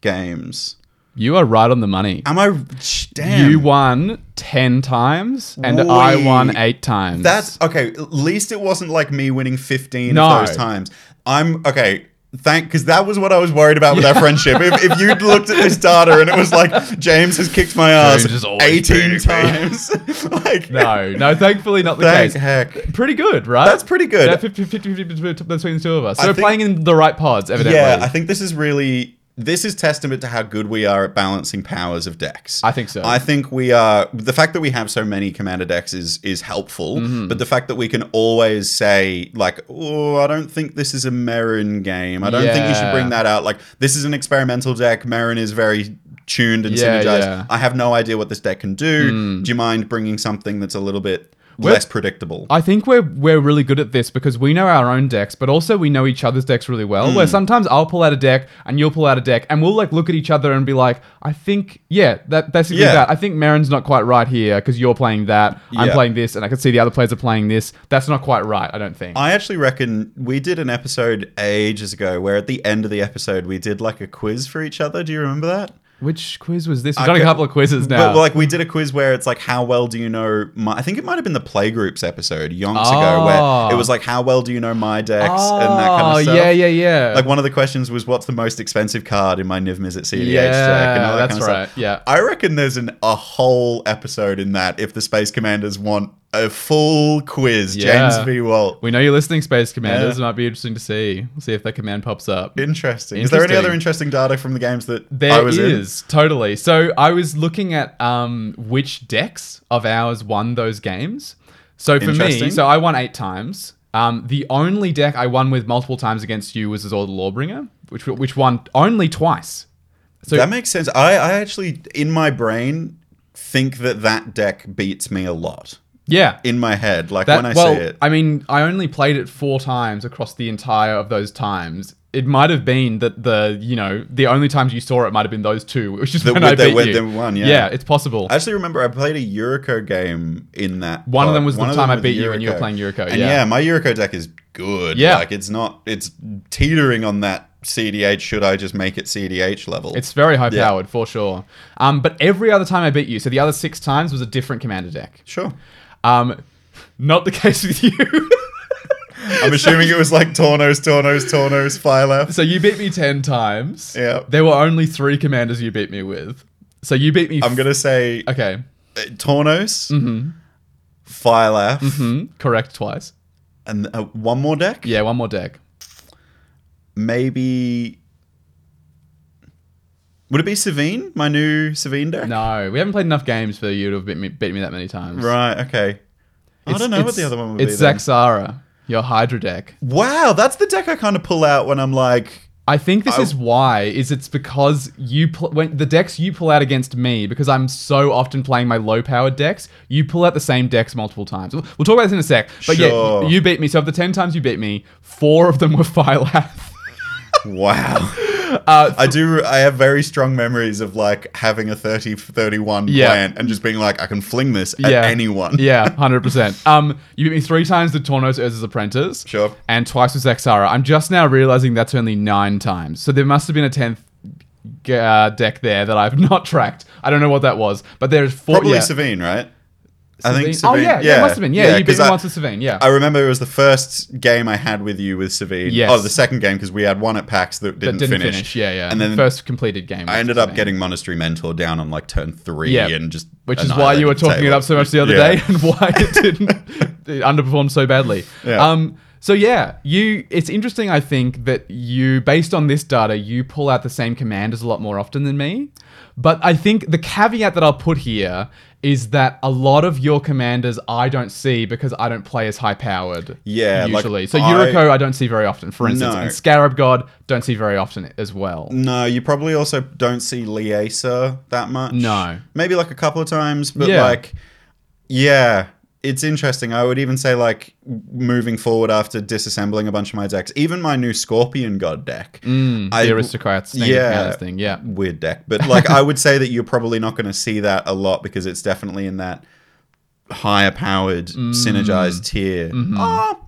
[SPEAKER 2] games.
[SPEAKER 1] You are right on the money.
[SPEAKER 2] Am I sh- damn.
[SPEAKER 1] You won 10 times and I won
[SPEAKER 2] Wait.
[SPEAKER 1] 8 times.
[SPEAKER 2] That's okay. At least it wasn't like me winning 15
[SPEAKER 1] No.
[SPEAKER 2] of those times. I'm okay. Thank because that was what I was worried about with our friendship. If, if you'd looked at this data and it was like James has kicked my ass
[SPEAKER 1] James is always
[SPEAKER 2] 18
[SPEAKER 1] beating me.
[SPEAKER 2] times, (laughs) like
[SPEAKER 1] No, no, thankfully not the
[SPEAKER 2] thank
[SPEAKER 1] case.
[SPEAKER 2] heck.
[SPEAKER 1] Pretty good, right?
[SPEAKER 2] That's pretty good.
[SPEAKER 1] That 50 50 50 between the two of us. So
[SPEAKER 2] I
[SPEAKER 1] we're
[SPEAKER 2] think-
[SPEAKER 1] playing in the right pods, evidently.
[SPEAKER 2] Yeah, I
[SPEAKER 1] I,
[SPEAKER 2] think this is really this is testament to how good we are at balancing powers of decks.
[SPEAKER 1] think so.
[SPEAKER 2] I think we are the fact that we have so many commander decks is is helpful,
[SPEAKER 1] Mm-hmm.
[SPEAKER 2] but the fact that we can always say like, "Oh, I don't think this is a Marin game. I don't think you should
[SPEAKER 1] Yeah.
[SPEAKER 2] bring that out." Like, this is an experimental deck. Marin is very tuned and
[SPEAKER 1] Yeah,
[SPEAKER 2] synergized.
[SPEAKER 1] yeah. Hmm.
[SPEAKER 2] I have no idea what this deck can do. Do you mind bringing something that's a little bit
[SPEAKER 1] Well-
[SPEAKER 2] less predictable?
[SPEAKER 1] I think we're we're really good at this because we know our own decks, but also we know each other's decks really well.
[SPEAKER 2] Hmm.
[SPEAKER 1] Where sometimes I'll pull out a deck and you'll pull out a deck, and we'll like look at each other and be like, "I think, yeah, that basically
[SPEAKER 2] Yeah.
[SPEAKER 1] that. I think Marin's not quite right here because you're playing that, I'm
[SPEAKER 2] Yeah.
[SPEAKER 1] playing this, and I can see the other players are playing this. That's not quite right. I don't think.
[SPEAKER 2] I actually reckon we did an episode ages ago where at the end of the episode we did like a quiz for each other. Do you remember that?
[SPEAKER 1] Which quiz was this? We've got a
[SPEAKER 2] ca-
[SPEAKER 1] couple of quizzes now.
[SPEAKER 2] But like we did a quiz where it's like how well do you know my I think it might have been the playgroups episode yonks ago
[SPEAKER 1] Oh.
[SPEAKER 2] where it was like how well do you know my decks and that kind
[SPEAKER 1] Oh,
[SPEAKER 2] of stuff.
[SPEAKER 1] yeah, yeah, yeah.
[SPEAKER 2] Like one of the questions was what's the most expensive card in my Niv Mizzet CDH deck and
[SPEAKER 1] yeah,
[SPEAKER 2] all that
[SPEAKER 1] that's
[SPEAKER 2] kind of
[SPEAKER 1] right.
[SPEAKER 2] stuff.
[SPEAKER 1] Yeah.
[SPEAKER 2] I reckon there's an, a whole episode in that if the Space Commanders want a full quiz,
[SPEAKER 1] Yeah.
[SPEAKER 2] James V. Walt.
[SPEAKER 1] we know you're listening, Space Commanders.
[SPEAKER 2] Yeah.
[SPEAKER 1] It might be interesting to see. We'll see if that command pops up.
[SPEAKER 2] Interesting. Is there any
[SPEAKER 1] Interesting.
[SPEAKER 2] other interesting data from the games that
[SPEAKER 1] There is
[SPEAKER 2] I was
[SPEAKER 1] totally. So I was looking at um, which decks of ours won those games. So for me,
[SPEAKER 2] Interesting.
[SPEAKER 1] so I won eight times. Um, the only deck I won with multiple times against you was Azor the Lawbringer, which which won only twice. So
[SPEAKER 2] in? That makes sense. I, I actually, in my brain, think that that deck beats me a lot.
[SPEAKER 1] yeah,
[SPEAKER 2] In my head, like
[SPEAKER 1] that
[SPEAKER 2] when I
[SPEAKER 1] well,
[SPEAKER 2] see it.
[SPEAKER 1] I mean, I only played it four times across the entire of those times. It might have been that the you know the only times you saw it might have been those two, which is
[SPEAKER 2] The-
[SPEAKER 1] when
[SPEAKER 2] with
[SPEAKER 1] I
[SPEAKER 2] the-
[SPEAKER 1] beat
[SPEAKER 2] with
[SPEAKER 1] you.
[SPEAKER 2] the one, yeah.
[SPEAKER 1] yeah, it's possible.
[SPEAKER 2] I actually remember I played a Yuriko game in that.
[SPEAKER 1] One of
[SPEAKER 2] pod.
[SPEAKER 1] them was the
[SPEAKER 2] One
[SPEAKER 1] time I
[SPEAKER 2] was
[SPEAKER 1] beat you and you were playing Yuriko,
[SPEAKER 2] And
[SPEAKER 1] yeah.
[SPEAKER 2] yeah, my Yuriko deck is good.
[SPEAKER 1] Yeah.
[SPEAKER 2] Like it's not, it's teetering on that CDH, should I just make it CDH level?
[SPEAKER 1] It's very high powered for sure. Um, but every other time I beat you, so the other six times was a different commander deck.
[SPEAKER 2] sure.
[SPEAKER 1] Um, not the (laughs) case with you.
[SPEAKER 2] I'm assuming it was like Tornos, Tornos, Tornos, Fire
[SPEAKER 1] (laughs)
[SPEAKER 2] Left.
[SPEAKER 1] so you beat me ten times.
[SPEAKER 2] Yeah.
[SPEAKER 1] There were only three commanders you beat me with. So you beat me.
[SPEAKER 2] I'm going to say uh,
[SPEAKER 1] okay.
[SPEAKER 2] Tornos,
[SPEAKER 1] Mm-hmm.
[SPEAKER 2] Fire Left,
[SPEAKER 1] Hmm, correct twice.
[SPEAKER 2] and uh, one more deck?
[SPEAKER 1] Yeah, one more deck.
[SPEAKER 2] Maybe. Would it be Savine? My new Savine deck?
[SPEAKER 1] No, we haven't played enough games for you to have beat me, beat me that many times.
[SPEAKER 2] Right, okay. I
[SPEAKER 1] It's-
[SPEAKER 2] don't know what
[SPEAKER 1] it's-
[SPEAKER 2] the other one would be.
[SPEAKER 1] It's
[SPEAKER 2] then.
[SPEAKER 1] Zaxara, your Hydra deck.
[SPEAKER 2] Wow, that's the deck I kind of pull out when I'm like,
[SPEAKER 1] I think this
[SPEAKER 2] I-
[SPEAKER 1] is why is it's because you pl- when the decks you pull out against me because I'm so often playing my low powered decks. You pull out the same decks multiple times. We'll, we'll talk about this in a sec. But
[SPEAKER 2] Sure.
[SPEAKER 1] yeah, you beat me. So of the ten times you beat me, four of them were (laughs) Phylath. (laughs)
[SPEAKER 2] wow.
[SPEAKER 1] Uh,
[SPEAKER 2] I do. I have very strong memories of like having a 30, 31
[SPEAKER 1] Yeah.
[SPEAKER 2] plant and just being like, I can fling this at
[SPEAKER 1] yeah,
[SPEAKER 2] anyone.
[SPEAKER 1] yeah, hundred percent. Um, you beat me three times with Tornos Urza's Apprentice.
[SPEAKER 2] Sure.
[SPEAKER 1] And twice with Zaxara. I'm just now realizing that's only nine times. So there must have been a tenth. g- Uh, deck there that I've (laughs) not tracked. I don't know what that was, but there's four.
[SPEAKER 2] Probably
[SPEAKER 1] yeah.
[SPEAKER 2] Savine, right? I think.
[SPEAKER 1] Savine-
[SPEAKER 2] Savine,
[SPEAKER 1] Oh yeah, yeah, it must have been. Yeah, you beat
[SPEAKER 2] 'cause
[SPEAKER 1] me
[SPEAKER 2] I,
[SPEAKER 1] once with Savine. Yeah,
[SPEAKER 2] I remember it was the first game I had with you with Savine.
[SPEAKER 1] Yes.
[SPEAKER 2] Oh, the second game because we had one at PAX that
[SPEAKER 1] that
[SPEAKER 2] didn't,
[SPEAKER 1] didn't
[SPEAKER 2] finish.
[SPEAKER 1] finish. Yeah, yeah.
[SPEAKER 2] And then
[SPEAKER 1] first completed game.
[SPEAKER 2] I
[SPEAKER 1] was
[SPEAKER 2] ended up
[SPEAKER 1] Savine.
[SPEAKER 2] getting Monastery Mentor down on like turn three
[SPEAKER 1] Yeah.
[SPEAKER 2] and just.
[SPEAKER 1] which is why you were
[SPEAKER 2] annihilated the
[SPEAKER 1] talking it
[SPEAKER 2] table.
[SPEAKER 1] up so much the other
[SPEAKER 2] Yeah.
[SPEAKER 1] day, and why it
[SPEAKER 2] (laughs)
[SPEAKER 1] didn't it underperformed so badly.
[SPEAKER 2] Yeah.
[SPEAKER 1] Um. So yeah, you. It's interesting. I think that you, based on this data, you pull out the same commanders a lot more often than me. But I think the caveat that I'll put here is that a lot of your commanders I don't see because I don't play as high powered.
[SPEAKER 2] Yeah, like,
[SPEAKER 1] usually. so
[SPEAKER 2] I-
[SPEAKER 1] Yuriko I don't see very often, for instance,
[SPEAKER 2] No.
[SPEAKER 1] and Scarab God don't see very often as well.
[SPEAKER 2] No, you probably also don't see Liesa that much.
[SPEAKER 1] No.
[SPEAKER 2] Maybe like a couple of times, but
[SPEAKER 1] Yeah.
[SPEAKER 2] like, yeah, it's interesting. I would even say, like, moving forward after disassembling a bunch of my decks, even my new Scorpion God deck. I-
[SPEAKER 1] Hmm, the aristocrats,
[SPEAKER 2] Yeah.
[SPEAKER 1] yeah, thing, yeah.
[SPEAKER 2] Weird deck.
[SPEAKER 1] (laughs)
[SPEAKER 2] But like, I would say that you're probably not going to see that a lot because it's definitely in that higher powered,
[SPEAKER 1] Mm.
[SPEAKER 2] synergized tier.
[SPEAKER 1] Mm-hmm.
[SPEAKER 2] Oh,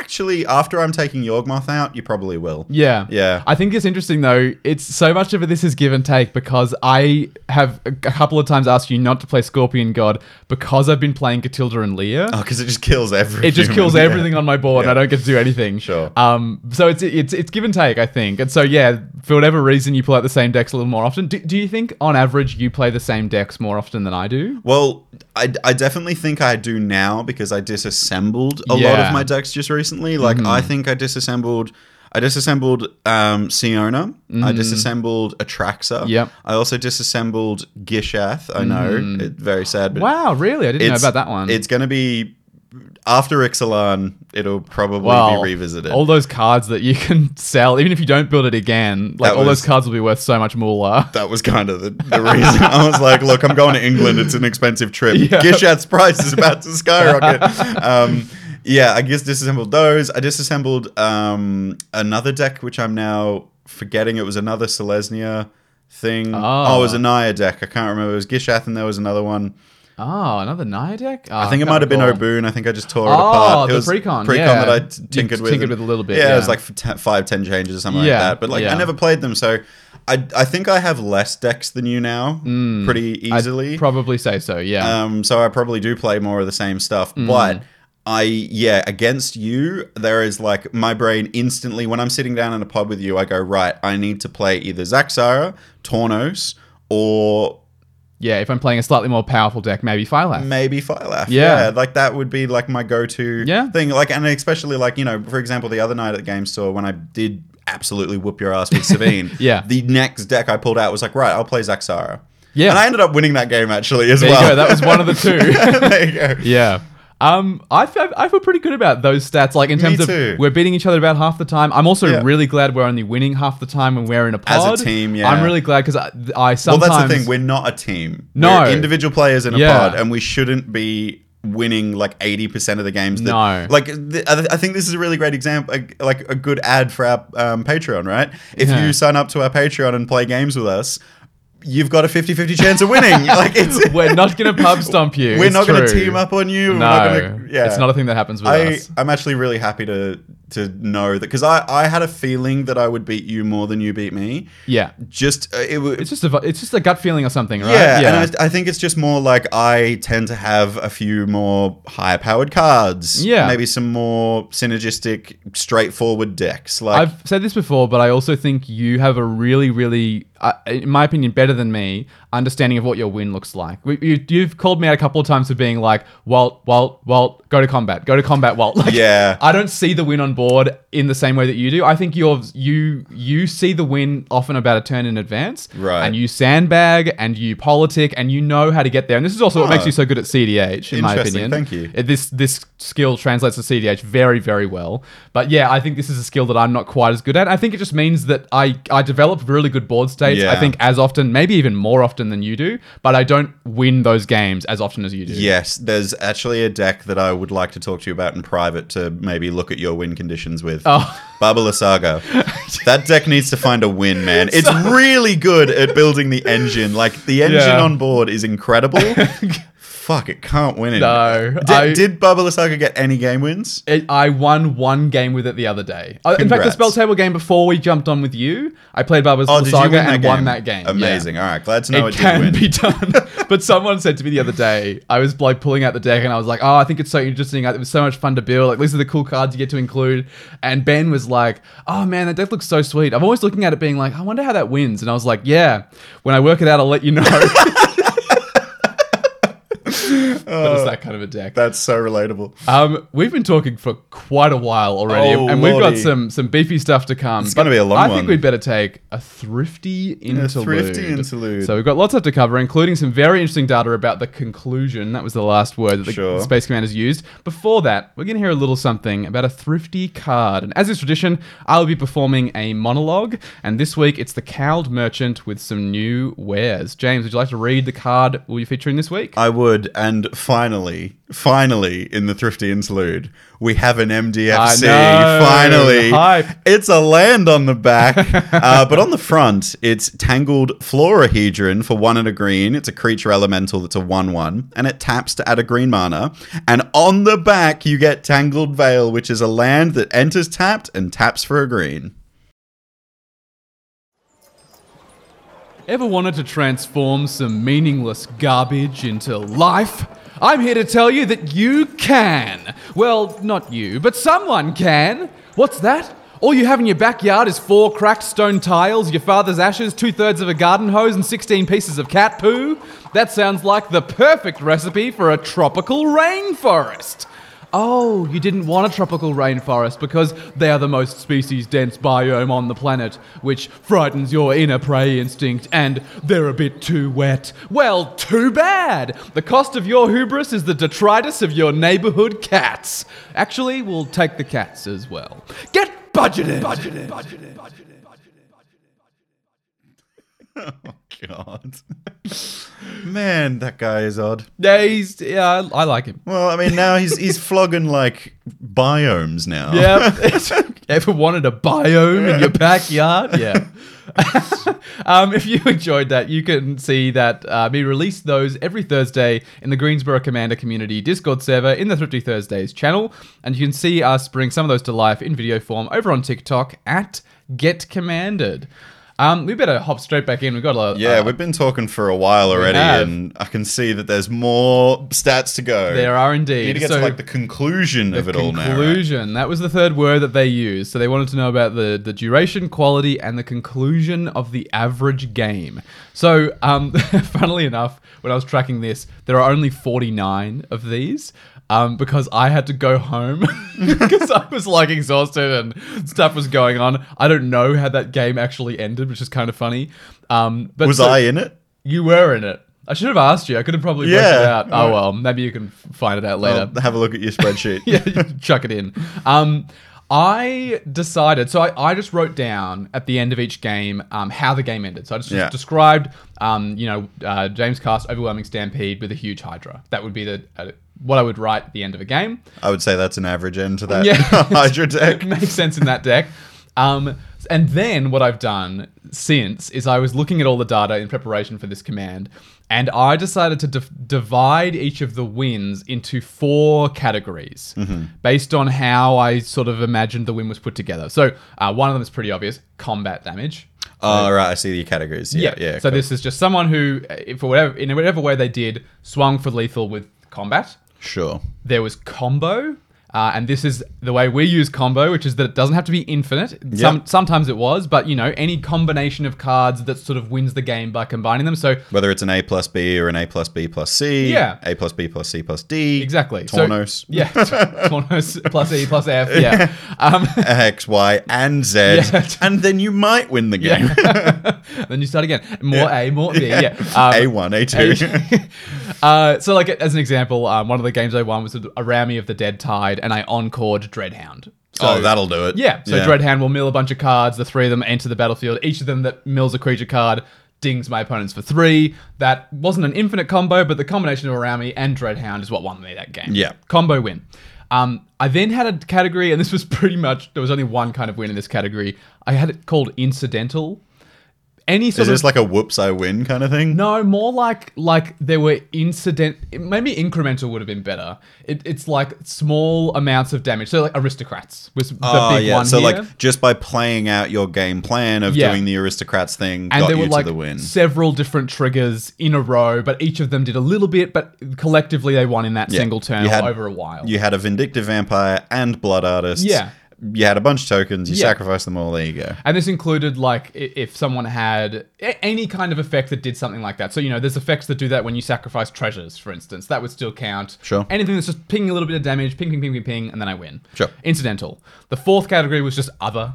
[SPEAKER 2] actually, after I'm taking Yorgmoth out, you probably will.
[SPEAKER 1] Yeah.
[SPEAKER 2] Yeah.
[SPEAKER 1] I think it's interesting though. It's so much of this is give and take because I have a a couple of times asked you not to play Scorpion God because I've been playing Catilda and Leah.
[SPEAKER 2] Oh, because it just kills everything.
[SPEAKER 1] it just
[SPEAKER 2] (laughs)
[SPEAKER 1] kills everything on my board and
[SPEAKER 2] Yeah.
[SPEAKER 1] I don't get to do anything.
[SPEAKER 2] Sure.
[SPEAKER 1] Um so it's it's it's give and take, I think. And so yeah, for whatever reason you pull out the same decks a little more often. Do, do you think on average you play the same decks more often than I do?
[SPEAKER 2] Well, I, I definitely think I do now because I disassembled a lot
[SPEAKER 1] Yeah. Mm-hmm.
[SPEAKER 2] of my decks just recently. Like I think I disassembled I disassembled um Siona, I disassembled Atraxa.
[SPEAKER 1] Mm. Yep. Mm.
[SPEAKER 2] I also disassembled Gishath, I know. It, very sad, but
[SPEAKER 1] Wow, really? I didn't know about that one.
[SPEAKER 2] It's going to be after Ixalan, it'll probably
[SPEAKER 1] Well,
[SPEAKER 2] be revisited.
[SPEAKER 1] all those cards that you (laughs) can sell, even if you don't build it again, like
[SPEAKER 2] That
[SPEAKER 1] all
[SPEAKER 2] was-
[SPEAKER 1] those cards will be worth so much moolah.
[SPEAKER 2] that was kind of the, the reason. I was like, look, I'm going to England. It's an expensive trip.
[SPEAKER 1] Yeah.
[SPEAKER 2] Gishat's price is about
[SPEAKER 1] (laughs)
[SPEAKER 2] to skyrocket. um, yeah, I guess disassembled those. I disassembled um, another deck, which I'm now forgetting. It was another Selesnya thing.
[SPEAKER 1] Ah.
[SPEAKER 2] Oh, it was a Naya deck. I can't remember. It was Gishath and there was another one.
[SPEAKER 1] Oh, another Naya deck? Oh,
[SPEAKER 2] I think it
[SPEAKER 1] can't
[SPEAKER 2] might have been
[SPEAKER 1] recall.
[SPEAKER 2] Oboon. I think I just tore it
[SPEAKER 1] Oh,
[SPEAKER 2] apart. It
[SPEAKER 1] the
[SPEAKER 2] was
[SPEAKER 1] precon,
[SPEAKER 2] precon
[SPEAKER 1] yeah.
[SPEAKER 2] that I
[SPEAKER 1] You
[SPEAKER 2] t- tinkered with.
[SPEAKER 1] tinkered with a little bit,
[SPEAKER 2] Yeah, it was
[SPEAKER 1] yeah.
[SPEAKER 2] like f- ten- five, ten changes or something
[SPEAKER 1] Yeah,
[SPEAKER 2] like that. But like
[SPEAKER 1] yeah.
[SPEAKER 2] I never played them, so I I think I have less decks than you now, pretty
[SPEAKER 1] Mm, I'd
[SPEAKER 2] easily.
[SPEAKER 1] probably say so, yeah. Mm.
[SPEAKER 2] um, so I probably do play more of the same stuff, but. I yeah against you there is like my brain instantly when I'm sitting down in a pub with you I go right I need to play either Zaxara, Tornos or
[SPEAKER 1] yeah, if I'm playing a slightly more powerful deck, maybe Phylak.
[SPEAKER 2] maybe Phylaf.
[SPEAKER 1] Yeah.
[SPEAKER 2] Yeah. Like that would be like my go to
[SPEAKER 1] Yeah.
[SPEAKER 2] thing. Like, and especially like, you know, for example, the other night at the game store when I did absolutely whoop your
[SPEAKER 1] (laughs)
[SPEAKER 2] ass with Sabine,
[SPEAKER 1] Yeah.
[SPEAKER 2] the next deck I pulled out was like, right, I'll play Zaxara.
[SPEAKER 1] Yeah.
[SPEAKER 2] And I ended up winning that game actually as
[SPEAKER 1] there
[SPEAKER 2] well.
[SPEAKER 1] you go, that was
[SPEAKER 2] (laughs)
[SPEAKER 1] one of the two.
[SPEAKER 2] there you go.
[SPEAKER 1] yeah. Um, I, fe- I feel pretty good about those stats. Like in terms
[SPEAKER 2] too.
[SPEAKER 1] of we're beating each other about half the time. I'm also
[SPEAKER 2] Yeah.
[SPEAKER 1] really glad we're only winning half the time when we're in a
[SPEAKER 2] As a
[SPEAKER 1] pod.
[SPEAKER 2] team, yeah.
[SPEAKER 1] I'm really glad because I, I
[SPEAKER 2] Well,
[SPEAKER 1] sometimes
[SPEAKER 2] that's the thing. We're not a team.
[SPEAKER 1] No.
[SPEAKER 2] We're individual players in a
[SPEAKER 1] Yeah.
[SPEAKER 2] pod, and we shouldn't be winning like 80% of the games. That,
[SPEAKER 1] No.
[SPEAKER 2] Like, th- I I think this is a really great example, like- like a good ad for our um, Patreon, right? If
[SPEAKER 1] Yeah.
[SPEAKER 2] you sign up to our Patreon and play games with us, you've got a 50 50 chance of winning. (laughs) like, it's.
[SPEAKER 1] (laughs) we're not gonna pub stomp you.
[SPEAKER 2] (laughs) We're
[SPEAKER 1] It's
[SPEAKER 2] not going to
[SPEAKER 1] true.
[SPEAKER 2] team up on
[SPEAKER 1] No,
[SPEAKER 2] you. We're not gonna- yeah.
[SPEAKER 1] it's not a thing that happens with
[SPEAKER 2] I,
[SPEAKER 1] us.
[SPEAKER 2] I'm actually really happy to to know that because I, I had a feeling that I would beat you more than you beat me.
[SPEAKER 1] Yeah,
[SPEAKER 2] Just uh, it, w-
[SPEAKER 1] it's just a vi- it's just a gut feeling or something, right?
[SPEAKER 2] yeah, and I, I think it's just more like I tend to have a few more higher powered cards.
[SPEAKER 1] Yeah.
[SPEAKER 2] Maybe some more synergistic, straightforward decks. Like,
[SPEAKER 1] I've said this before, but I also think you have a really, really, uh, in my opinion, better than me understanding of what your win looks like. We, you, you've called me out a couple of times for being like, Walt, Walt, Walt, go to combat, go to combat, Walt. (laughs) Like,
[SPEAKER 2] Yeah.
[SPEAKER 1] I don't see the win on board in the same way that you do. I think you're you you see the win often about a turn in advance,
[SPEAKER 2] Right.
[SPEAKER 1] And you sandbag and you politic and you know how to get there. And this is also what makes
[SPEAKER 2] Huh.
[SPEAKER 1] you so good at CDH, in my
[SPEAKER 2] Interesting,
[SPEAKER 1] opinion.
[SPEAKER 2] thank you.
[SPEAKER 1] Uh, This this skill translates to CDH very very well. But yeah, I think this is a skill that I'm not quite as good at. I think it just means that I I develop really good board states. I
[SPEAKER 2] Yeah.
[SPEAKER 1] think as often, maybe even more often than you do, but I don't win those games as often as you do.
[SPEAKER 2] yes, there's actually a deck that I would like to talk to you about in private to maybe look at your win conditions with.
[SPEAKER 1] (laughs)
[SPEAKER 2] (laughs)
[SPEAKER 1] Oh.
[SPEAKER 2] Babala
[SPEAKER 1] (laughs)
[SPEAKER 2] Saga. that deck needs to find a win, man. It's really good at building the engine. Like, the engine
[SPEAKER 1] Yeah.
[SPEAKER 2] on board is
[SPEAKER 1] (laughs)
[SPEAKER 2] incredible. Fuck, it can't win it.
[SPEAKER 1] No,
[SPEAKER 2] Did,
[SPEAKER 1] I-
[SPEAKER 2] did Babala Saga get any game wins?
[SPEAKER 1] It, I won one game with it the other day. Uh, In fact, the
[SPEAKER 2] Congrats.
[SPEAKER 1] spell table game before we jumped on with you, I played Barbara's
[SPEAKER 2] Oh, did you
[SPEAKER 1] Saga
[SPEAKER 2] win that
[SPEAKER 1] and
[SPEAKER 2] game?
[SPEAKER 1] won that game. Yeah.
[SPEAKER 2] Amazing. All right, glad to know
[SPEAKER 1] it
[SPEAKER 2] it, did
[SPEAKER 1] can
[SPEAKER 2] win.
[SPEAKER 1] be done. (laughs) but someone said to me the other day, I was like pulling out the deck and I was like, oh, I think it's so interesting. It was so much fun to build. Like, these are the cool cards you get to include. And Ben was like, oh man, that deck looks so sweet. I'm always looking at it being like, I wonder how that wins. And I was like, yeah, when I work it out, I'll let you know. (laughs) but it's that kind of a deck.
[SPEAKER 2] That's so relatable.
[SPEAKER 1] Um, we've been talking for quite a while already,
[SPEAKER 2] Oh,
[SPEAKER 1] and we've got
[SPEAKER 2] lordy.
[SPEAKER 1] some some beefy stuff to come. It's
[SPEAKER 2] gonna be a long
[SPEAKER 1] I think
[SPEAKER 2] one.
[SPEAKER 1] we'd better take a thrifty interlude.
[SPEAKER 2] thrifty interlude.
[SPEAKER 1] So we've got lots of to cover, including some very interesting data about the conclusion. That was the last word that the
[SPEAKER 2] Sure.
[SPEAKER 1] space commanders used. Before that, we're gonna hear a little something about a thrifty card, and as is tradition, I'll be performing a monologue. And this week, it's the cowled merchant with some new wares. James, would you like to read the card we'll be featuring this week?
[SPEAKER 2] I would, and finally, finally, in the thrifty interlude, we have an MDFC.
[SPEAKER 1] I know.
[SPEAKER 2] Finally,
[SPEAKER 1] Hype.
[SPEAKER 2] it's a land on
[SPEAKER 1] (laughs)
[SPEAKER 2] the back, uh, but on the front, it's tangled florahedron for one and a green. It's a creature elemental that's a one-one, and it taps to add a green mana. And on the back, you get tangled veil, which is a land that enters tapped and taps for a green.
[SPEAKER 1] Ever wanted to transform some meaningless garbage into life? I'm here to tell you that you can. Well, not you, but someone can. What's that? All you have in your backyard is four cracked stone tiles, your father's ashes, two thirds of a garden hose, and 16 pieces of cat poo? That sounds like the perfect recipe for a tropical rainforest. oh, you didn't want a tropical rainforest because they are the most species dense biome on the planet, which frightens your inner prey instinct, and they're a bit too wet. Well, too bad! The cost of your hubris is the detritus of your neighborhood cats. Actually, we'll take the cats as well. Get budgeted! Budgeted! Budgeted! Budgeted!
[SPEAKER 2] (laughs) Oh, God. Man, that guy is odd.
[SPEAKER 1] Yeah, he's, yeah, I- I like him.
[SPEAKER 2] Well, I mean, now he's he's flogging like biomes now.
[SPEAKER 1] Yeah. (laughs) Ever wanted a biome in your backyard? Yeah. (laughs) um, if you enjoyed that, you can see that uh, we release those every Thursday in the Greensboro Commander Community Discord server in the Thrifty Thursdays channel. And you can see us bring some of those to life in video form over on TikTok at Get Commanded. Um, we better hop straight back in. We've got a uh, lot.
[SPEAKER 2] Yeah, we've been talking for a while already,
[SPEAKER 1] have.
[SPEAKER 2] and I can see that there's more stats to go.
[SPEAKER 1] there are indeed.
[SPEAKER 2] We need to get
[SPEAKER 1] So-
[SPEAKER 2] to like the conclusion of it all now. right?
[SPEAKER 1] conclusion. That was the third word that they used. So they wanted to know about the, the duration, quality, and the conclusion of the average game. So, um, (laughs) funnily enough, when I was tracking this, there are only 49 of these. Um, because I had to go home (laughs) because I was like exhausted and stuff was going on. I don't know how that game actually ended, which is kind of funny. Um, but
[SPEAKER 2] Was
[SPEAKER 1] so-
[SPEAKER 2] I in it?
[SPEAKER 1] You were in it. I should have asked you. I could have probably worked it
[SPEAKER 2] Yeah.
[SPEAKER 1] out. Oh well, maybe you can f- find it out later
[SPEAKER 2] I'll have a look at your spreadsheet.
[SPEAKER 1] (laughs) yeah, you chuck it in. Um, I decided, so I, I just wrote down at the end of each game um, how the game ended. So I just,
[SPEAKER 2] Yeah.
[SPEAKER 1] described, um, you know, uh, James Cast overwhelming stampede with a huge Hydra. That would be the uh, what I would write at the end of a game.
[SPEAKER 2] I would say that's an average end to that (laughs)
[SPEAKER 1] Yeah.
[SPEAKER 2] Hydra deck.
[SPEAKER 1] It (laughs) makes sense in that deck. Um, and then what I've done since is I was looking at all the data in preparation for this command, and I decided to dif- divide each of the wins into four categories
[SPEAKER 2] Mm-hmm.
[SPEAKER 1] based on how I sort of imagined the win was put together. So uh, one of them is pretty obvious combat damage.
[SPEAKER 2] Oh, right, I see your categories. Yeah, yeah.
[SPEAKER 1] so
[SPEAKER 2] cool.
[SPEAKER 1] this is just someone who, uh, for whatever in whatever way they did, swung for lethal with combat.
[SPEAKER 2] sure.
[SPEAKER 1] There was combo. Uh, and this is the way we use combo, which is that it doesn't have to be infinite. Some,
[SPEAKER 2] Yep.
[SPEAKER 1] Sometimes it was, but you know, any combination of cards that sort of wins the game by combining them. So
[SPEAKER 2] Whether it's an A plus B or an A plus B plus C,
[SPEAKER 1] Yeah.
[SPEAKER 2] A plus B plus C plus D,
[SPEAKER 1] exactly, So-
[SPEAKER 2] Tornos, (laughs)
[SPEAKER 1] yeah, Tornos plus E plus F, yeah. Um,
[SPEAKER 2] X, Y, and Z,
[SPEAKER 1] Yeah.
[SPEAKER 2] and then you might win the game.
[SPEAKER 1] then you start again, more A, more B, yeah.
[SPEAKER 2] (laughs) A
[SPEAKER 1] Um,
[SPEAKER 2] one, A two.
[SPEAKER 1] uh, so, like as an example, um, one of the games I won was a Rami of the Dead Tide, and I encored Dreadhound. (laughs) So,
[SPEAKER 2] Oh, that'll do it.
[SPEAKER 1] Yeah. So Dreadhand will mill a bunch of cards. The three of them enter the battlefield. Each of them that mills a creature card dings my opponents for three. That wasn't an infinite combo, but the combination of Arami and Dreadhound is what won me that game.
[SPEAKER 2] Yeah.
[SPEAKER 1] Combo win. Um, I then had a category, and this was (laughs) pretty much there was only one kind of win in this category. I had it called incidental. Any sort
[SPEAKER 2] Is
[SPEAKER 1] of
[SPEAKER 2] this like a whoops I win kind of thing?
[SPEAKER 1] no, more like like there were incident. Maybe incremental would have been better. It, it's like small amounts of damage. So like aristocrats was the
[SPEAKER 2] Oh,
[SPEAKER 1] big
[SPEAKER 2] yeah.
[SPEAKER 1] one
[SPEAKER 2] So,
[SPEAKER 1] here.
[SPEAKER 2] like, just by playing out your game plan of
[SPEAKER 1] Yeah.
[SPEAKER 2] doing the aristocrats thing,
[SPEAKER 1] and
[SPEAKER 2] got
[SPEAKER 1] there
[SPEAKER 2] you
[SPEAKER 1] were like
[SPEAKER 2] to the win.
[SPEAKER 1] several different triggers in a row, but each of them did a little bit, but collectively they won in that single turn
[SPEAKER 2] You
[SPEAKER 1] or
[SPEAKER 2] had-
[SPEAKER 1] over a while.
[SPEAKER 2] You had a vindictive vampire and blood artist.
[SPEAKER 1] Yeah.
[SPEAKER 2] You had a bunch of tokens. You
[SPEAKER 1] Yeah.
[SPEAKER 2] sacrificed them all. There you go.
[SPEAKER 1] And this included like i- if someone had a- any kind of effect that did something like that. So you know, there's effects that do that when you sacrifice treasures, for instance. That would still count.
[SPEAKER 2] Sure.
[SPEAKER 1] Anything that's just pinging a little bit of damage, ping, ping, ping, ping, ping, and then I win.
[SPEAKER 2] Sure.
[SPEAKER 1] Incidental. The fourth category was just
[SPEAKER 2] (laughs)
[SPEAKER 1] other.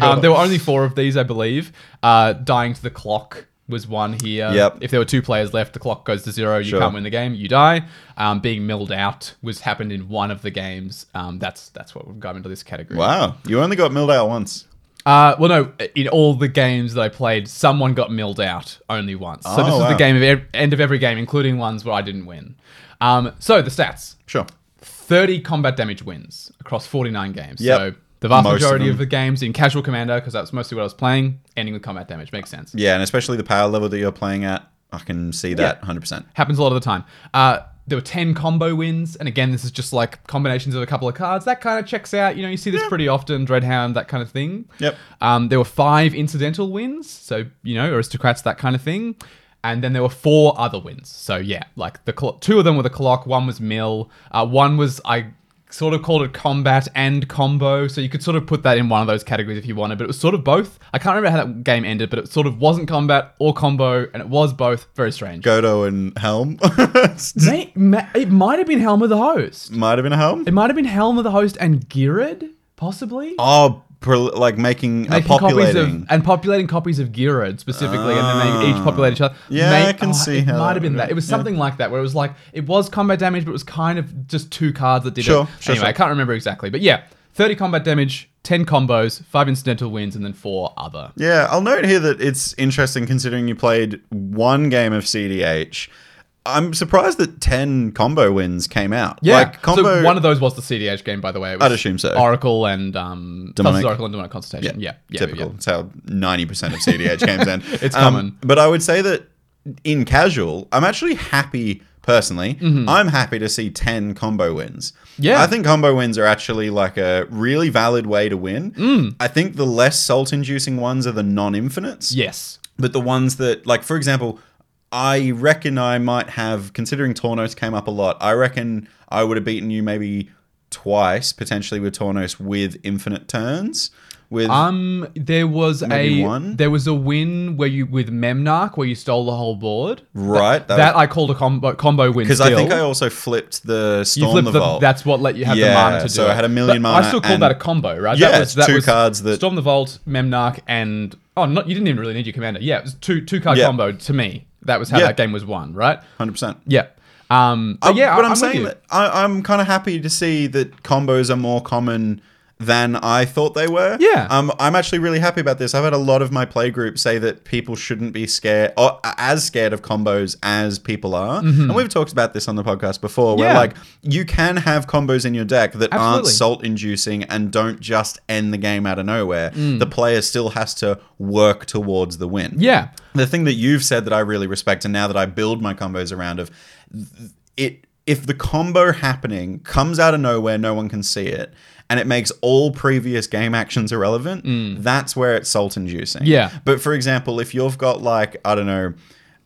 [SPEAKER 1] um, there were only four of these, I believe. Uh, dying to the clock was one here.
[SPEAKER 2] Yep.
[SPEAKER 1] If there were two players left, the clock goes to zero. You
[SPEAKER 2] Sure.
[SPEAKER 1] can't win the game. You die. Um, being milled out was happened in one of the games. Um, that's that's what got into this category.
[SPEAKER 2] Wow. You only got milled out once.
[SPEAKER 1] Uh, well, no. In all the games that I played, someone got milled out only once. So
[SPEAKER 2] Oh,
[SPEAKER 1] this is the
[SPEAKER 2] wow.
[SPEAKER 1] game of ev- end of every game, including ones where I didn't win. Um, so the stats:
[SPEAKER 2] Sure.
[SPEAKER 1] thirty combat damage wins across forty-nine games.
[SPEAKER 2] Yep.
[SPEAKER 1] So the vast
[SPEAKER 2] Most of
[SPEAKER 1] majority of,
[SPEAKER 2] them.
[SPEAKER 1] the games in casual commander, because that's mostly what I was playing, ending with combat damage makes sense.
[SPEAKER 2] Yeah. And especially the power level that you're playing at. I can see that 100%.
[SPEAKER 1] Happens a lot of the time. Uh, there were 10 combo wins, and again, this is just like combinations of a couple of cards. That kind of checks out. You know, you see this pretty often, Dreadhound, that kind of thing.
[SPEAKER 2] Yep.
[SPEAKER 1] Um, there were five incidental wins, so, you know, aristocrats, that kind of thing. And then there were four other wins. So, yeah, like the clo- two of them were the clock, one was mill, uh, one was I sort of called it combat and combo. So you could sort of put that in one of those categories if you wanted, but it was sort of both. I can't remember how that game ended, but it sort of wasn't combat or combo, and it was both. Very strange.
[SPEAKER 2] Godo and Helm. (laughs)
[SPEAKER 1] May- ma- it might have been Helm of the Host.
[SPEAKER 2] Might have been a Helm.
[SPEAKER 1] It might have been Helm of the Host and Girard, possibly.
[SPEAKER 2] Oh, pro- like making, uh,
[SPEAKER 1] Making copies
[SPEAKER 2] populating. Ah.
[SPEAKER 1] of and populating copies of Girard specifically, and then they each populate each other. oh,
[SPEAKER 2] Yeah, I can see
[SPEAKER 1] it might
[SPEAKER 2] how that
[SPEAKER 1] have been
[SPEAKER 2] would-
[SPEAKER 1] that. It was
[SPEAKER 2] yeah.
[SPEAKER 1] something like that, where it was like it was combat damage, but it was kind of just two cards that did
[SPEAKER 2] Sure,
[SPEAKER 1] it.
[SPEAKER 2] sure,
[SPEAKER 1] anyway,
[SPEAKER 2] sure.
[SPEAKER 1] I can't remember exactly, but yeah, thirty combat damage, ten combos, five incidental wins, and then four other.
[SPEAKER 2] Yeah, I'll note here that it's interesting considering you played one game of CDH. I'm surprised that 10 combo wins came out.
[SPEAKER 1] Yeah,
[SPEAKER 2] Like, combo.
[SPEAKER 1] so one of those was the CDH game, by the way. It was
[SPEAKER 2] I'd assume so.
[SPEAKER 1] Oracle and um, Tussles
[SPEAKER 2] Demonic.
[SPEAKER 1] Oracle and Demonic Consultation. Yeah, yeah, yeah
[SPEAKER 2] typical.
[SPEAKER 1] yeah.
[SPEAKER 2] It's how 90% of CDH games end.
[SPEAKER 1] (laughs) It's
[SPEAKER 2] Um,
[SPEAKER 1] common.
[SPEAKER 2] But I would say that in casual, I'm actually happy personally. I'm happy to see 10 combo wins.
[SPEAKER 1] Mm-hmm. Yeah.
[SPEAKER 2] I think combo wins are actually like a really valid way to win.
[SPEAKER 1] Mm.
[SPEAKER 2] I think the less salt inducing ones are the non infinites.
[SPEAKER 1] Yes.
[SPEAKER 2] but the ones that like for example i reckon i might have considering tornos came up a lot i reckon i would have beaten you maybe twice potentially with tornos with infinite turns with
[SPEAKER 1] Um, there was
[SPEAKER 2] Maybe
[SPEAKER 1] a
[SPEAKER 2] one?
[SPEAKER 1] there was a win where you with Memnarch where you stole the whole board.
[SPEAKER 2] right
[SPEAKER 1] That, I called a combo combo win.
[SPEAKER 2] because i think i
[SPEAKER 1] still.
[SPEAKER 2] also flipped the
[SPEAKER 1] you
[SPEAKER 2] storm
[SPEAKER 1] flipped
[SPEAKER 2] the
[SPEAKER 1] the-
[SPEAKER 2] vault
[SPEAKER 1] That's what let you have
[SPEAKER 2] Yeah,
[SPEAKER 1] the mana to do.
[SPEAKER 2] so I
[SPEAKER 1] it.
[SPEAKER 2] had a million
[SPEAKER 1] But I
[SPEAKER 2] mana
[SPEAKER 1] still called
[SPEAKER 2] and-
[SPEAKER 1] that a combo, right?
[SPEAKER 2] Yeah,
[SPEAKER 1] that was,
[SPEAKER 2] it's
[SPEAKER 1] that
[SPEAKER 2] two
[SPEAKER 1] was
[SPEAKER 2] cards that-
[SPEAKER 1] Storm the Vault, Memnarch, and oh, not you didn't even really need your commander. Yeah, it was two two card
[SPEAKER 2] Yeah.
[SPEAKER 1] combo to me. That was how
[SPEAKER 2] Yeah.
[SPEAKER 1] that game was won, right?
[SPEAKER 2] 100%
[SPEAKER 1] Yeah. Um. so yeah,
[SPEAKER 2] but
[SPEAKER 1] I,
[SPEAKER 2] I'm,
[SPEAKER 1] am
[SPEAKER 2] saying that I, I'm kind of happy to see that combos are more common than I thought they were.
[SPEAKER 1] Yeah.
[SPEAKER 2] Um, I'm actually really happy about this. I've had a lot of my playgroup say that people shouldn't be scared or a- as scared of combos as people are. And we've talked about this on the podcast before where
[SPEAKER 1] Mm-hmm. Yeah.
[SPEAKER 2] like you can have combos in your deck that aren't
[SPEAKER 1] Absolutely.
[SPEAKER 2] salt inducing and don't just end the game out of nowhere.
[SPEAKER 1] Mm.
[SPEAKER 2] The player still has to work towards the win
[SPEAKER 1] yeah.
[SPEAKER 2] the thing that you've said that I really respect, and now that I build my combos around of th- it, if the combo happening comes out of nowhere, no one can see it, and it makes all previous game actions irrelevant. That's where it's salt inducing.
[SPEAKER 1] Mm. Yeah.
[SPEAKER 2] But for example, if you've got like I don't know.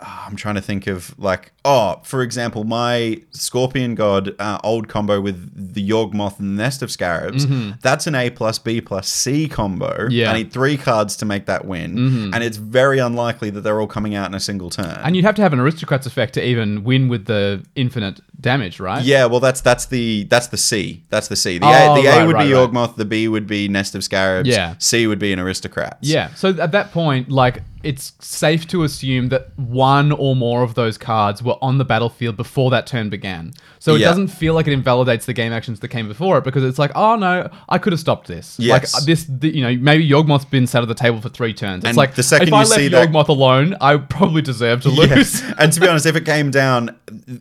[SPEAKER 2] ah, I'm trying to think of like oh, for example, my Scorpion God uh, old combo with the Yawgmoth and the Nest of Scarabs. That's an A plus B plus C combo.
[SPEAKER 1] Mm-hmm. Yeah.
[SPEAKER 2] I need three cards to make that win, and it's very unlikely that they're all coming out in a single turn.
[SPEAKER 1] Mm-hmm. And you'd have to have an aristocrat's effect to even win with the infinite damage, right?
[SPEAKER 2] yeah, well, that's that's the that's the C. That's the C. The
[SPEAKER 1] Oh,
[SPEAKER 2] A, the A
[SPEAKER 1] right,
[SPEAKER 2] would
[SPEAKER 1] right,
[SPEAKER 2] be
[SPEAKER 1] right.
[SPEAKER 2] Yawgmoth, the B would be Nest of Scarabs,
[SPEAKER 1] Yeah.
[SPEAKER 2] C would be an aristocrat. (laughs)
[SPEAKER 1] Yeah. So at that point, like, it's safe to assume that one or more of those cards were on the battlefield before that turn began. So it
[SPEAKER 2] Yeah.
[SPEAKER 1] doesn't feel like it invalidates the game actions that came before it because it's like, oh no, I could have stopped this.
[SPEAKER 2] Yes.
[SPEAKER 1] Like uh, this, the, you know, maybe Yogmoth's been sat at the table for three turns. It's
[SPEAKER 2] And
[SPEAKER 1] like
[SPEAKER 2] the second
[SPEAKER 1] if I
[SPEAKER 2] you
[SPEAKER 1] left
[SPEAKER 2] see that-
[SPEAKER 1] Yogmoth alone, I probably deserve to lose. (laughs)
[SPEAKER 2] Yes. and to be honest, if it came down,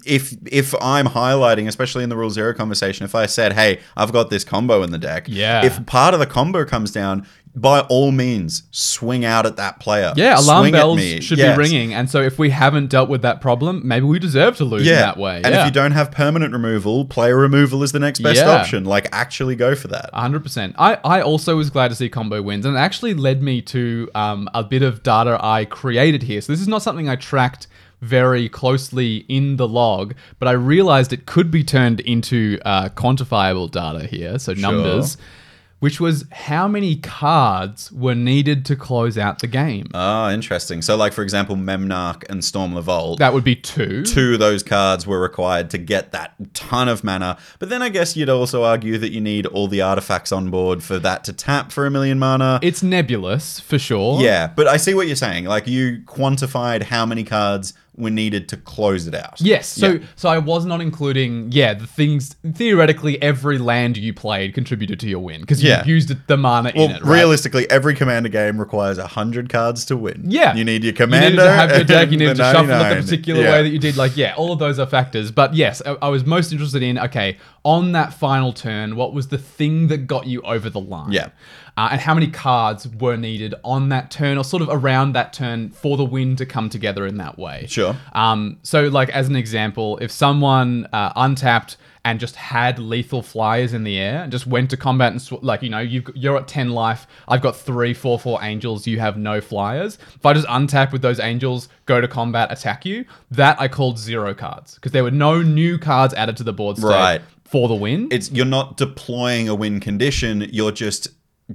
[SPEAKER 2] if if I'm highlighting, especially in the rule zero conversation, if I said, "Hey, I've got this combo in the deck,"
[SPEAKER 1] Yeah.
[SPEAKER 2] if part of the combo comes down, by all means, swing out at that player.
[SPEAKER 1] Yeah, alarm
[SPEAKER 2] Swing at
[SPEAKER 1] bells
[SPEAKER 2] me.
[SPEAKER 1] should
[SPEAKER 2] Yes.
[SPEAKER 1] be ringing. And so if we haven't dealt with that problem, maybe we deserve to lose in that way.
[SPEAKER 2] And
[SPEAKER 1] yeah.
[SPEAKER 2] if you don't have permanent removal, player removal is the next best
[SPEAKER 1] Yeah.
[SPEAKER 2] option. Like, actually go for that.
[SPEAKER 1] 100%. I, I also was glad to see combo wins, and it actually led me to um, a bit of data I created here. So, this is not something I tracked very closely in the log, but I realized it could be turned into uh, quantifiable data here, so numbers, which was how many cards were needed to close out the game.
[SPEAKER 2] Ah, interesting. So, like for example, Memnarch and Storm the Vault.
[SPEAKER 1] that would be two.
[SPEAKER 2] two of those cards were required to get that ton of mana. But then I guess you'd also argue that you need all the artifacts on board for that to tap for a million mana.
[SPEAKER 1] It's nebulous for sure.
[SPEAKER 2] yeah, but I see what you're saying. Like you quantified how many cards were needed to close it out.
[SPEAKER 1] Yes. So
[SPEAKER 2] Yeah.
[SPEAKER 1] so I was not including yeah the things theoretically every land you played contributed to your win because you
[SPEAKER 2] Yeah.
[SPEAKER 1] used the mana
[SPEAKER 2] Well,
[SPEAKER 1] in it. Right?
[SPEAKER 2] realistically, every commander game requires 100 cards to win.
[SPEAKER 1] Yeah.
[SPEAKER 2] You need your
[SPEAKER 1] You needed
[SPEAKER 2] commander.
[SPEAKER 1] to have your deck. You
[SPEAKER 2] and
[SPEAKER 1] needed
[SPEAKER 2] the
[SPEAKER 1] to shuffle it the
[SPEAKER 2] 99.
[SPEAKER 1] particular
[SPEAKER 2] Yeah.
[SPEAKER 1] way that you did. Like yeah, all of those are factors. But yes, I, I was most interested in okay on that final turn, what was the thing that got you over the line?
[SPEAKER 2] Yeah.
[SPEAKER 1] uh, and how many cards were needed on that turn or sort of around that turn for the win to come together in that way.
[SPEAKER 2] Sure.
[SPEAKER 1] Um, so, like as an example, if someone uh, untapped and just had lethal flyers in the air and just went to combat and sw- like you know you've, got- you're at ten life, I've got three four four angels, you have no flyers. If I just untap with those angels, go to combat, attack you, that I called zero cards because there were no new cards added to the board state
[SPEAKER 2] Right.
[SPEAKER 1] for the win.
[SPEAKER 2] It's you're not deploying a win condition. You're just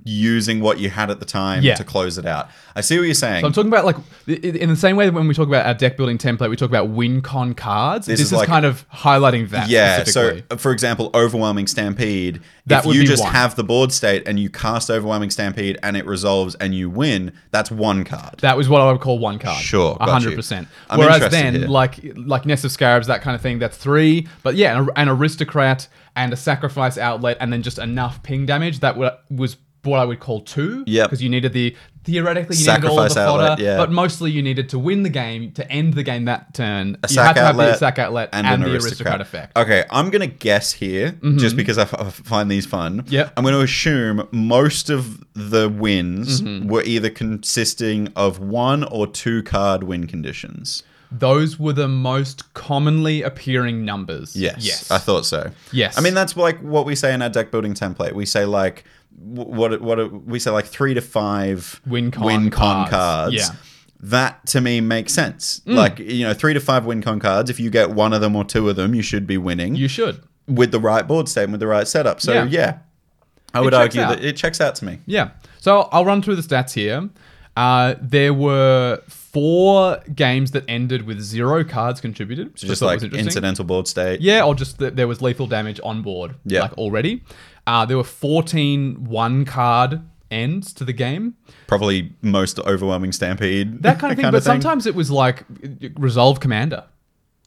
[SPEAKER 2] using what you had at the time
[SPEAKER 1] Yeah.
[SPEAKER 2] to close it out. I see what you're saying.
[SPEAKER 1] So I'm talking about like i- in the same way that when we talk about our deck building template, we talk about win con cards. This,
[SPEAKER 2] is
[SPEAKER 1] is,
[SPEAKER 2] like-
[SPEAKER 1] kind of highlighting that.
[SPEAKER 2] yeah. So
[SPEAKER 1] specifically.
[SPEAKER 2] for example, overwhelming stampede.
[SPEAKER 1] That
[SPEAKER 2] if
[SPEAKER 1] would
[SPEAKER 2] you
[SPEAKER 1] be
[SPEAKER 2] just
[SPEAKER 1] one.
[SPEAKER 2] have the board state and you cast overwhelming stampede and it resolves and you win, that's one card.
[SPEAKER 1] That was what I would call one card.
[SPEAKER 2] Sure,
[SPEAKER 1] a
[SPEAKER 2] got
[SPEAKER 1] hundred
[SPEAKER 2] you.
[SPEAKER 1] percent.
[SPEAKER 2] I'm
[SPEAKER 1] Whereas
[SPEAKER 2] interested
[SPEAKER 1] then,
[SPEAKER 2] here.
[SPEAKER 1] like like Nest of Scarabs, that kind of thing, that's three. But yeah, an, an aristocrat and a sacrifice outlet, and then just enough ping damage that wa- was what I would call two.
[SPEAKER 2] Yep.
[SPEAKER 1] because you needed the theoretically you
[SPEAKER 2] Sacrifice
[SPEAKER 1] needed all the
[SPEAKER 2] outlet,
[SPEAKER 1] fodder,
[SPEAKER 2] yeah.
[SPEAKER 1] but mostly you needed to win the game to end the game that turn.
[SPEAKER 2] a
[SPEAKER 1] you
[SPEAKER 2] sack
[SPEAKER 1] had to have
[SPEAKER 2] outlet
[SPEAKER 1] the sack outlet and,
[SPEAKER 2] an
[SPEAKER 1] the aristocrat, effect. Mm-hmm.
[SPEAKER 2] Okay, I'm gonna guess here just because I, f- I find these fun.
[SPEAKER 1] Yep.
[SPEAKER 2] I'm gonna assume most of the wins
[SPEAKER 1] Mm-hmm.
[SPEAKER 2] were either consisting of one or two card win conditions.
[SPEAKER 1] Those were the most commonly appearing numbers.
[SPEAKER 2] Yes,
[SPEAKER 1] Yes.
[SPEAKER 2] I thought so.
[SPEAKER 1] Yes.
[SPEAKER 2] I mean that's like what we say in our deck building template. We say like wh- what what we say like three to five
[SPEAKER 1] Win con cards. Yeah. Mm.
[SPEAKER 2] That to me makes sense. Like you know, three to five win con cards. If you get one of them or two of them, you should be winning.
[SPEAKER 1] you should.
[SPEAKER 2] with the right board state, and with the right setup. So yeah,
[SPEAKER 1] Yeah.
[SPEAKER 2] I would
[SPEAKER 1] checks
[SPEAKER 2] argue
[SPEAKER 1] out.
[SPEAKER 2] that it checks out to me.
[SPEAKER 1] Yeah. So I'll run through the stats here. Uh, there were four games that ended with zero cards contributed. which I
[SPEAKER 2] Just
[SPEAKER 1] thought
[SPEAKER 2] like
[SPEAKER 1] was interesting.
[SPEAKER 2] incidental board state.
[SPEAKER 1] Yeah, or just that there was lethal damage on board.
[SPEAKER 2] Yeah.
[SPEAKER 1] Like already. Uh, there were 14 one card ends to the game.
[SPEAKER 2] Probably most overwhelming stampede.
[SPEAKER 1] That
[SPEAKER 2] (laughs)
[SPEAKER 1] kind of thing. but sometimes it was like resolve commander.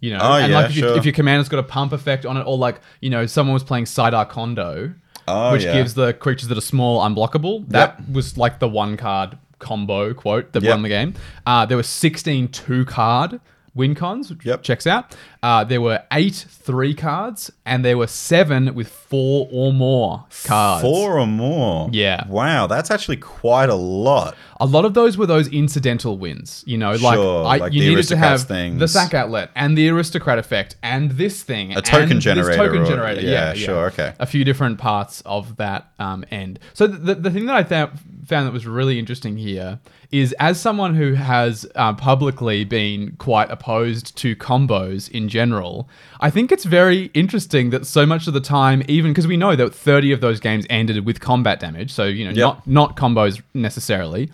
[SPEAKER 1] You know,
[SPEAKER 2] Oh,
[SPEAKER 1] and
[SPEAKER 2] yeah,
[SPEAKER 1] like if,
[SPEAKER 2] sure.
[SPEAKER 1] you, if your commander's got a pump effect on it, or like you know, someone was playing Sidar Condo,
[SPEAKER 2] Oh,
[SPEAKER 1] which
[SPEAKER 2] yeah.
[SPEAKER 1] gives the creatures that are small unblockable. That was like the one card combo quote that
[SPEAKER 2] Yep.
[SPEAKER 1] won the game. Uh, there were 16 two card win cons, which
[SPEAKER 2] Yep.
[SPEAKER 1] checks out. Uh, there were eight three cards, and there were seven with four or more cards.
[SPEAKER 2] Four or more.
[SPEAKER 1] Yeah.
[SPEAKER 2] Wow, that's actually quite a lot.
[SPEAKER 1] A lot of those were those incidental wins, you know, like,
[SPEAKER 2] Sure,
[SPEAKER 1] I,
[SPEAKER 2] like
[SPEAKER 1] you
[SPEAKER 2] the
[SPEAKER 1] needed to
[SPEAKER 2] aristocrats
[SPEAKER 1] have
[SPEAKER 2] things.
[SPEAKER 1] the sack outlet and the aristocrat effect and this thing, a
[SPEAKER 2] token generator
[SPEAKER 1] This token
[SPEAKER 2] or-
[SPEAKER 1] generator,
[SPEAKER 2] yeah,
[SPEAKER 1] yeah,
[SPEAKER 2] sure, okay.
[SPEAKER 1] a few different parts of that um, end. So the, the thing that I th- found that was really interesting here is, as someone who has uh, publicly been quite opposed to combos in general, I think it's very interesting that so much of the time, even because we know that 30 of those games ended with combat damage, so you know, not not combos necessarily.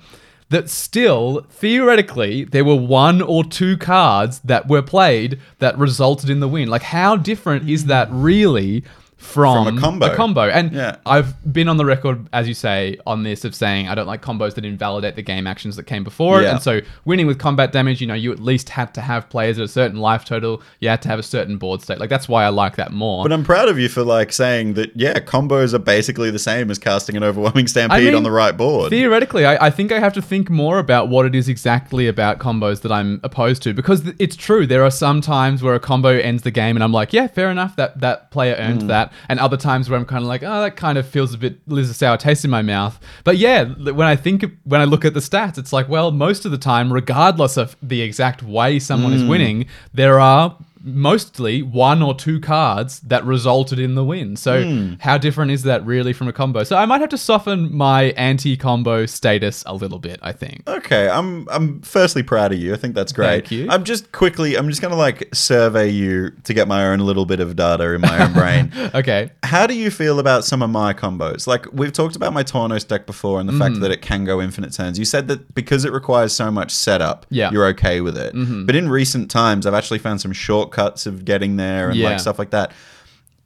[SPEAKER 1] That still, theoretically, there were one or two cards that were played that resulted in the win. Like, how different is that really from,
[SPEAKER 2] From a combo.
[SPEAKER 1] And
[SPEAKER 2] Yeah.
[SPEAKER 1] I've been on the record, as you say, on this of saying I don't like combos that invalidate the game actions that came before
[SPEAKER 2] Yeah.
[SPEAKER 1] it. And so winning with combat damage, you know, you at least had to have players at a certain life total. You had to have a certain board state. Like that's why I like that more.
[SPEAKER 2] But I'm proud of you for like saying that yeah, combos are basically the same as casting an overwhelming stampede
[SPEAKER 1] mean,
[SPEAKER 2] on the right board.
[SPEAKER 1] Theoretically, I, I think I have to think more about what it is exactly about combos that I'm opposed to because th- it's true. There are some times where a combo ends the game and I'm like, yeah, fair enough. That that player earned that. And other times where I'm kind of like, oh, that kind of feels a bit leaves a sour taste in my mouth. But yeah, th- when I think when I look at the stats, it's like, well, most of the time, regardless of the exact way someone is winning, there are mostly one or two cards that resulted in the win. So how different is that really from a combo? So I might have to soften my anti-combo status a little bit, I think.
[SPEAKER 2] Okay, I'm I'm firstly proud of you. I think that's great.
[SPEAKER 1] Thank you.
[SPEAKER 2] I'm just quickly I'm just gonna like survey you to get my own little bit of data in my own
[SPEAKER 1] (laughs)
[SPEAKER 2] brain.
[SPEAKER 1] Okay.
[SPEAKER 2] How do you feel about some of my combos? Like we've talked about my Tornos deck before and the
[SPEAKER 1] Mm.
[SPEAKER 2] fact that it can go infinite turns. You said that because it requires so much setup,
[SPEAKER 1] Yeah. Mm-hmm.
[SPEAKER 2] you're okay with it. But in recent times, I've actually found some shortcuts of getting there and
[SPEAKER 1] Yeah.
[SPEAKER 2] like stuff like that.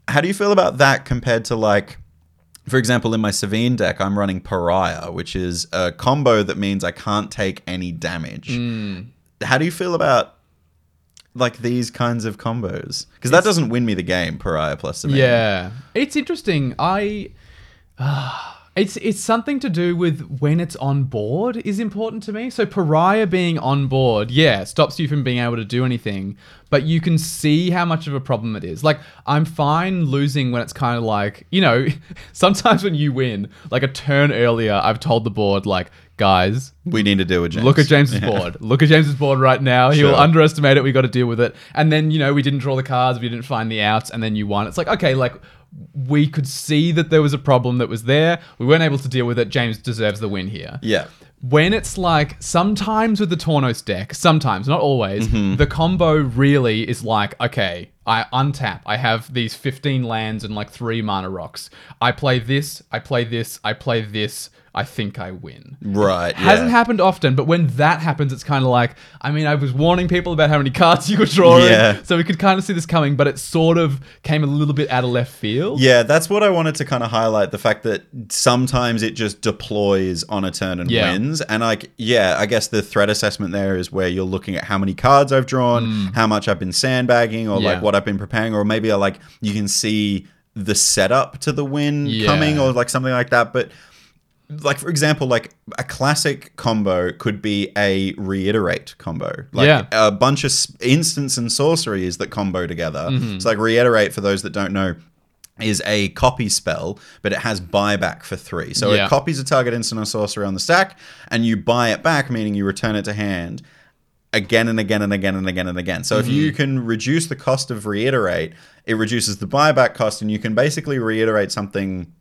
[SPEAKER 2] How do you feel about that compared to like, for example, in my Savine deck, I'm running Pariah, which is a combo that means I can't take any damage.
[SPEAKER 1] Mm.
[SPEAKER 2] How do you feel about like these kinds of combos? Because that doesn't win me the game, Pariah plus Savine.
[SPEAKER 1] Yeah. It's interesting. I uh, It's it's something to do with when it's on board is important to me. So pariah being on board, yeah, stops you from being able to do anything, but you can see how much of a problem it is. Like I'm fine losing when it's kind of like, you know, (laughs) sometimes when you win, like a turn earlier, I've told the board like, guys,
[SPEAKER 2] We need to do a James.
[SPEAKER 1] Look at James's board. Look at James's board right now. He'll
[SPEAKER 2] Sure.
[SPEAKER 1] underestimate it. We got to deal with it. And then you know we didn't draw the cards. We didn't find the outs. And then you won. It's like okay, like we could see that there was a problem that was there. We weren't able to deal with it. James deserves the win here.
[SPEAKER 2] Yeah.
[SPEAKER 1] When it's like sometimes with the Tornos deck, sometimes not always, the combo really is like okay. I untap. I have these 15 lands and like three mana rocks. I play this, I play this, I play this. I think I win
[SPEAKER 2] Right.
[SPEAKER 1] hasn't
[SPEAKER 2] yeah.
[SPEAKER 1] happened often, but when that happens, it's kind of like I mean, I was warning people about how many cards (laughs) you were drawing,
[SPEAKER 2] Yeah.
[SPEAKER 1] so we could kind of see this coming, but it sort of came a little bit out of left field.
[SPEAKER 2] Yeah, that's what I wanted to kind of highlight the fact that sometimes it just deploys on a turn and
[SPEAKER 1] Yeah.
[SPEAKER 2] wins. And like, yeah, I guess the threat assessment there is where you're looking at how many cards I've drawn, how much I've been sandbagging, or
[SPEAKER 1] Hmm. Yeah.
[SPEAKER 2] like what I've been preparing, or maybe I like you can see the setup to the win
[SPEAKER 1] Yeah.
[SPEAKER 2] coming, or like something like that. But like for example, like a classic combo could be a reiterate combo. Like
[SPEAKER 1] Yeah.
[SPEAKER 2] a bunch of s- instants and sorceries that combo together.
[SPEAKER 1] Mm-hmm.
[SPEAKER 2] It's like reiterate for those that don't know is a copy spell, but it has buyback for three. So
[SPEAKER 1] Yeah.
[SPEAKER 2] it copies a target instant or sorcery on the stack, and you buy it back, meaning you return it to hand again and again and again and again and again. So if you
[SPEAKER 1] Mm-hmm.
[SPEAKER 2] can reduce the cost of reiterate, it reduces the buyback cost, and you can basically reiterate something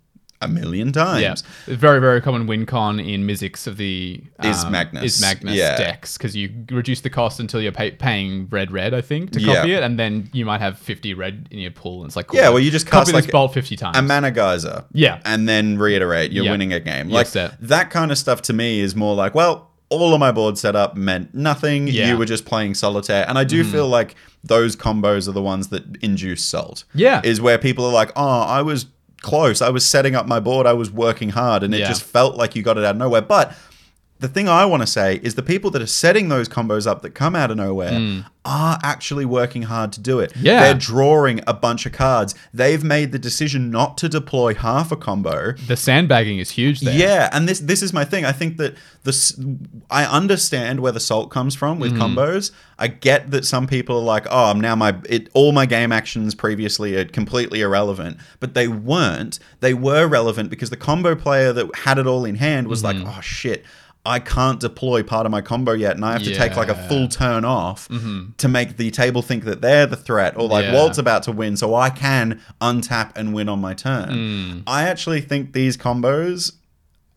[SPEAKER 2] a million times.
[SPEAKER 1] Yeah, a very very common win con in Mizzix of the um,
[SPEAKER 2] Is Magnus.
[SPEAKER 1] is Magnus
[SPEAKER 2] Yeah.
[SPEAKER 1] decks because you reduce the cost until you're pay- paying red red I think to
[SPEAKER 2] Yeah.
[SPEAKER 1] copy it, and then you might have fifty red in your pool, and it's like cool,
[SPEAKER 2] Yeah, well, you just
[SPEAKER 1] copy
[SPEAKER 2] cast,
[SPEAKER 1] this
[SPEAKER 2] like,
[SPEAKER 1] bolt fifty times.
[SPEAKER 2] a mana geyser.
[SPEAKER 1] Yeah.
[SPEAKER 2] And then reiterate, you're
[SPEAKER 1] Yeah.
[SPEAKER 2] winning a game.
[SPEAKER 1] You're
[SPEAKER 2] Like
[SPEAKER 1] set.
[SPEAKER 2] that kind of stuff to me is more like, well, all of my board setup meant nothing.
[SPEAKER 1] Yeah. Mm-hmm.
[SPEAKER 2] You were just playing solitaire. And I do feel like those combos are the ones that induce salt.
[SPEAKER 1] Yeah.
[SPEAKER 2] Is where people are like, oh, I was close. I was setting up my board. I was working hard. And it
[SPEAKER 1] Yeah.
[SPEAKER 2] just felt like you got it out of nowhere. But the thing I want to say is the people that are setting those combos up that come out of nowhere are actually working hard to do it.
[SPEAKER 1] Yeah.
[SPEAKER 2] They're drawing a bunch of cards. They've made the decision not to deploy half a combo.
[SPEAKER 1] the sandbagging is huge there.
[SPEAKER 2] Yeah, and this this is my thing. I think that this I understand where the salt comes from with
[SPEAKER 1] Mm-hmm.
[SPEAKER 2] combos. I get that some people are like, "Oh, now my it all my game actions previously are completely irrelevant," but they weren't. They were relevant because the combo player that had it all in hand was
[SPEAKER 1] Mm-hmm.
[SPEAKER 2] like, "Oh shit." I can't deploy part of my combo yet, and I have to take like a
[SPEAKER 1] Yeah. Mm-hmm.
[SPEAKER 2] full turn off to make the table think that they're the threat, or like
[SPEAKER 1] Yeah.
[SPEAKER 2] Walt's about to win, so I can untap and win on my turn.
[SPEAKER 1] Mm.
[SPEAKER 2] I actually think these combos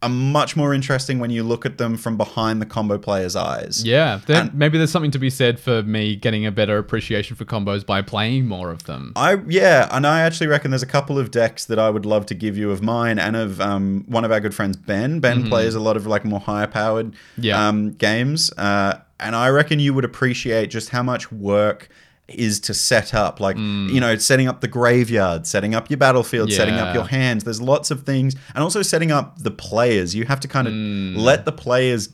[SPEAKER 2] are much more interesting when you look at them from behind the combo player's eyes.
[SPEAKER 1] Yeah, there,
[SPEAKER 2] And-
[SPEAKER 1] maybe there's something to be said for me getting a better appreciation for combos by playing more of them.
[SPEAKER 2] I yeah, and I actually reckon there's a couple of decks that I would love to give you of mine and of um, one of our good friends Ben. Ben plays a lot of like more higher powered
[SPEAKER 1] Mm-hmm. Yeah.
[SPEAKER 2] um, games, uh, and I reckon you would appreciate just how much work is to set up like
[SPEAKER 1] Mm.
[SPEAKER 2] you know setting up the graveyard setting up your battlefield setting up
[SPEAKER 1] Yeah.
[SPEAKER 2] your hands there's lots of things and also setting up the players you have to kind of let the players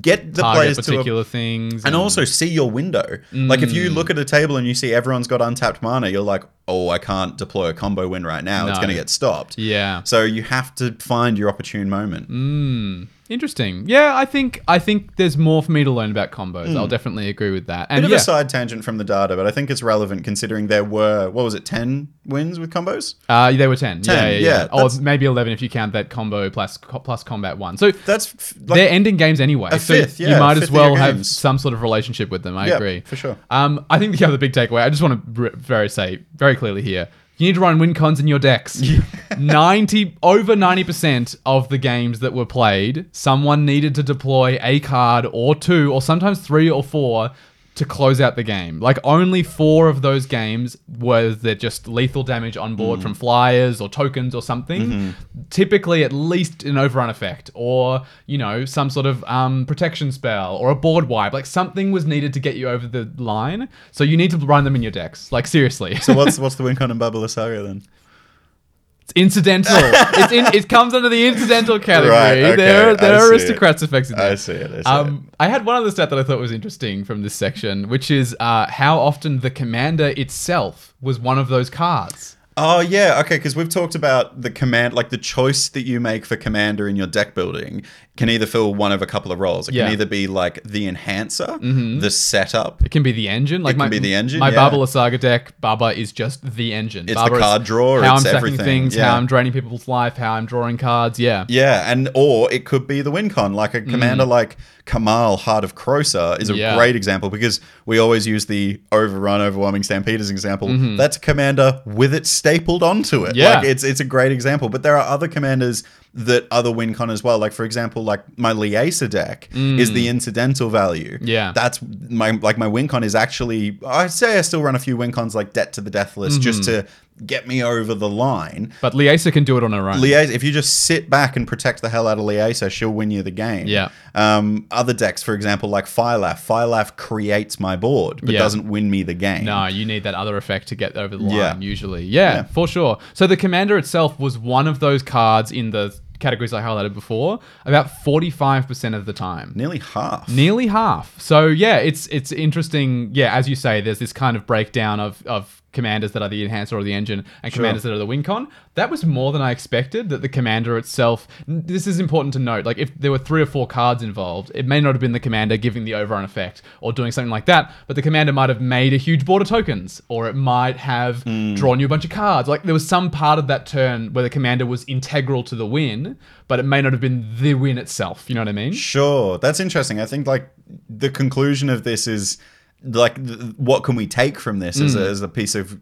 [SPEAKER 2] get the
[SPEAKER 1] Mm. target
[SPEAKER 2] players to a
[SPEAKER 1] particular things
[SPEAKER 2] and also see your window. Like if you
[SPEAKER 1] Mm.
[SPEAKER 2] look at a table and you see everyone's got untapped mana, you're like, oh, I can't deploy a combo win right now. It's
[SPEAKER 1] No.
[SPEAKER 2] going to get stopped.
[SPEAKER 1] yeah Mm,
[SPEAKER 2] So you have to find your opportune moment.
[SPEAKER 1] interesting yeah i think i think there's more for me to learn about combos i'll definitely agree with that and
[SPEAKER 2] Hmm. Bit of
[SPEAKER 1] yeah,
[SPEAKER 2] a side tangent from the data, but I think it's relevant considering there were what was it, ten wins with combos?
[SPEAKER 1] uh, they were 10,
[SPEAKER 2] 10,
[SPEAKER 1] yeah, yeah,
[SPEAKER 2] yeah,
[SPEAKER 1] yeah. or
[SPEAKER 2] that's-
[SPEAKER 1] maybe 11 if you count that combo plus co- plus combat one so
[SPEAKER 2] That's f-
[SPEAKER 1] they're
[SPEAKER 2] like
[SPEAKER 1] ending games anyway
[SPEAKER 2] A
[SPEAKER 1] so
[SPEAKER 2] fifth, yeah,
[SPEAKER 1] you might
[SPEAKER 2] fifth
[SPEAKER 1] as
[SPEAKER 2] of your
[SPEAKER 1] well have
[SPEAKER 2] games.
[SPEAKER 1] some sort of relationship with them i
[SPEAKER 2] Yeah,
[SPEAKER 1] agree
[SPEAKER 2] for sure.
[SPEAKER 1] um, i think the other big takeaway i just want to r- very say very clearly here you need to run win cons in your
[SPEAKER 2] (laughs)
[SPEAKER 1] decks 90 over 90% of the games that were played someone needed to deploy a card or two or sometimes three or four to close out the game like only four of those games were there just lethal damage on
[SPEAKER 2] Mm.
[SPEAKER 1] board from flyers or tokens or something
[SPEAKER 2] Mm-hmm.
[SPEAKER 1] typically at least an overrun effect or you know some sort of um, protection spell or a board wipe like something was needed to get you over the line so you need to run them in your decks like seriously
[SPEAKER 2] so what's what's the win con in Babala
[SPEAKER 1] (laughs)
[SPEAKER 2] Saga then?
[SPEAKER 1] it's incidental.
[SPEAKER 2] (laughs)
[SPEAKER 1] it's in, it comes under the incidental category.
[SPEAKER 2] Right, okay,
[SPEAKER 1] There, are- there
[SPEAKER 2] I see
[SPEAKER 1] are
[SPEAKER 2] it.
[SPEAKER 1] aristocrats effects in
[SPEAKER 2] I
[SPEAKER 1] there.
[SPEAKER 2] see it, I see
[SPEAKER 1] um, I had one other stat that I thought was interesting from this section, which is uh, how often the commander itself was one of those cards.
[SPEAKER 2] Oh yeah, okay. Because we've talked about the command, like the choice that you make for commander in your deck building, can either fill one of a couple of roles. It
[SPEAKER 1] Yeah.
[SPEAKER 2] can either be like the enhancer, the setup.
[SPEAKER 1] It can be the engine. Like
[SPEAKER 2] can
[SPEAKER 1] my,
[SPEAKER 2] be the engine,
[SPEAKER 1] My
[SPEAKER 2] yeah.
[SPEAKER 1] Barbala Saga deck, Baba is just the engine.
[SPEAKER 2] It's the
[SPEAKER 1] Baba is
[SPEAKER 2] card draw,
[SPEAKER 1] How
[SPEAKER 2] it's
[SPEAKER 1] I'm stacking
[SPEAKER 2] everything,
[SPEAKER 1] things,
[SPEAKER 2] yeah.
[SPEAKER 1] how I'm draining people's life, how I'm drawing cards. Yeah.
[SPEAKER 2] Yeah, and or it could be the win con, like a commander like Kamal Heart of Crosa is a
[SPEAKER 1] Mm. Yeah.
[SPEAKER 2] great example because we always use the overrun, overwhelming stampede as an example. That's a commander with it stapled onto it.
[SPEAKER 1] Mm-hmm. Yeah.
[SPEAKER 2] Like it's it's a great example. But there are other commanders that are the win con as well. Like for example, like my Liesa deck is the incidental value.
[SPEAKER 1] Mm. Yeah.
[SPEAKER 2] That's my like my win con is actually I say I still run a few win cons like Debt to the Deathless just
[SPEAKER 1] Mm-hmm.
[SPEAKER 2] to get me over the line.
[SPEAKER 1] But Liesa can do it on her own.
[SPEAKER 2] Liaisa, if you just sit back and protect the hell out of Liaisa, she'll win you the game.
[SPEAKER 1] Yeah.
[SPEAKER 2] Um, other decks, for example, like Firelaf. Firelaf creates my board, but
[SPEAKER 1] Yeah.
[SPEAKER 2] doesn't win me the game.
[SPEAKER 1] no, you need that other effect to get over the line,
[SPEAKER 2] Yeah.
[SPEAKER 1] usually. Yeah,
[SPEAKER 2] Yeah.
[SPEAKER 1] for sure. So the commander itself was one of those cards in the categories I highlighted before about 45% of the time.
[SPEAKER 2] Nearly half.
[SPEAKER 1] Nearly half. So yeah, it's it's interesting. Yeah, as you say, there's this kind of breakdown of of commanders that are the enhancer or the engine, and commanders that are the win con. That was more than I expected. That the commander itself. This is important to note. Like if there were three or four cards involved, it may not have been the commander giving the overrun effect or doing something like that. But the commander might have made a huge board of tokens, or it might have drawn you a bunch of cards. Like there was some part of that turn where the commander was integral to the win, but it may not have been the win itself. You know what I mean?
[SPEAKER 2] Sure, that's interesting. I think like the conclusion of this is like th- what can we take from this as, a,
[SPEAKER 1] Mm.
[SPEAKER 2] as a piece of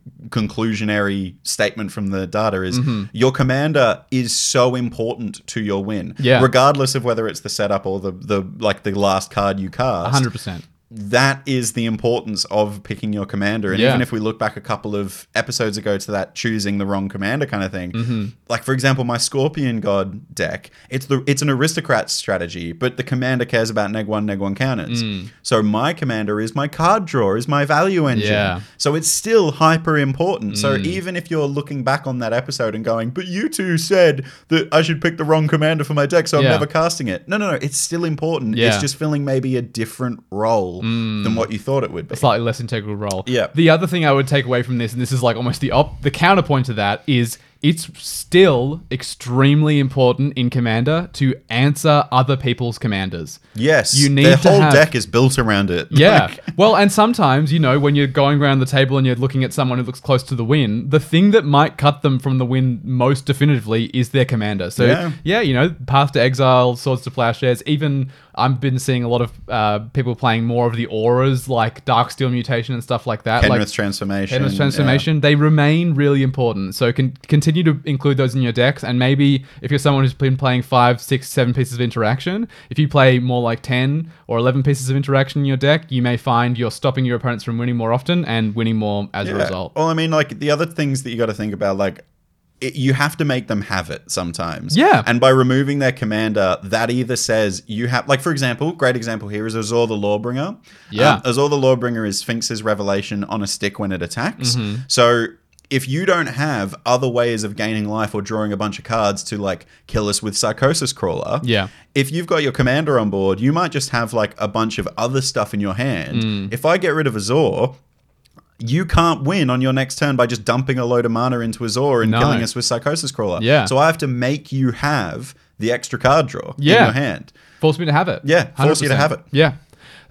[SPEAKER 2] conclusionary statement from the data is
[SPEAKER 1] Mm-hmm.
[SPEAKER 2] your commander is so important to your win
[SPEAKER 1] Yeah.
[SPEAKER 2] regardless of whether it's the setup or the the like the last card you cast
[SPEAKER 1] Hundred percent.
[SPEAKER 2] that is the importance of picking your commander. And
[SPEAKER 1] Yeah.
[SPEAKER 2] even if we look back a couple of episodes ago to that choosing the wrong commander kind of thing,
[SPEAKER 1] Mm-hmm.
[SPEAKER 2] like for example, my Scorpion God deck, it's the it's an aristocrat strategy, but the commander cares about neg one, neg one counters.
[SPEAKER 1] Mm.
[SPEAKER 2] So my commander is my card draw, is my value engine.
[SPEAKER 1] Yeah. Mm.
[SPEAKER 2] So it's still hyper important. So even if you're looking back on that episode and going, but you two said that I should pick the wrong commander for my deck, so
[SPEAKER 1] Yeah.
[SPEAKER 2] I'm never casting it. No, no, no, it's still important.
[SPEAKER 1] Yeah.
[SPEAKER 2] It's just filling maybe a different role
[SPEAKER 1] Mm.
[SPEAKER 2] than what you thought it would be.
[SPEAKER 1] slightly less integral role.
[SPEAKER 2] Yeah.
[SPEAKER 1] The other thing I would take away from this, and this is like almost the op- the counterpoint to that, is it's still extremely important in Commander to answer other people's commanders.
[SPEAKER 2] yes,
[SPEAKER 1] You need
[SPEAKER 2] their
[SPEAKER 1] to
[SPEAKER 2] whole
[SPEAKER 1] have-
[SPEAKER 2] deck is built around it. (laughs)
[SPEAKER 1] Yeah. Well, and sometimes, you know, when you're going around the table and you're looking at someone who looks close to the win, the thing that might cut them from the win most definitively is their commander. So, yeah,
[SPEAKER 2] Yeah.
[SPEAKER 1] you know, Path to Exile, Swords to Plowshares, even I've been seeing a lot of uh, people playing more of the auras like Darksteel Mutation and stuff like that.
[SPEAKER 2] Penrith's
[SPEAKER 1] like,
[SPEAKER 2] transformation.
[SPEAKER 1] Endless
[SPEAKER 2] yeah.
[SPEAKER 1] transformation, they remain really important. So can continue to include those in your decks. And maybe if you're someone who's been playing five, six, seven pieces of interaction, if you play more like 10 or 11 pieces of interaction in your deck, you may find you're stopping your opponents from winning more often and winning more as a
[SPEAKER 2] Yeah.
[SPEAKER 1] result.
[SPEAKER 2] Well, I mean, like the other things that you got to think about, like it, you have to make them have it sometimes.
[SPEAKER 1] Yeah.
[SPEAKER 2] And by removing their commander, that either says you have, like for example, great example here is Azor the Lawbringer.
[SPEAKER 1] Yeah.
[SPEAKER 2] Um, Azor the Lawbringer is Sphinx's revelation on a stick when it attacks.
[SPEAKER 1] Mm-hmm.
[SPEAKER 2] So. If you don't have other ways of gaining life or drawing a bunch of cards to like kill us with Psychosis Crawler,
[SPEAKER 1] Yeah.
[SPEAKER 2] if you've got your commander on board, you might just have like a bunch of other stuff in your hand.
[SPEAKER 1] Mm.
[SPEAKER 2] If I get rid of Azor, you can't win on your next turn by just dumping a load of mana into Azor and
[SPEAKER 1] No.
[SPEAKER 2] killing us with Psychosis Crawler.
[SPEAKER 1] Yeah.
[SPEAKER 2] So I have to make you have the extra card draw
[SPEAKER 1] Yeah.
[SPEAKER 2] in your hand.
[SPEAKER 1] Force me to have it.
[SPEAKER 2] Yeah, force you to have it.
[SPEAKER 1] Yeah.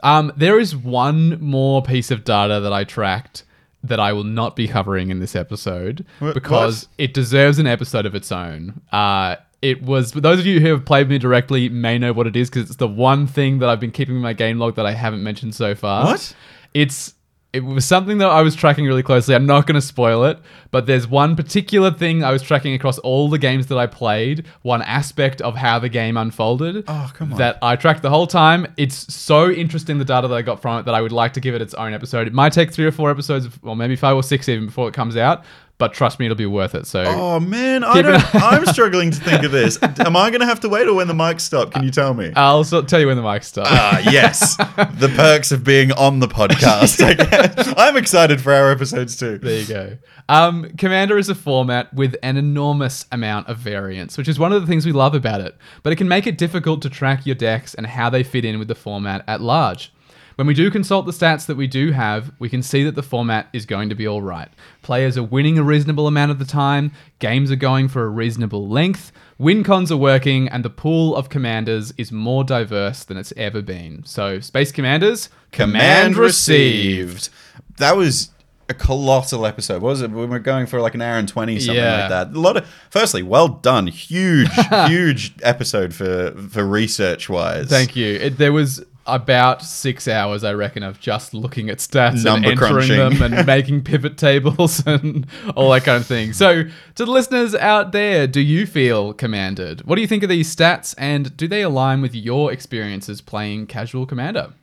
[SPEAKER 1] Um, there is one more piece of data that I tracked that I will not be covering in this episode
[SPEAKER 2] what?
[SPEAKER 1] because it deserves an episode of its own. Uh, it was, for those of you who have played me directly may know what it is because it's the one thing that I've been keeping in my game log that I haven't mentioned so far.
[SPEAKER 2] What?
[SPEAKER 1] It's. It was something that I was tracking really closely. I'm not going to spoil it, but there's one particular thing I was tracking across all the games that I played, one aspect of how the game unfolded
[SPEAKER 2] Oh, come on.
[SPEAKER 1] that I tracked the whole time. It's so interesting the data that I got from it that I would like to give it its own episode. It might take three or four episodes, or maybe five or six even before it comes out. But trust me, it'll be worth it. So
[SPEAKER 2] Oh man, I
[SPEAKER 1] Keep it (laughs)
[SPEAKER 2] don't, I'm struggling to think of this. Am I going to have to wait or when the mic stop? Can you tell me?
[SPEAKER 1] I'll sort tell you when the mic
[SPEAKER 2] (laughs)
[SPEAKER 1] starts.
[SPEAKER 2] Ah,
[SPEAKER 1] (laughs)
[SPEAKER 2] yes. the perks of being on the podcast. I guess. I'm excited for our episodes too.
[SPEAKER 1] There you go. Um, Commander is a format with an enormous amount of variance, which is one of the things we love about it, but it can make it difficult to track your decks and how they fit in with the format at large. When we do consult the stats that we do have, we can see that the format is going to be all right. Players are winning a reasonable amount of the time, games are going for a reasonable length, win cons are working, and the pool of commanders is more diverse than it's ever been. So, Space Commanders,
[SPEAKER 2] Command received. That was a colossal episode. What was it? We were going for like an hour and twenty, something
[SPEAKER 1] Yeah.
[SPEAKER 2] like that. A lot of. Firstly, well done. Huge, huge episode for for research wise.
[SPEAKER 1] Thank you. It, there was about six hours, I reckon, of just looking at stats
[SPEAKER 2] Number
[SPEAKER 1] and entering
[SPEAKER 2] crunching.
[SPEAKER 1] them
[SPEAKER 2] (laughs)
[SPEAKER 1] and making pivot tables (laughs) and all that kind of thing. So, to the listeners out there, do you feel commanded? What do you think of these stats, and do they align with your experiences playing casual commander?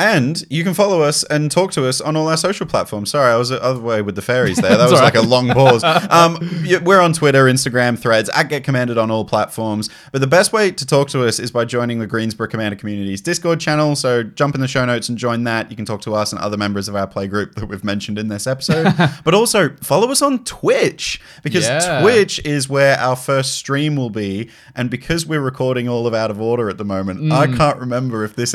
[SPEAKER 2] And you can follow us and talk to us on all our social platforms. Sorry, I was the other way with the fairies
[SPEAKER 1] (laughs)
[SPEAKER 2] there. That was
[SPEAKER 1] all right.
[SPEAKER 2] like a
[SPEAKER 1] (laughs)
[SPEAKER 2] long pause. Um, y- we're on Twitter, Instagram, Threads, at Get Commanded on all platforms. But the best way to talk to us is by joining the Greensboro Commander Community's Discord channel. So jump in the show notes and join that. You can talk to us and other members of our play group that we've mentioned in
[SPEAKER 1] (laughs)
[SPEAKER 2] this episode. but also follow us on Twitch because
[SPEAKER 1] Yeah.
[SPEAKER 2] Twitch. Twitch is where our first stream will be, and because we're recording all of out of order at the moment, I can't remember if this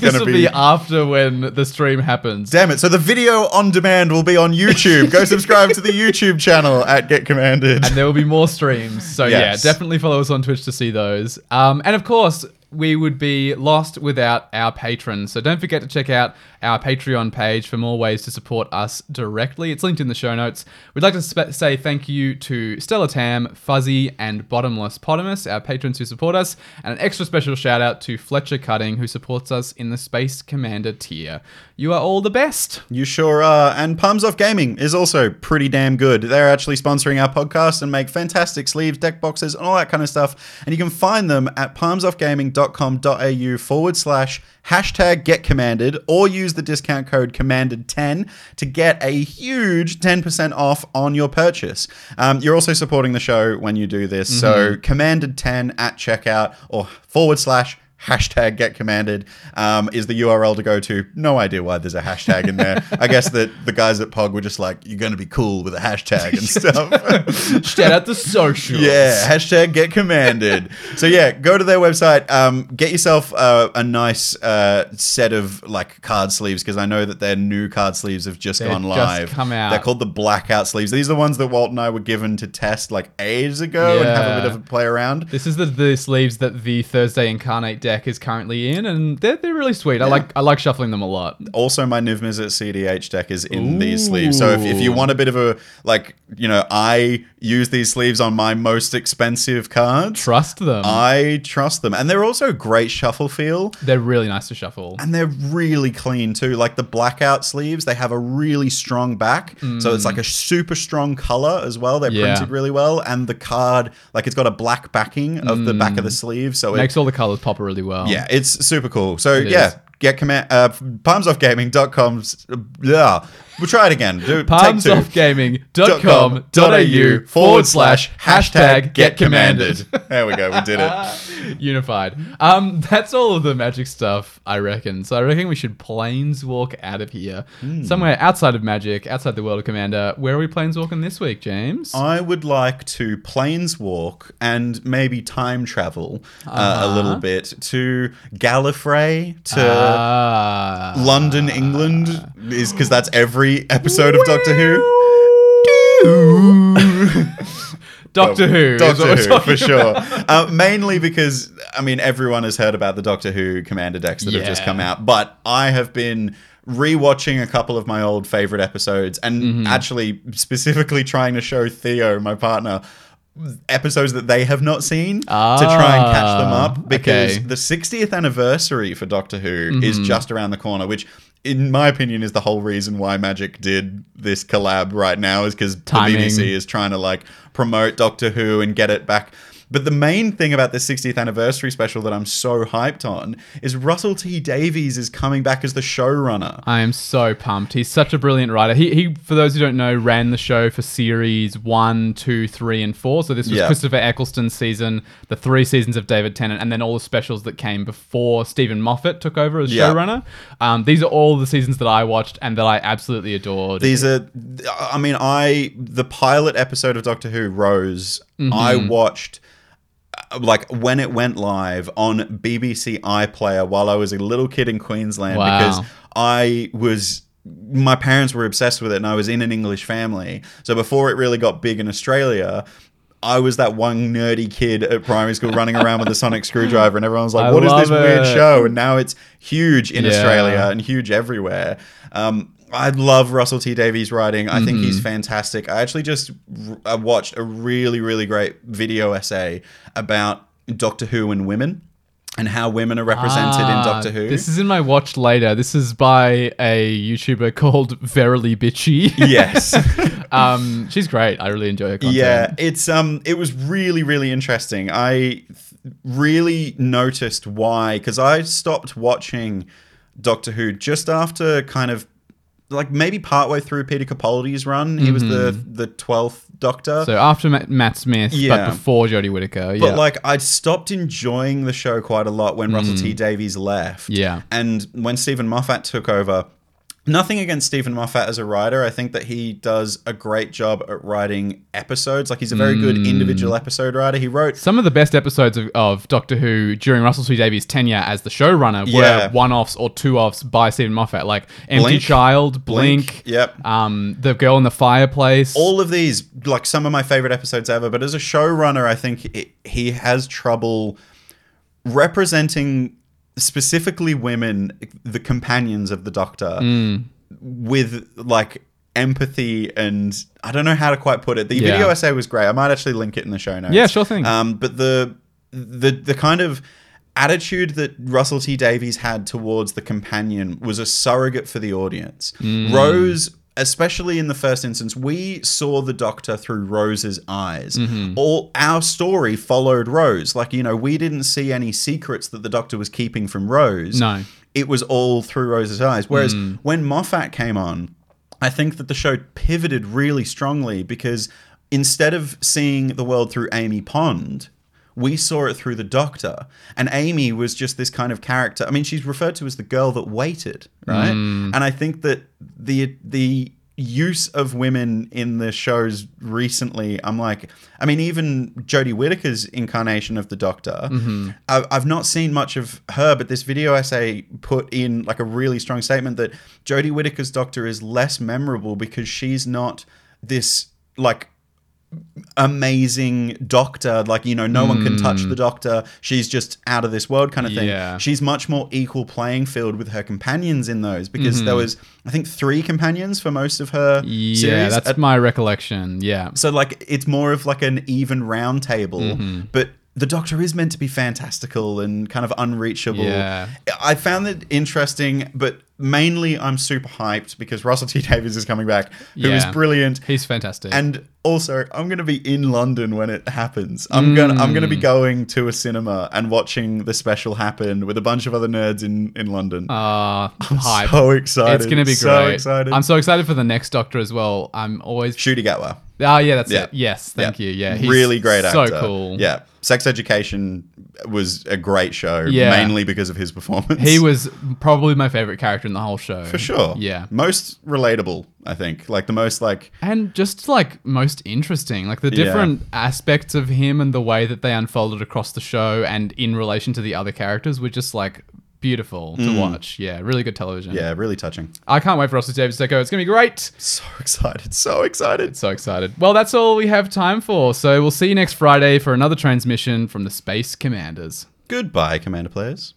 [SPEAKER 1] Mm. (laughs) this
[SPEAKER 2] going
[SPEAKER 1] will
[SPEAKER 2] to
[SPEAKER 1] be...
[SPEAKER 2] be.
[SPEAKER 1] after when the stream happens.
[SPEAKER 2] Damn it! So the video on demand will be on YouTube. Go subscribe to the YouTube channel at Get Commanded.
[SPEAKER 1] and there will be more streams. So
[SPEAKER 2] Yes.
[SPEAKER 1] yeah, definitely follow us on Twitch to see those. Um, and of course, we would be lost without our patrons. So don't forget to check out our Patreon page for more ways to support us directly. It's linked in the show notes. We'd like to sp- say thank you to Stella Tam, Fuzzy, and Bottomless Potamus, our patrons who support us, and an extra special shout out to Fletcher Cutting, who supports us in the Space Commander tier. You are all the best.
[SPEAKER 2] You sure are. And Palms Off Gaming is also pretty damn good. They're actually sponsoring our podcast and make fantastic sleeves, deck boxes, and all that kind of stuff. And you can find them at palmsoffgaming.com.au forward slash hashtag get commanded or use the discount code commanded10 to get a huge 10% off on your purchase. Um, you're also supporting the show when you do this. So commanded10 at checkout or forward slash hashtag get commanded um, is the url to go to no idea why there's a hashtag in there i guess that the guys at pog were just like you're gonna be cool with a
[SPEAKER 1] (laughs)
[SPEAKER 2] hashtag and stuff (laughs)
[SPEAKER 1] Shout out to socials.
[SPEAKER 2] yeah hashtag get commanded so yeah go to their website um, get yourself uh, a nice uh, set of like card sleeves because i know that their new card sleeves have just
[SPEAKER 1] They've
[SPEAKER 2] gone
[SPEAKER 1] just
[SPEAKER 2] live
[SPEAKER 1] come out.
[SPEAKER 2] they're called the blackout sleeves these are the ones that walt and i were given to test like ages ago and have a
[SPEAKER 1] Yeah.
[SPEAKER 2] bit of a play around
[SPEAKER 1] This is the, the sleeves that the Thursday Incarnate deck is currently in, and they're, they're really sweet. I like I like shuffling them a lot.
[SPEAKER 2] also my Niv Mizzet CDH deck is in these sleeves. So if, if you
[SPEAKER 1] Ooh.
[SPEAKER 2] want a bit of a like, you know, I use these sleeves on my most expensive cards.
[SPEAKER 1] Trust them.
[SPEAKER 2] I trust them. And they're also great shuffle feel.
[SPEAKER 1] they're really nice to shuffle.
[SPEAKER 2] And they're really clean too. Like the blackout sleeves, they have a really strong back. So it's like a super strong color as well. They're
[SPEAKER 1] Yeah.
[SPEAKER 2] printed really well. And the card, like it's got a black backing of the back of the sleeve. So it
[SPEAKER 1] Mm. Makes all the colors pop really well.
[SPEAKER 2] yeah, it's super cool. So
[SPEAKER 1] It
[SPEAKER 2] yeah,
[SPEAKER 1] is.
[SPEAKER 2] get command uh, palmsoffgaming.com. Yeah, we'll try it again. Do take two.
[SPEAKER 1] Palmsoffgaming.com.au forward slash hashtag get commanded.
[SPEAKER 2] there we go.
[SPEAKER 1] (laughs)
[SPEAKER 2] We did it.
[SPEAKER 1] Unified. Um, that's all of the magic stuff, I reckon. So I reckon we should planeswalk out of here. Somewhere outside of magic, outside the world of Commander. Where are we planeswalking this week, James?
[SPEAKER 2] I would like to planeswalk and maybe time travel uh,
[SPEAKER 1] Uh-huh.
[SPEAKER 2] a little bit to Gallifrey to
[SPEAKER 1] uh, Ah.
[SPEAKER 2] London, England, is because that's every episode of Doctor Who.
[SPEAKER 1] Doctor Who. is what
[SPEAKER 2] Doctor
[SPEAKER 1] we're
[SPEAKER 2] Who,
[SPEAKER 1] talking
[SPEAKER 2] for sure. (laughs) uh, mainly because, I mean, everyone has heard about the Doctor Who Commander decks that have just
[SPEAKER 1] Yeah.
[SPEAKER 2] come out, but I have been rewatching a couple of my old favorite episodes and
[SPEAKER 1] Mm-hmm.
[SPEAKER 2] actually specifically trying to show Theo, my partner, episodes that they have not seen to try and catch them
[SPEAKER 1] Ah,
[SPEAKER 2] up because
[SPEAKER 1] okay.
[SPEAKER 2] the 60th anniversary for Doctor Who is just around the corner, which in my opinion is the whole reason why Magic did this collab right now is because the
[SPEAKER 1] Timing.
[SPEAKER 2] BBC is trying to like promote Doctor Who and get it back. But the main thing about this 60th anniversary special that I'm so hyped on is Russell T Davies is coming back as the showrunner.
[SPEAKER 1] I am so pumped. He's such a brilliant writer. He, he, for those who don't know, ran the show for series one, two, three, and four. So this was
[SPEAKER 2] Yeah.
[SPEAKER 1] Christopher Eccleston's season, the three seasons of David Tennant, and then all the specials that came before Stephen Moffat took over as
[SPEAKER 2] Yeah.
[SPEAKER 1] showrunner. Um, these are all the seasons that I watched and that I absolutely adored.
[SPEAKER 2] These are, I mean,
[SPEAKER 1] Mm-hmm.
[SPEAKER 2] I the pilot episode of Doctor Who Rose. I watched uh, like when it went live on BBC iPlayer while I was a little kid in Queensland
[SPEAKER 1] Wow.
[SPEAKER 2] because I was my parents were obsessed with it and I was in an English family. So before it really got big in Australia, I was that one nerdy kid at primary school running around with a sonic screwdriver and everyone was like,
[SPEAKER 1] I
[SPEAKER 2] "What is this
[SPEAKER 1] love
[SPEAKER 2] weird
[SPEAKER 1] it.
[SPEAKER 2] show?" Oh, And now it's huge in
[SPEAKER 1] Yeah.
[SPEAKER 2] Australia and huge everywhere. Um I love Russell T Davies' writing. I think
[SPEAKER 1] Mm-hmm.
[SPEAKER 2] he's fantastic. I actually just r- I watched a really, really great video essay about Doctor Who and women and how women are represented in
[SPEAKER 1] Ah,
[SPEAKER 2] Doctor Who.
[SPEAKER 1] This is in my watch later. This is by a YouTuber (laughs) called Verily Bitchy. (laughs)
[SPEAKER 2] yes. (laughs)
[SPEAKER 1] um, she's great. I really enjoy her content.
[SPEAKER 2] Yeah, it's um, it was really really interesting. I th- really noticed why because I stopped watching Doctor Who just after kind of like maybe partway through Peter Capaldi's run. He was the the twelfth Doctor.
[SPEAKER 1] Mm-hmm. So after Ma- Matt Smith,
[SPEAKER 2] Yeah.
[SPEAKER 1] but before Jodie Whittaker.
[SPEAKER 2] but
[SPEAKER 1] yeah.
[SPEAKER 2] like I'd stopped enjoying the show quite a lot when Russell
[SPEAKER 1] Mm.
[SPEAKER 2] T Davies left.
[SPEAKER 1] Yeah.
[SPEAKER 2] And when Stephen Moffat took over, nothing against Stephen Moffat as a writer. I think that he does a great job at writing episodes. Like he's a very good individual episode writer. He wrote
[SPEAKER 1] Some of the best episodes of, of Doctor Who during Russell T Davies' tenure as the showrunner
[SPEAKER 2] Yeah.
[SPEAKER 1] were one-offs or two-offs by Stephen Moffat, like Empty
[SPEAKER 2] Blink.
[SPEAKER 1] Child,
[SPEAKER 2] Blink,
[SPEAKER 1] Blink,
[SPEAKER 2] yep.
[SPEAKER 1] um, The Girl in the Fireplace.
[SPEAKER 2] all of these like some of my favorite episodes ever but as a showrunner i think it, he has trouble representing specifically women the companions of the doctor
[SPEAKER 1] Mm.
[SPEAKER 2] with like empathy and i don't know how to quite put it the
[SPEAKER 1] Yeah.
[SPEAKER 2] video essay was great i might actually link it in the show notes
[SPEAKER 1] Yeah, sure thing.
[SPEAKER 2] um, but the the the kind of attitude that Russell T Davies had towards the companion was a surrogate for the audience. Rose. Especially in the first instance, we saw the Doctor through Rose's eyes. All our story followed Rose. Like you know, we didn't see any secrets that the Doctor was keeping from Rose
[SPEAKER 1] No.
[SPEAKER 2] it was all through Rose's eyes. Whereas when Moffat came on, I think that the show pivoted really strongly because instead of seeing the world through Amy Pond, we saw it through the Doctor. And Amy was just this kind of character. I mean, she's referred to as the girl that waited, right? And I think that the the use of women in the shows recently, I'm like, I mean, even Jodie Whittaker's incarnation of the Doctor, I, I've not seen much of her, but this video essay put in like a really strong statement that Jodie Whittaker's Doctor is less memorable because she's not this like amazing doctor like you know no one can touch the doctor she's just out of this world kind of thing
[SPEAKER 1] Hmm. Yeah.
[SPEAKER 2] she's much more equal playing field with her companions in those because there was i think three companions for most of her
[SPEAKER 1] Hmm. yeah,
[SPEAKER 2] series
[SPEAKER 1] that's
[SPEAKER 2] At-
[SPEAKER 1] my recollection. Yeah.
[SPEAKER 2] so like it's more of like an even round table
[SPEAKER 1] Mm-hmm.
[SPEAKER 2] but the doctor is meant to be fantastical and kind of unreachable
[SPEAKER 1] Yeah.
[SPEAKER 2] i found it interesting but mainly i'm super hyped because russell t davies is coming back who is
[SPEAKER 1] Yeah.
[SPEAKER 2] brilliant
[SPEAKER 1] He's fantastic.
[SPEAKER 2] and also, I'm going to be in London when it happens. I'm gonna I'm going
[SPEAKER 1] Hmm.
[SPEAKER 2] to be going to a cinema and watching the special happen with a bunch of other nerds in in London. (laughs)
[SPEAKER 1] uh, hype.
[SPEAKER 2] So excited!
[SPEAKER 1] it's gonna be
[SPEAKER 2] so
[SPEAKER 1] great.
[SPEAKER 2] excited.
[SPEAKER 1] I'm so excited for the next Doctor as well. I'm always
[SPEAKER 2] Shooty Gatwa.
[SPEAKER 1] Ah, yeah, that's
[SPEAKER 2] Yeah.
[SPEAKER 1] it. Yes, thank you. Yeah, he's
[SPEAKER 2] really great
[SPEAKER 1] So
[SPEAKER 2] actor.
[SPEAKER 1] cool.
[SPEAKER 2] Yeah, Sex Education was a great show.
[SPEAKER 1] Yeah.
[SPEAKER 2] mainly because of his performance.
[SPEAKER 1] he was probably my favorite character in the whole show
[SPEAKER 2] for sure.
[SPEAKER 1] Yeah,
[SPEAKER 2] most relatable. I think like the most like
[SPEAKER 1] and just like most interesting, like the different aspects of him and the way that they unfolded across the show and in relation to the other characters were just like beautiful to watch. Yeah, really good television.
[SPEAKER 2] Mm. yeah, really touching.
[SPEAKER 1] I can't wait for Russell Davies to go. It's gonna be great.
[SPEAKER 2] So (laughs) excited! So excited!
[SPEAKER 1] So excited. Well, that's all we have time for. So we'll see you next Friday for another transmission from the Space Commanders.
[SPEAKER 2] Goodbye, Commander Players.